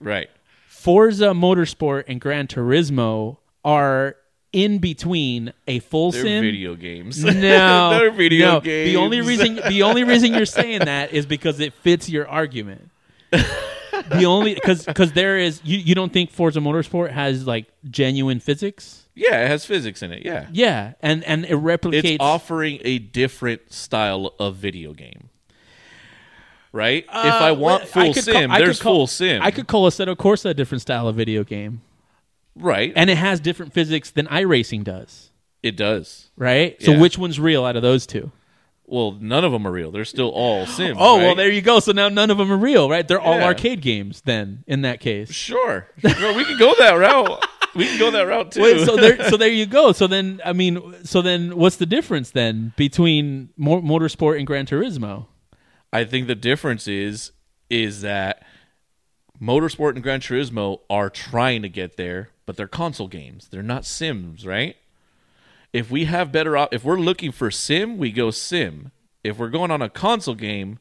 Speaker 3: right,
Speaker 1: Forza Motorsport and Gran Turismo are in between a full
Speaker 3: they're
Speaker 1: sim
Speaker 3: video games.
Speaker 1: No,
Speaker 3: They're video
Speaker 1: no. The only
Speaker 3: games.
Speaker 1: reason the only reason you're saying that is because it fits your argument. the only because because there is you, you don't think Forza Motorsport has like genuine physics.
Speaker 3: yeah, it has physics in it. Yeah,
Speaker 1: Yeah, and and it
Speaker 3: it's
Speaker 1: replicates.
Speaker 3: offering a different style of video game. Right, if I want
Speaker 1: Uh, I
Speaker 3: full
Speaker 1: could call-
Speaker 3: sim,
Speaker 1: I could
Speaker 3: there's
Speaker 1: call-
Speaker 3: full sim.
Speaker 1: I could call Assetto Corsa a different style of video game,
Speaker 3: right,
Speaker 1: and it has different physics than iRacing does.
Speaker 3: it does.
Speaker 1: Right. So
Speaker 3: Yeah.
Speaker 1: which one's real out of those two?
Speaker 3: Well, none of them are real. They're still all sims.
Speaker 1: Oh well,
Speaker 3: right?
Speaker 1: there you go. So now none of them are real, right? They're all
Speaker 3: Yeah.
Speaker 1: arcade games. Then in that case,
Speaker 3: Sure. No, we can go that route. We can go that route too.
Speaker 1: Wait, so there, so there you go. So then, I mean, so then, what's the difference then between mo- motorsport and Gran Turismo?
Speaker 3: I think the difference is is that Motorsport and Gran Turismo are trying to get there, but they're console games. They're not sims, right? If we have better op- if we're looking for sim, we go sim. If we're going on a console game,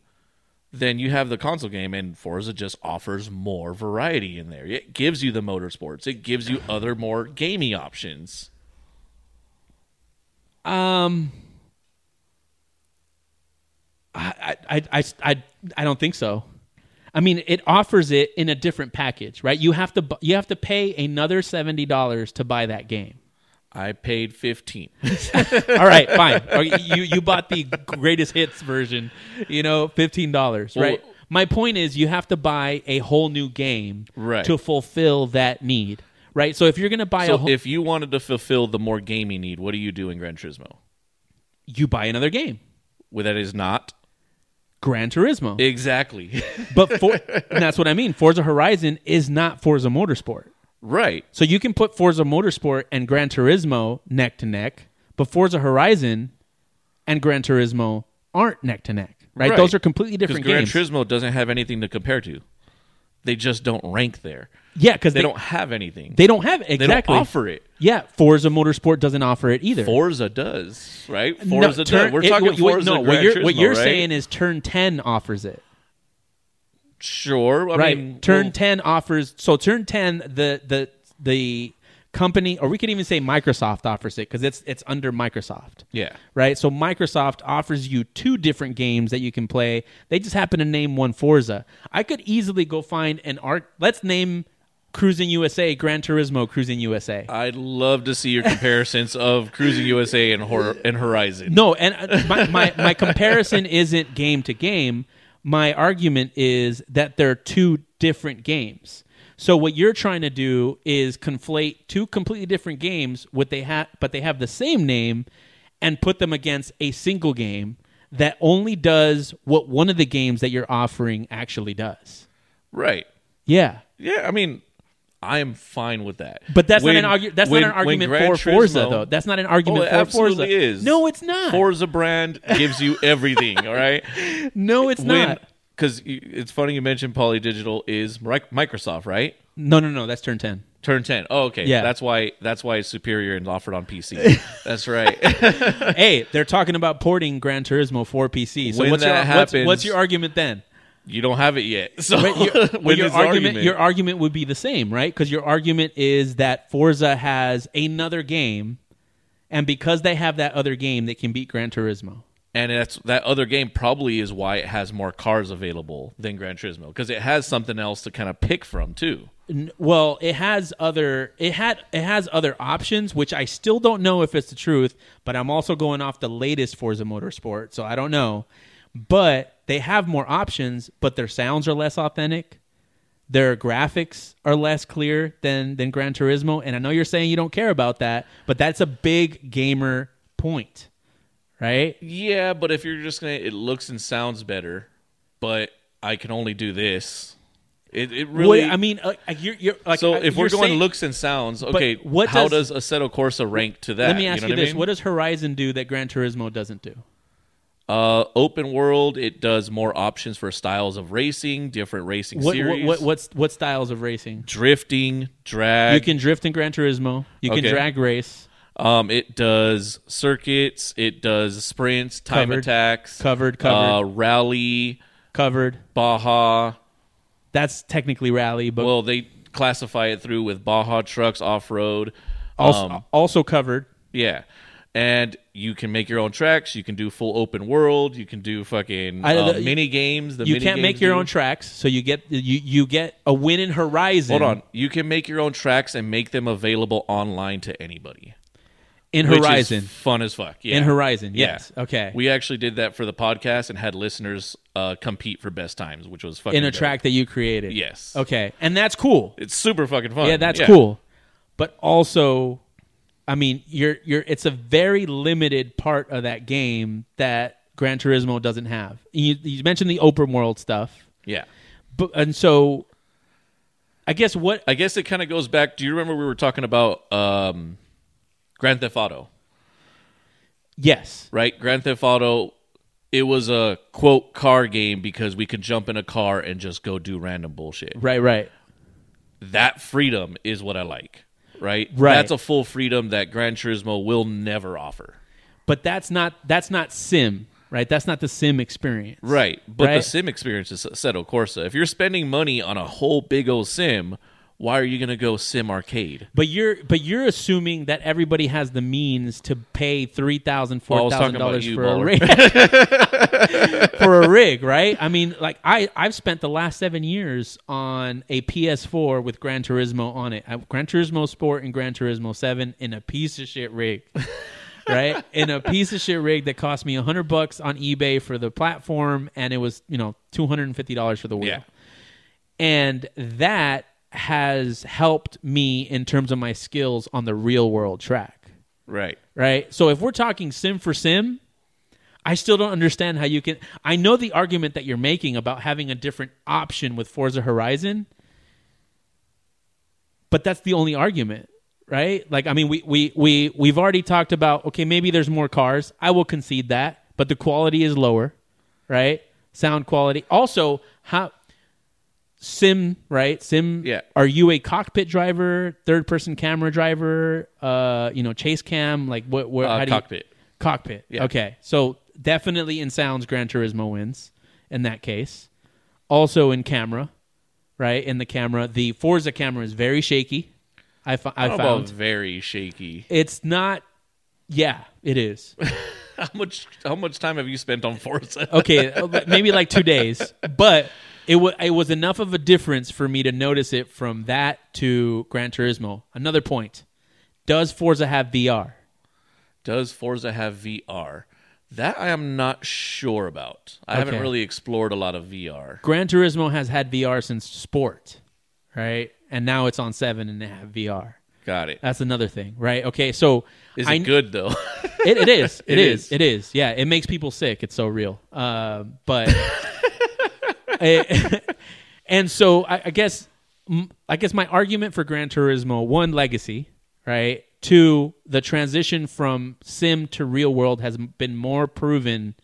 Speaker 3: then you have the console game and Forza just offers more variety in there. It gives you the motorsports. It gives you other more gamey options.
Speaker 1: Um, I, I, I, I, I don't think so. I mean, it offers it in a different package, right? You have to bu- you have to pay another seventy dollars to buy that game.
Speaker 3: I paid 15.
Speaker 1: All right, fine. Okay, You you bought the greatest hits version, you know, fifteen dollars, right?
Speaker 3: Well-
Speaker 1: My point is, you have to buy a whole new game
Speaker 3: Right.
Speaker 1: to fulfill that need, right? So if you're going to buy a
Speaker 3: so
Speaker 1: whole,
Speaker 3: if you wanted to fulfill the more gamey need, what do you do in Gran Turismo?
Speaker 1: you buy another game,
Speaker 3: Well, that is not
Speaker 1: Gran Turismo,
Speaker 3: exactly
Speaker 1: but for, and that's what I mean. Forza Horizon is not Forza Motorsport.
Speaker 3: right.
Speaker 1: So you can put Forza Motorsport and Gran Turismo neck to neck, but Forza Horizon and Gran Turismo aren't neck to neck, right?
Speaker 3: Right.
Speaker 1: Those are completely
Speaker 3: Because
Speaker 1: different
Speaker 3: Gran
Speaker 1: games.
Speaker 3: Turismo doesn't have anything to compare to. They just don't rank there.
Speaker 1: yeah, because
Speaker 3: They,
Speaker 1: they,
Speaker 3: don't have anything.
Speaker 1: they don't have
Speaker 3: They
Speaker 1: exactly.
Speaker 3: don't offer it.
Speaker 1: Yeah, Forza Motorsport doesn't offer it either.
Speaker 3: Forza does, right?
Speaker 1: No,
Speaker 3: Forza
Speaker 1: turn-
Speaker 3: does. We're
Speaker 1: it-
Speaker 3: talking
Speaker 1: what- what-
Speaker 3: Forza
Speaker 1: no,
Speaker 3: Gran
Speaker 1: what you're, what
Speaker 3: Turismo,
Speaker 1: you're
Speaker 3: right?
Speaker 1: saying is Turn Ten offers it.
Speaker 3: sure. I
Speaker 1: right.
Speaker 3: mean,
Speaker 1: turn
Speaker 3: well,
Speaker 1: 10 offers so turn 10 the the the company or we could even say Microsoft offers it cuz it's it's under Microsoft.
Speaker 3: Yeah.
Speaker 1: Right? So Microsoft offers you two different games that you can play. They just happen to name one Forza. I could easily go find an arc let's name Cruising USA, Gran Turismo Cruising USA.
Speaker 3: I'd love to see your comparisons of Cruising USA and Hor- and Horizon.
Speaker 1: No, and uh, my, my, my comparison isn't game to game. My argument is that they're two different games. So what you're trying to do is conflate two completely different games with they have but they have the same name and put them against a single game that only does what one of the games that you're offering actually does.
Speaker 3: Right.
Speaker 1: Yeah.
Speaker 3: Yeah, I mean, I am fine with that.
Speaker 1: But that's
Speaker 3: When-
Speaker 1: not an argu- that's
Speaker 3: when-
Speaker 1: not an
Speaker 3: when
Speaker 1: argument
Speaker 3: Gran
Speaker 1: for Forza
Speaker 3: Turismo-
Speaker 1: though. That's not an argument
Speaker 3: oh, it
Speaker 1: for
Speaker 3: absolutely
Speaker 1: Forza.
Speaker 3: is.
Speaker 1: No, it's not.
Speaker 3: Forza brand gives you everything. all right,
Speaker 1: no, it's not.
Speaker 3: because it's funny you mentioned Poly Digital is Mi- Microsoft, right?
Speaker 1: No, no, no, that's turn 10.
Speaker 3: Turn ten. Oh, okay.
Speaker 1: Yeah.
Speaker 3: that's why that's why it's superior and offered on PC. that's right.
Speaker 1: hey, they're talking about porting Gran Turismo for PC. So
Speaker 3: When
Speaker 1: what's, your,
Speaker 3: that
Speaker 1: what's-
Speaker 3: happens-
Speaker 1: what's, your argument then?
Speaker 3: you don't have it yet. So
Speaker 1: Right, your, well,
Speaker 3: when
Speaker 1: your
Speaker 3: is the
Speaker 1: argument, your argument would be the same, right? Because your argument is that Forza has another game, and because they have that other game, they can beat Gran Turismo.
Speaker 3: and that's that other game probably is why it has more cars available than Gran Turismo because it has something else to kind of pick from too.
Speaker 1: N- Well, it has other it had it has other options, which I still don't know if it's the truth. But I'm also going off the latest Forza Motorsport, so I don't know. But they have more options, but their sounds are less authentic. Their graphics are less clear than than Gran Turismo, and I know you're saying you don't care about that, but that's a big gamer point, right?
Speaker 3: Yeah, but if you're just gonna, it looks and sounds better, but I can only do this. It, it really.
Speaker 1: What- I mean, uh, you're, you're like
Speaker 3: so
Speaker 1: uh,
Speaker 3: if
Speaker 1: you're
Speaker 3: we're going
Speaker 1: saying-
Speaker 3: looks and sounds, okay,
Speaker 1: what
Speaker 3: how
Speaker 1: does-
Speaker 3: does, Assetto Corsa rank to that?
Speaker 1: let me ask you,
Speaker 3: know what I
Speaker 1: this:
Speaker 3: mean?
Speaker 1: What does Horizon do that Gran Turismo doesn't do?
Speaker 3: Uh, open world. It does more options for styles of racing, different racing
Speaker 1: What, what,
Speaker 3: series,
Speaker 1: what what's what styles of racing?
Speaker 3: drifting, drag.
Speaker 1: You can drift in Gran Turismo. You can
Speaker 3: Okay.
Speaker 1: drag race
Speaker 3: Um, it does circuits. It does sprints, time
Speaker 1: Covered.
Speaker 3: attacks,
Speaker 1: Covered, covered.
Speaker 3: uh, rally,
Speaker 1: covered.
Speaker 3: Baja.
Speaker 1: That's technically rally, but
Speaker 3: Well, they classify it through with Baja trucks, off road.
Speaker 1: also
Speaker 3: um,
Speaker 1: also covered.
Speaker 3: Yeah, and you can make your own tracks. You can do full open world. You can do fucking
Speaker 1: I-
Speaker 3: uh,
Speaker 1: the-
Speaker 3: mini games. The
Speaker 1: You
Speaker 3: mini
Speaker 1: can't make
Speaker 3: games
Speaker 1: your
Speaker 3: do-
Speaker 1: own tracks, so you get you you get a win in Horizon.
Speaker 3: Hold on, you can make your own tracks and make them available online to anybody.
Speaker 1: in
Speaker 3: which is
Speaker 1: Horizon.
Speaker 3: fun as fuck. Yeah.
Speaker 1: In Horizon,
Speaker 3: Yeah.
Speaker 1: yes. Okay.
Speaker 3: We actually did that for the podcast and had listeners uh, compete for best times, which was fucking
Speaker 1: in a
Speaker 3: dope.
Speaker 1: track that you created.
Speaker 3: Yes.
Speaker 1: Okay, and that's cool.
Speaker 3: It's super fucking fun.
Speaker 1: Yeah, that's cool. But also, I mean, you're you're it's a very limited part of that game that Gran Turismo doesn't have. You, you mentioned the open world stuff.
Speaker 3: Yeah.
Speaker 1: But and so, I guess what uh,
Speaker 3: I guess it kind of goes back. Do you remember we were talking about um, Grand Theft Auto,
Speaker 1: yes,
Speaker 3: right? Grand Theft Auto it was a quote car game because we could jump in a car and just go do random bullshit.
Speaker 1: Right, right.
Speaker 3: That freedom is what I like. Right?
Speaker 1: Right.
Speaker 3: That's a full freedom that Gran Turismo will never offer.
Speaker 1: But that's not that's not sim, right? That's not the sim experience.
Speaker 3: Right. But the
Speaker 1: Right.
Speaker 3: sim experience is Seto Corsa. If you're spending money on a whole big old sim, why are you going to go sim arcade?
Speaker 1: But you're but you're assuming that everybody has the means to pay three thousand,
Speaker 3: Well, I
Speaker 1: four
Speaker 3: was talking
Speaker 1: thousand dollars
Speaker 3: about you,
Speaker 1: for a rig. for a rig, right? I mean, like I I've spent the last seven years on a PS4 with Gran Turismo on it, I, Gran Turismo Sport and Gran Turismo Seven in a piece of shit rig. right in a piece of shit rig that cost me 100 bucks on ebay for the platform and it was you know $250 for the wheel
Speaker 3: Yeah.
Speaker 1: and that has helped me in terms of my skills on the real world track
Speaker 3: Right.
Speaker 1: right so if we're talking sim for sim i still don't understand how you can i know the argument that you're making about having a different option with forza horizon but that's the only argument right like i mean we we, we we've already talked about okay maybe there's more cars i will concede that but the quality is lower right sound quality also how sim right sim
Speaker 3: Yeah.
Speaker 1: are you a cockpit driver third person camera driver uh you know chase cam like what where
Speaker 3: Uh,
Speaker 1: how do
Speaker 3: cockpit.
Speaker 1: you, cockpit
Speaker 3: Yeah.
Speaker 1: okay so definitely in sounds gran turismo wins in that case also in camera right in the camera the forza camera is very shaky i, fo- I
Speaker 3: I
Speaker 1: found
Speaker 3: found very shaky.
Speaker 1: it's not yeah it is
Speaker 3: How much how much time have you spent on Forza?
Speaker 1: okay uh, maybe like two days but it, wa it was enough of a difference for me to notice it from that to gran turismo another point does forza have vr
Speaker 3: Does Forza have VR? That I am not sure about. I
Speaker 1: Okay.
Speaker 3: haven't really explored a lot of VR.
Speaker 1: Gran Turismo has had VR since Sport, right? And now it's on Seven and they have VR.
Speaker 3: Got it.
Speaker 1: That's another thing, right? Okay, so
Speaker 3: Is
Speaker 1: Uh, I,
Speaker 3: it good though?
Speaker 1: It, it is.
Speaker 3: It
Speaker 1: it is.
Speaker 3: is.
Speaker 1: It is. Yeah, it makes people sick. It's so real. Uh, but I- and so I, I guess m- I guess my argument for Gran Turismo one legacy, right? Two, the transition from sim to real world has m- been more proven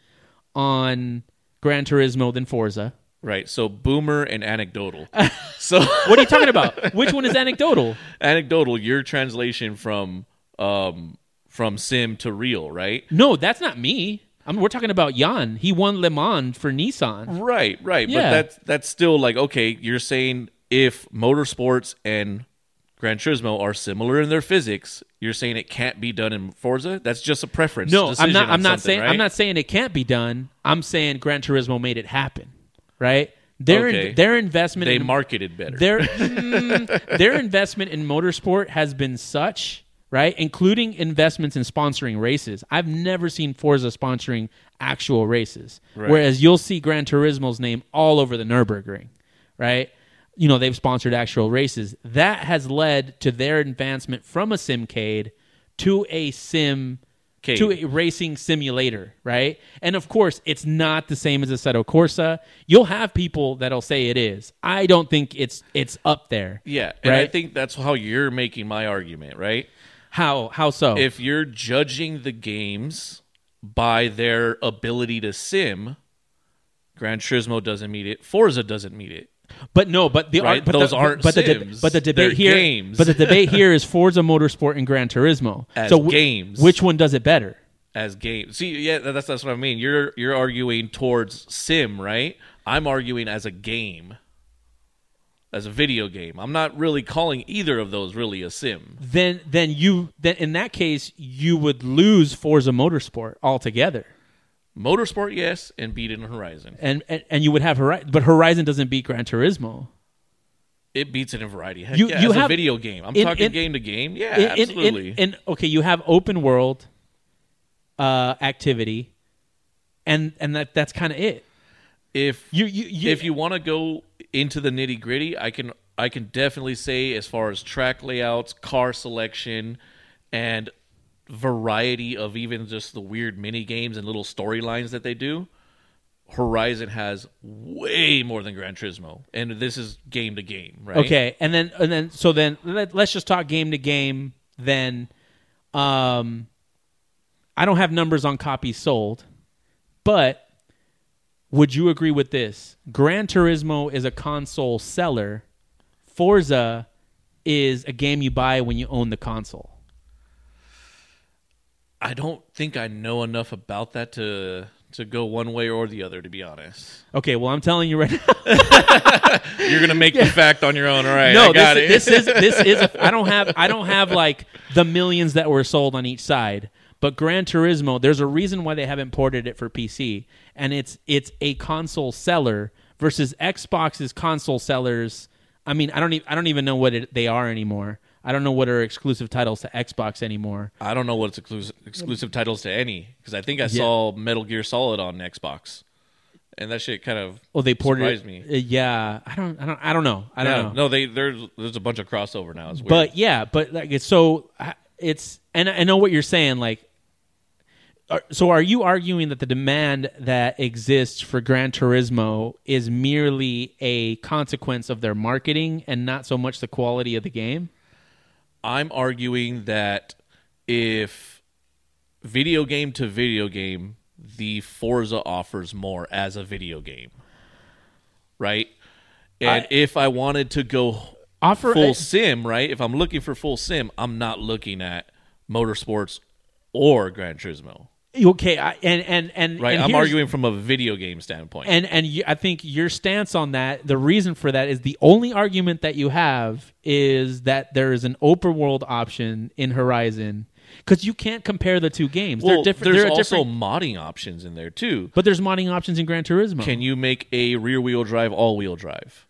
Speaker 1: on Gran Turismo than Forza.
Speaker 3: right. So boomer and anecdotal. so
Speaker 1: What are you talking about? Which one is anecdotal?
Speaker 3: anecdotal, your translation from um from sim to real, right?
Speaker 1: No, that's not me. I mean, we're talking about Jan. He won Le Mans for Nissan.
Speaker 3: Right, right. But
Speaker 1: Yeah.
Speaker 3: that's that's still like okay. You're saying if motorsports and Gran Turismo are similar in their physics, you're saying it can't be done in Forza. That's just a preference.
Speaker 1: No, I'm
Speaker 3: decision
Speaker 1: not.
Speaker 3: on
Speaker 1: I'm not
Speaker 3: something,
Speaker 1: saying.
Speaker 3: right?
Speaker 1: I'm not saying it can't be done. I'm saying Gran Turismo made it happen. Right? Their in-
Speaker 3: Okay.
Speaker 1: their investment.
Speaker 3: They
Speaker 1: in,
Speaker 3: marketed better.
Speaker 1: their mm, their investment in motorsport has been such right, including investments in sponsoring races. I've never seen Forza sponsoring actual races, whereas you'll see Gran Turismo's name all over the Nurburgring, right? You know they've sponsored actual races. That has led to their advancement from a simcade to a sim
Speaker 3: Cade.
Speaker 1: to a racing simulator, right? And of course, it's not the same as Assetto Corsa. You'll have people that'll say it is. I don't think it's it's up there.
Speaker 3: yeah, and I
Speaker 1: right?
Speaker 3: think that's how you're making my argument, right?
Speaker 1: How how so?
Speaker 3: If you're judging the games by their ability to sim, Gran Turismo doesn't meet it. Forza doesn't meet it.
Speaker 1: but no, but the
Speaker 3: Right,
Speaker 1: but
Speaker 3: those
Speaker 1: the,
Speaker 3: aren't
Speaker 1: but the deb-
Speaker 3: Sims.
Speaker 1: but the
Speaker 3: They're
Speaker 1: debate here,
Speaker 3: games.
Speaker 1: but the debate here is Forza Motorsport and Gran Turismo.
Speaker 3: As
Speaker 1: so wh-
Speaker 3: games.
Speaker 1: which one does it better?
Speaker 3: as games. See, yeah, tha- that's that's what I mean. You're you're arguing towards sim, right? I'm arguing as a game, as a video game. I'm not really calling either of those really a sim.
Speaker 1: Then then you then in that case you would lose Forza Motorsport altogether,
Speaker 3: Motorsport, yes, and Beat in Horizon.
Speaker 1: and and, and you would have Horizon, but Horizon doesn't beat Gran Turismo.
Speaker 3: It beats it in variety. Heck
Speaker 1: You-
Speaker 3: yeah,
Speaker 1: you
Speaker 3: as a
Speaker 1: have-
Speaker 3: video game. I'm
Speaker 1: in-
Speaker 3: talking
Speaker 1: in-
Speaker 3: game to game. Yeah,
Speaker 1: in, in- in-
Speaker 3: absolutely.
Speaker 1: in- okay, you have open world uh, activity, and and that that's kind of it.
Speaker 3: if
Speaker 1: You you, you
Speaker 3: if you want to go into the nitty gritty, I can I can definitely say as far as track layouts, car selection, and variety of even just the weird mini games and little storylines that they do. Horizon has way more than Gran Turismo, and this is game to game, right?
Speaker 1: okay, and then and then so then let, let's just talk game to game. Then, um, I don't have numbers on copies sold, but Would you agree with this? Gran Turismo is a console seller. Forza is a game you buy when you own the console.
Speaker 3: I don't think I know enough about that to to go one way or the other. To be honest,
Speaker 1: Okay, well I'm telling you right now.
Speaker 3: you're gonna make the fact on your own. All right,
Speaker 1: no,
Speaker 3: I got
Speaker 1: this,
Speaker 3: it.
Speaker 1: this is this is a, I don't have I don't have like the millions that were sold on each side. But Gran Turismo, there's a reason why they haven't ported it for PC, and it's it's a console seller versus Xbox's console sellers. I mean, I don't even I don't even know what it, they are anymore. I don't know what are exclusive titles to Xbox anymore.
Speaker 3: I don't know what's exclusive, exclusive titles to any because I think I saw Metal Gear Solid on Xbox, and that shit kind of
Speaker 1: Well, Oh, they ported
Speaker 3: surprised
Speaker 1: it.
Speaker 3: me.
Speaker 1: uh, yeah, I don't I don't I don't know. I don't
Speaker 3: Yeah,
Speaker 1: know.
Speaker 3: no, they there's there's a bunch of crossover now. It's weird.
Speaker 1: But yeah, but like it's so I- it's and I know what you're saying. Like, are- so are you arguing that the demand that exists for Gran Turismo is merely a consequence of their marketing and not so much the quality of the game?
Speaker 3: I'm arguing that if video game to video game, the Forza offers more as a video game, right? And
Speaker 1: I-
Speaker 3: if I wanted to go
Speaker 1: Offer
Speaker 3: full sim, right? If I'm looking for full sim, I'm not looking at motorsports or Gran Turismo,
Speaker 1: okay, I, and and and
Speaker 3: right?
Speaker 1: and
Speaker 3: I'm
Speaker 1: here's-
Speaker 3: arguing from a video game standpoint.
Speaker 1: and and you, I think your stance on that, the reason for that is the only argument that you have is that there is an open world option in Horizon because you can't compare the two games. they're
Speaker 3: well,
Speaker 1: different.
Speaker 3: there's
Speaker 1: they're a
Speaker 3: also
Speaker 1: different,
Speaker 3: modding options in there too.
Speaker 1: but there's modding options in Gran Turismo.
Speaker 3: Can you make a rear wheel drive, all wheel drive?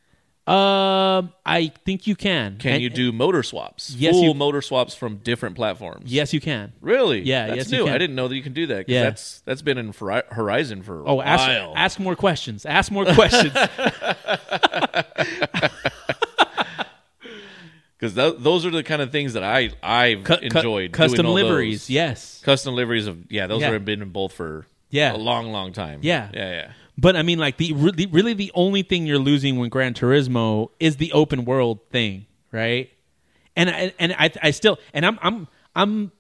Speaker 1: um, I think you can.
Speaker 3: Can
Speaker 1: And-
Speaker 3: you do motor swaps?
Speaker 1: Yes,
Speaker 3: full
Speaker 1: you-
Speaker 3: motor swaps from different platforms.
Speaker 1: Yes, you can.
Speaker 3: Really?
Speaker 1: Yeah,
Speaker 3: That's
Speaker 1: yes, you
Speaker 3: new.
Speaker 1: can.
Speaker 3: I didn't know that you can do that. 'cause
Speaker 1: Yeah.
Speaker 3: That's that's been in Fri- Horizon for a
Speaker 1: Oh,
Speaker 3: while.
Speaker 1: ask ask more questions. Ask more questions.
Speaker 3: because those are the kind of things that I I've
Speaker 1: Cu- cu-
Speaker 3: enjoyed. doing
Speaker 1: custom
Speaker 3: all
Speaker 1: liveries.
Speaker 3: those.
Speaker 1: Yes.
Speaker 3: Custom liveries of yeah, those
Speaker 1: Yeah.
Speaker 3: have been in both for
Speaker 1: Yeah.
Speaker 3: a long, long time.
Speaker 1: Yeah.
Speaker 3: yeah, yeah.
Speaker 1: But I mean, like the really, really the only thing you're losing when Gran Turismo is the open world thing, right? And I, and I, I still and I'm I'm I'm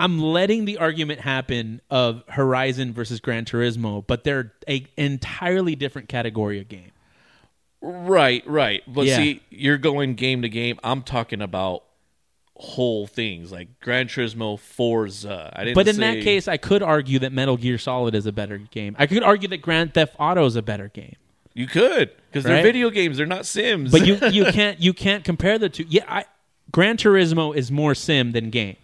Speaker 1: I'm letting the argument happen of Horizon versus Gran Turismo, but they're a entirely different category of game.
Speaker 3: Right, right. But
Speaker 1: Yeah.
Speaker 3: see, you're going game to game. I'm talking about whole things like Gran Turismo, Forza. I didn't.
Speaker 1: But in
Speaker 3: say-
Speaker 1: that case, I could argue that Metal Gear Solid is a better game. I could argue that Grand Theft Auto is a better game.
Speaker 3: you could because
Speaker 1: Right?
Speaker 3: they're video games. They're not Sims.
Speaker 1: But you you can't you can't compare the two. Yeah, I, Gran Turismo is more sim than game.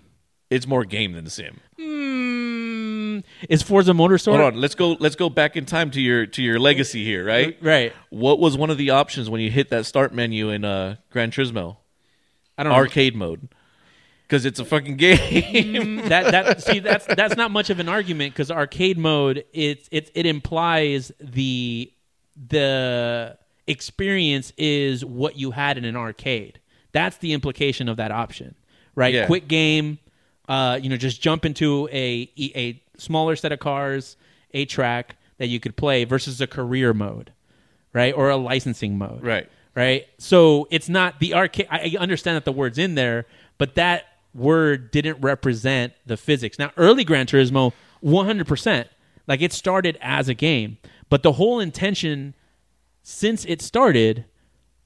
Speaker 3: it's more game than Sim.
Speaker 1: Mm, is Forza Motorsport?
Speaker 3: Hold on. Let's go. Let's go back in time to your to your legacy here. Right.
Speaker 1: Right.
Speaker 3: What was one of the options when you hit that start menu in uh, Gran Turismo
Speaker 1: I don't
Speaker 3: arcade mode? Because it's a fucking game.
Speaker 1: know. that that see that's that's not much of an argument because arcade mode it's it it implies the the experience is what you had in an arcade. That's the implication of that option, right?
Speaker 3: Yeah.
Speaker 1: Quick game, uh, you know, just jump into a e, a smaller set of cars, a track that you could play versus a career mode, right, or a licensing mode,
Speaker 3: Right.
Speaker 1: right? So it's not the arcade. I I understand that the word's in there, but that word didn't represent the physics. Now, early Gran Turismo, 100%. Like it started as a game, but the whole intention since it started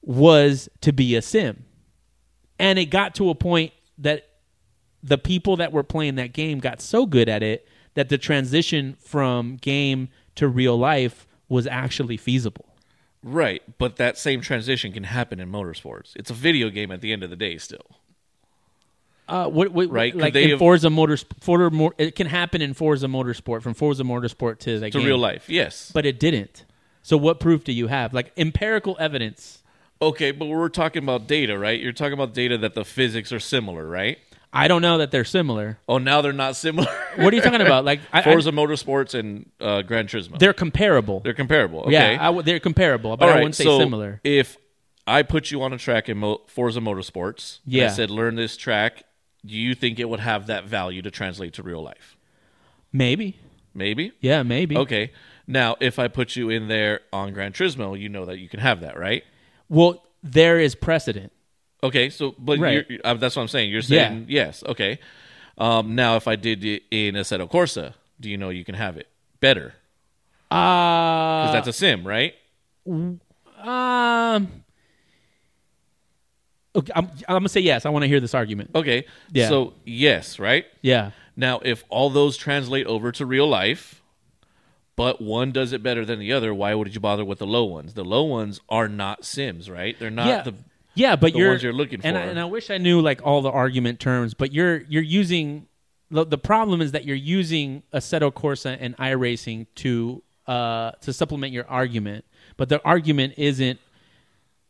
Speaker 1: was to be a sim. And it got to a point that the people that were playing that game got so good at it that the transition from game to real life was actually feasible.
Speaker 3: right. But that same transition can happen in motorsports. It's a video game at the end of the day. Still.
Speaker 1: Uh, what, what,
Speaker 3: Right, could
Speaker 1: Like
Speaker 3: they
Speaker 1: in
Speaker 3: have-
Speaker 1: Forza Motorsport, Forza, Mo- it can happen in Forza Motorsport from Forza Motorsport to that
Speaker 3: To
Speaker 1: game,
Speaker 3: real life, yes.
Speaker 1: but it didn't. So what proof do you have? Like empirical evidence?
Speaker 3: Okay, but we're talking about data, right? You're talking about data that the physics are similar, right?
Speaker 1: I don't know that they're similar.
Speaker 3: Oh, now they're not similar.
Speaker 1: What are you talking about? Like I, I-
Speaker 3: Forza Motorsports and uh, Gran Turismo.
Speaker 1: they're comparable.
Speaker 3: They're comparable. Okay.
Speaker 1: Yeah, I w- they're comparable, but
Speaker 3: All
Speaker 1: I
Speaker 3: right,
Speaker 1: wouldn't say
Speaker 3: so
Speaker 1: similar.
Speaker 3: If I put you on a track in Mo- Forza Motorsports, and I
Speaker 1: Yeah.
Speaker 3: said learn this track, do you think it would have that value to translate to real life?
Speaker 1: Maybe.
Speaker 3: Maybe.
Speaker 1: Yeah, maybe.
Speaker 3: Okay. Now, if I put you in there on Gran Turismo, you know that you can have that, right?
Speaker 1: Well, there is precedent.
Speaker 3: Okay, so but
Speaker 1: Right.
Speaker 3: you're, uh, that's what I'm saying. You're saying yes. Okay. Um, now, if I did it in Assetto Corsa, do you know you can have it better?
Speaker 1: Uh,
Speaker 3: Because that's a sim, right?
Speaker 1: um, okay, I'm, I'm gonna say yes. I want to hear this argument.
Speaker 3: Okay.
Speaker 1: Yeah.
Speaker 3: So yes, right?
Speaker 1: Yeah.
Speaker 3: Now, if all those translate over to real life, but one does it better than the other, why would you bother with the low ones? The low ones are not Sims, right? They're not
Speaker 1: yeah,
Speaker 3: the
Speaker 1: yeah, but
Speaker 3: the
Speaker 1: you're
Speaker 3: ones you're looking
Speaker 1: And I,
Speaker 3: for.
Speaker 1: and I wish I knew like all the argument terms, but you're you're using the, the problem is that you're using Assetto Corsa and iRacing to uh to supplement your argument, but the argument isn't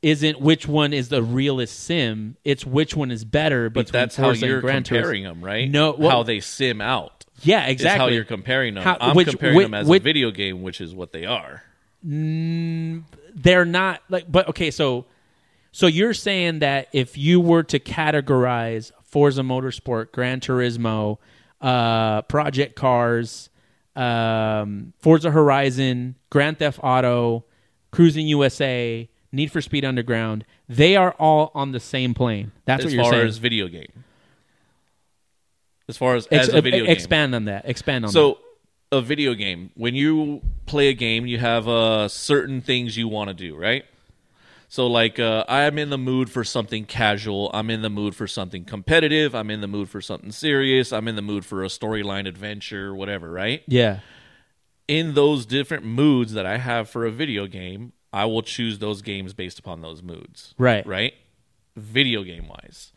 Speaker 1: isn't which one is the realest sim. It's which one is better.
Speaker 3: but
Speaker 1: between
Speaker 3: that's how
Speaker 1: Corsa and
Speaker 3: you're
Speaker 1: Gran Turismo.
Speaker 3: comparing them, right?
Speaker 1: No, well-
Speaker 3: how they sim out.
Speaker 1: Yeah,
Speaker 3: is how
Speaker 1: exactly.
Speaker 3: you're comparing them.
Speaker 1: How-
Speaker 3: I'm
Speaker 1: which-
Speaker 3: comparing
Speaker 1: which-
Speaker 3: them as
Speaker 1: which-
Speaker 3: a video game, which is what they are.
Speaker 1: they're not like but okay so so you're saying that if you were to categorize Forza Motorsport, Gran Turismo, uh Project Cars, um Forza Horizon, Grand Theft Auto, Cruising USA, Need for Speed Underground, they are all on the same plane. That's
Speaker 3: as
Speaker 1: what you're
Speaker 3: far
Speaker 1: saying.
Speaker 3: as video game. As far as
Speaker 1: Ex- uh,
Speaker 3: as a video game.
Speaker 1: expand on that. Expand on that.
Speaker 3: So, a video game. When you play a game, you have uh, certain things you want to do, right? So, like, uh, I'm in the mood for something casual. I'm in the mood for something competitive. I'm in the mood for something serious. I'm in the mood for a storyline adventure, whatever, right?
Speaker 1: Yeah.
Speaker 3: In those different moods that I have for a video game, I will choose those games based upon those moods.
Speaker 1: Right.
Speaker 3: Right? Video game wise.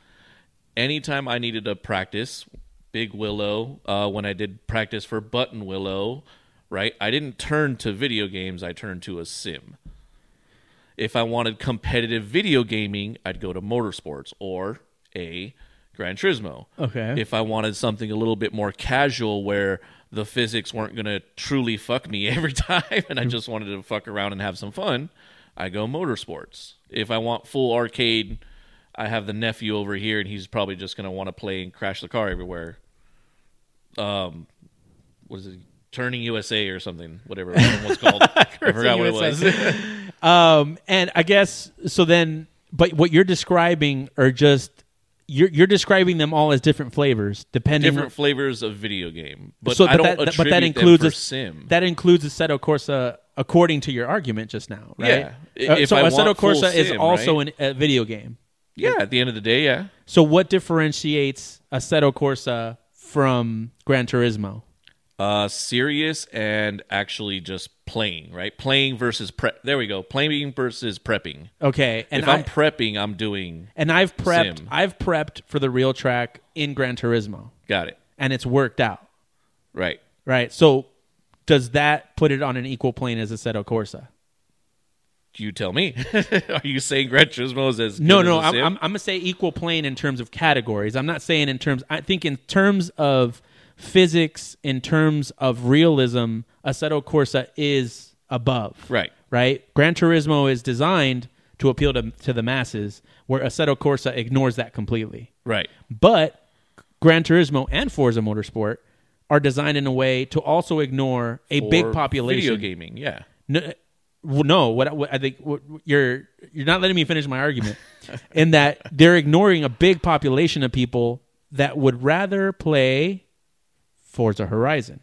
Speaker 3: Anytime I needed to practice, Big Willow, uh, when I did practice for Button Willow, right? I didn't turn to video games, I turned to a sim. If I wanted competitive video gaming, I'd go to motorsports or a Gran Turismo.
Speaker 1: Okay.
Speaker 3: If I wanted something a little bit more casual where the physics weren't going to truly fuck me every time and I just wanted to fuck around and have some fun, I go motorsports. If I want full arcade, I have the nephew over here and he's probably just going to want to play and crash the car everywhere. Um what is it? Turning USA or something, whatever it was called. I forgot what it was.
Speaker 1: USA. Um, and I guess so. Then, but what you're describing are just you're you're describing them all as different flavors, depending.
Speaker 3: different flavors of video game, but
Speaker 1: so,
Speaker 3: I don't
Speaker 1: that,
Speaker 3: attribute
Speaker 1: but that includes
Speaker 3: them
Speaker 1: a
Speaker 3: for sim.
Speaker 1: That includes Assetto Corsa, according to your argument just now, right?
Speaker 3: Yeah.
Speaker 1: Uh,
Speaker 3: If
Speaker 1: so
Speaker 3: I
Speaker 1: Assetto
Speaker 3: want full
Speaker 1: Corsa is
Speaker 3: sim,
Speaker 1: also an, a video game.
Speaker 3: yeah, at the end of the day, yeah,
Speaker 1: So what differentiates Assetto Corsa from Gran Turismo?
Speaker 3: uh, serious and actually just playing, right? Playing versus prep. There we go. Playing versus prepping.
Speaker 1: Okay, and
Speaker 3: if
Speaker 1: I,
Speaker 3: I'm prepping, I'm doing.
Speaker 1: and I've prepped
Speaker 3: Sim.
Speaker 1: I've prepped for the real track in Gran Turismo,
Speaker 3: Got it.
Speaker 1: and it's worked out.
Speaker 3: Right.
Speaker 1: Right. So does that put it on an equal plane as Assetto Corsa?
Speaker 3: You tell me. Are you saying Gran Turismo is as
Speaker 1: No,
Speaker 3: good
Speaker 1: no.
Speaker 3: As a
Speaker 1: I'm,
Speaker 3: sim?
Speaker 1: I'm, I'm gonna say equal plane in terms of categories. I'm not saying in terms. I think in terms of physics, in terms of realism, Assetto Corsa is above.
Speaker 3: Right.
Speaker 1: Right. Gran Turismo is designed to appeal to to the masses, where Assetto Corsa ignores that completely.
Speaker 3: right.
Speaker 1: But Gran Turismo and Forza Motorsport are designed in a way to also ignore a
Speaker 3: Or
Speaker 1: big population.
Speaker 3: Video gaming. Yeah.
Speaker 1: No, well, no what, I- what I think what, what- you're you're not letting me finish my argument in that they're ignoring a big population of people that would rather play Forza Horizon.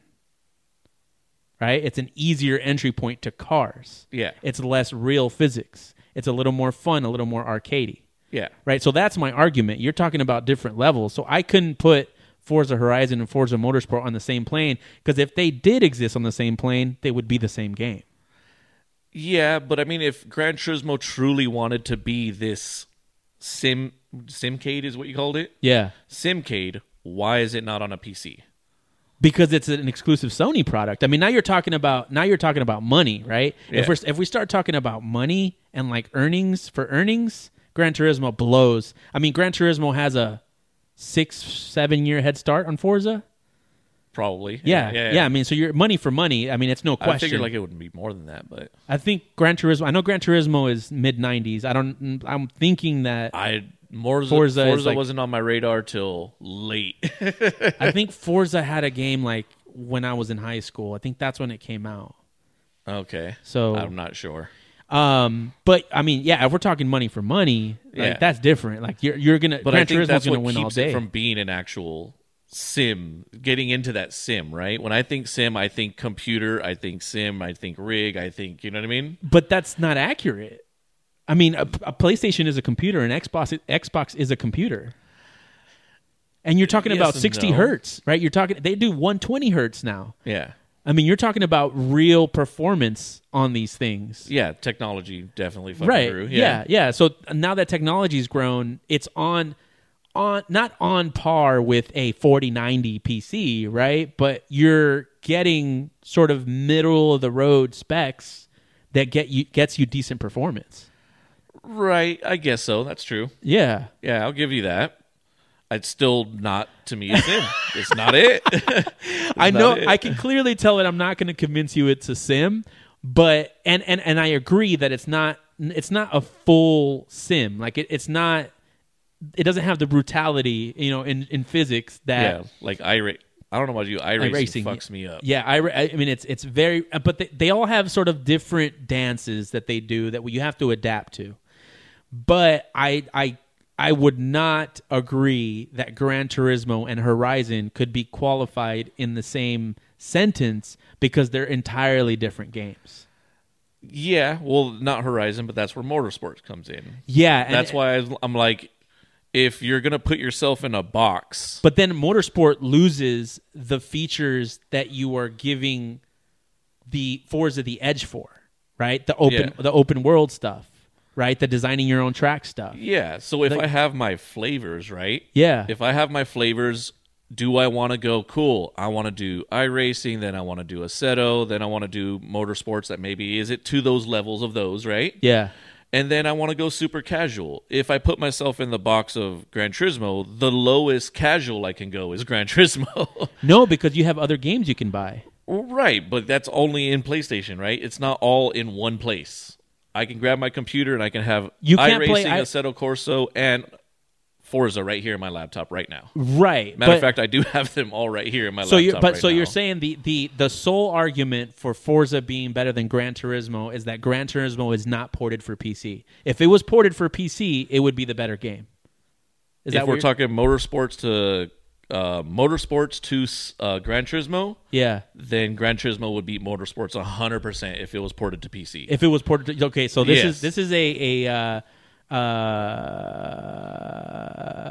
Speaker 1: Right? It's an easier entry point to cars.
Speaker 3: Yeah.
Speaker 1: It's less real physics. It's a little more fun, a little more arcadey.
Speaker 3: Yeah.
Speaker 1: Right? So that's my argument. You're talking about different levels. So I couldn't put Forza Horizon and Forza Motorsport on the same plane because if they did exist on the same plane, they would be the same game.
Speaker 3: Yeah, but I mean, if Gran Turismo truly wanted to be this sim simcade is what you called it,
Speaker 1: Yeah.
Speaker 3: simcade, why is it not on a PC?
Speaker 1: Because it's an exclusive Sony product. I mean, now you're talking about now you're talking about money, right?
Speaker 3: Yeah.
Speaker 1: If we if we start talking about money and like earnings for earnings, Gran Turismo blows. I mean, Gran Turismo has a six seven year head start on Forza.
Speaker 3: Probably.
Speaker 1: Yeah, yeah. I mean, so you're money for money. I mean, it's no
Speaker 3: I
Speaker 1: question.
Speaker 3: figured like it wouldn't be more than that, but
Speaker 1: I think Gran Turismo. I know Gran Turismo is mid '90s. I don't. I'm thinking that
Speaker 3: I more
Speaker 1: Forza
Speaker 3: Forza,
Speaker 1: is like-
Speaker 3: wasn't on my radar till late.
Speaker 1: I think Forza had a game like when I was in high school. I think that's when it came out.
Speaker 3: okay,
Speaker 1: So-
Speaker 3: I'm not sure.
Speaker 1: Um, but I mean, yeah, if we're talking money for money, like
Speaker 3: Yeah.
Speaker 1: that's different. Like you're you're gonna
Speaker 3: But
Speaker 1: Gran
Speaker 3: I think
Speaker 1: Turismo's
Speaker 3: that's
Speaker 1: gonna
Speaker 3: what
Speaker 1: win all
Speaker 3: keeps
Speaker 1: day.
Speaker 3: it from being an actual sim getting into that sim right when i think sim i think computer i think sim i think rig i think you know what i mean
Speaker 1: But that's not accurate. I mean, a, a PlayStation is a computer, and Xbox Xbox is a computer. And you're talking
Speaker 3: Yes
Speaker 1: about
Speaker 3: and
Speaker 1: 60
Speaker 3: no.
Speaker 1: hertz, right? You're talking they do 120 hertz now.
Speaker 3: yeah
Speaker 1: I mean, you're talking about real performance on these things.
Speaker 3: yeah technology definitely fucking
Speaker 1: right.
Speaker 3: grew.
Speaker 1: Yeah. yeah, So now that technology's grown, it's on on not on par with a 4090 PC, right? But you're getting sort of middle of the road specs that get you gets you decent performance.
Speaker 3: right i guess so that's true
Speaker 1: Yeah.
Speaker 3: yeah i'll give you that it's still not to me a sim it's not it
Speaker 1: Uh, I know
Speaker 3: it.
Speaker 1: I can clearly tell that I'm not going to convince you it's a sim, but and and and I agree that it's not it's not a full sim. Like it, it's not it doesn't have the brutality, you know, in in physics that
Speaker 3: yeah like i ra- i don't know about you i racing
Speaker 1: racing
Speaker 3: fucks me up
Speaker 1: Yeah, I, re- I mean it's it's very, uh, but they, they all have sort of different dances that they do that you have to adapt to. But I I I would not agree that Gran Turismo and Horizon could be qualified in the same sentence because they're entirely different games.
Speaker 3: yeah well not horizon but that's where motorsports comes in
Speaker 1: Yeah, and,
Speaker 3: that's why I was- i'm like if you're gonna put yourself in a box
Speaker 1: But then motorsport loses the features that you are giving the Forza the edge for, right? The open
Speaker 3: Yeah.
Speaker 1: the open world stuff, right? The designing your own track stuff.
Speaker 3: Yeah. So if
Speaker 1: Like-
Speaker 3: I have my flavors, right?
Speaker 1: Yeah.
Speaker 3: If I have my flavors, do I want to go cool? I want to do iRacing, then I want to do Assetto, then I want to do motorsports that maybe is it to those levels of those, right?
Speaker 1: yeah.
Speaker 3: And then I want to go super casual. If I put myself in the box of Gran Turismo, the lowest casual I can go is Gran Turismo.
Speaker 1: No, because you have other games you can buy.
Speaker 3: Right, but that's only in PlayStation, right? It's not all in one place. I can grab my computer and I can have
Speaker 1: You can't
Speaker 3: iRacing,
Speaker 1: play i-
Speaker 3: Assetto Corso, and Forza right here in my laptop right now.
Speaker 1: Right.
Speaker 3: Matter of
Speaker 1: but-
Speaker 3: fact, I do have them all right here in my
Speaker 1: so
Speaker 3: laptop.
Speaker 1: you but
Speaker 3: right
Speaker 1: so you're
Speaker 3: now.
Speaker 1: saying the, the the sole argument for Forza being better than Gran Turismo is that Gran Turismo is not ported for PC. If it was ported for PC, it would be the better game. Is
Speaker 3: if
Speaker 1: that what
Speaker 3: we're
Speaker 1: you're-
Speaker 3: talking motorsports to uh, motorsports to s- uh, Gran Turismo,
Speaker 1: Yeah.
Speaker 3: then Gran Turismo would beat motorsports hundred percent if it was ported to PC.
Speaker 1: if it was ported okay so this
Speaker 3: Yes.
Speaker 1: is this is a a uh uh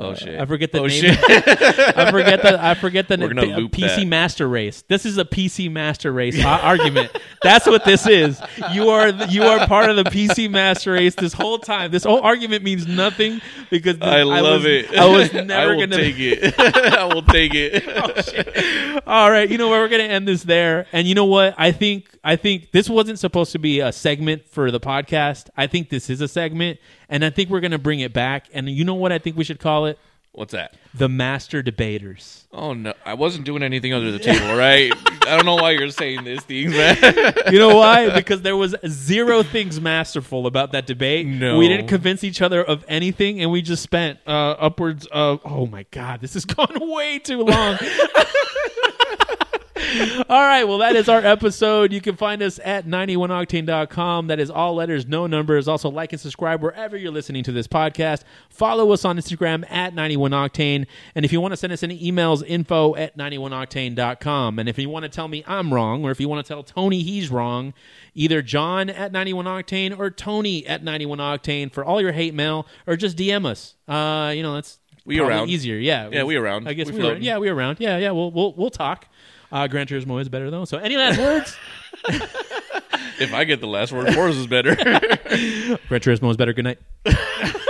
Speaker 3: Oh, shit.
Speaker 1: i forget the
Speaker 3: Oh,
Speaker 1: name
Speaker 3: shit.
Speaker 1: i forget the i forget the
Speaker 3: We're
Speaker 1: name
Speaker 3: gonna loop
Speaker 1: pc
Speaker 3: that.
Speaker 1: master race this is a pc master race ar- argument that's what this is you are the, you are part of the pc master race this whole time this whole argument means nothing because
Speaker 3: I love
Speaker 1: was,
Speaker 3: it.
Speaker 1: i was never
Speaker 3: I will
Speaker 1: gonna
Speaker 3: take it. I will take it.
Speaker 1: All right, you know what? We're gonna end this there, and you know what? I think I think this wasn't supposed to be a segment for the podcast. I think this is a segment, and I think we're gonna bring it back. And you know what? I think we should call it
Speaker 3: What's that?
Speaker 1: the Master Debaters.
Speaker 3: Oh no, I wasn't doing anything under the table, all right? I don't know why you're saying this thing, man.
Speaker 1: You know why? because there was zero things masterful about that debate.
Speaker 3: No.
Speaker 1: we didn't convince each other of anything, and we just spent uh, upwards of oh my god, this has gone way too long. All right, well, that is our episode. You can find us at 91octane.com. That is all letters, no numbers. Also, like and subscribe wherever you're listening to this podcast. Follow us on Instagram at 91octane. And if you want to send us any emails, info at 91octane.com. And if you want to tell me I'm wrong, or if you want to tell Tony he's wrong, either John at 91octane or Tony at 91octane for all your hate mail, or just DM us. Uh, you know, that's.
Speaker 3: We
Speaker 1: probably
Speaker 3: around.
Speaker 1: easier, yeah.
Speaker 3: Yeah, we around.
Speaker 1: I guess
Speaker 3: We
Speaker 1: we around.
Speaker 3: floating.
Speaker 1: Yeah, yeah, we're around. Yeah, yeah, we'll we'll we'll talk. Uh, Gran Turismo is better though. So any last words?
Speaker 3: If I get the last word, Forza's better.
Speaker 1: Gran Turismo is better. Good night.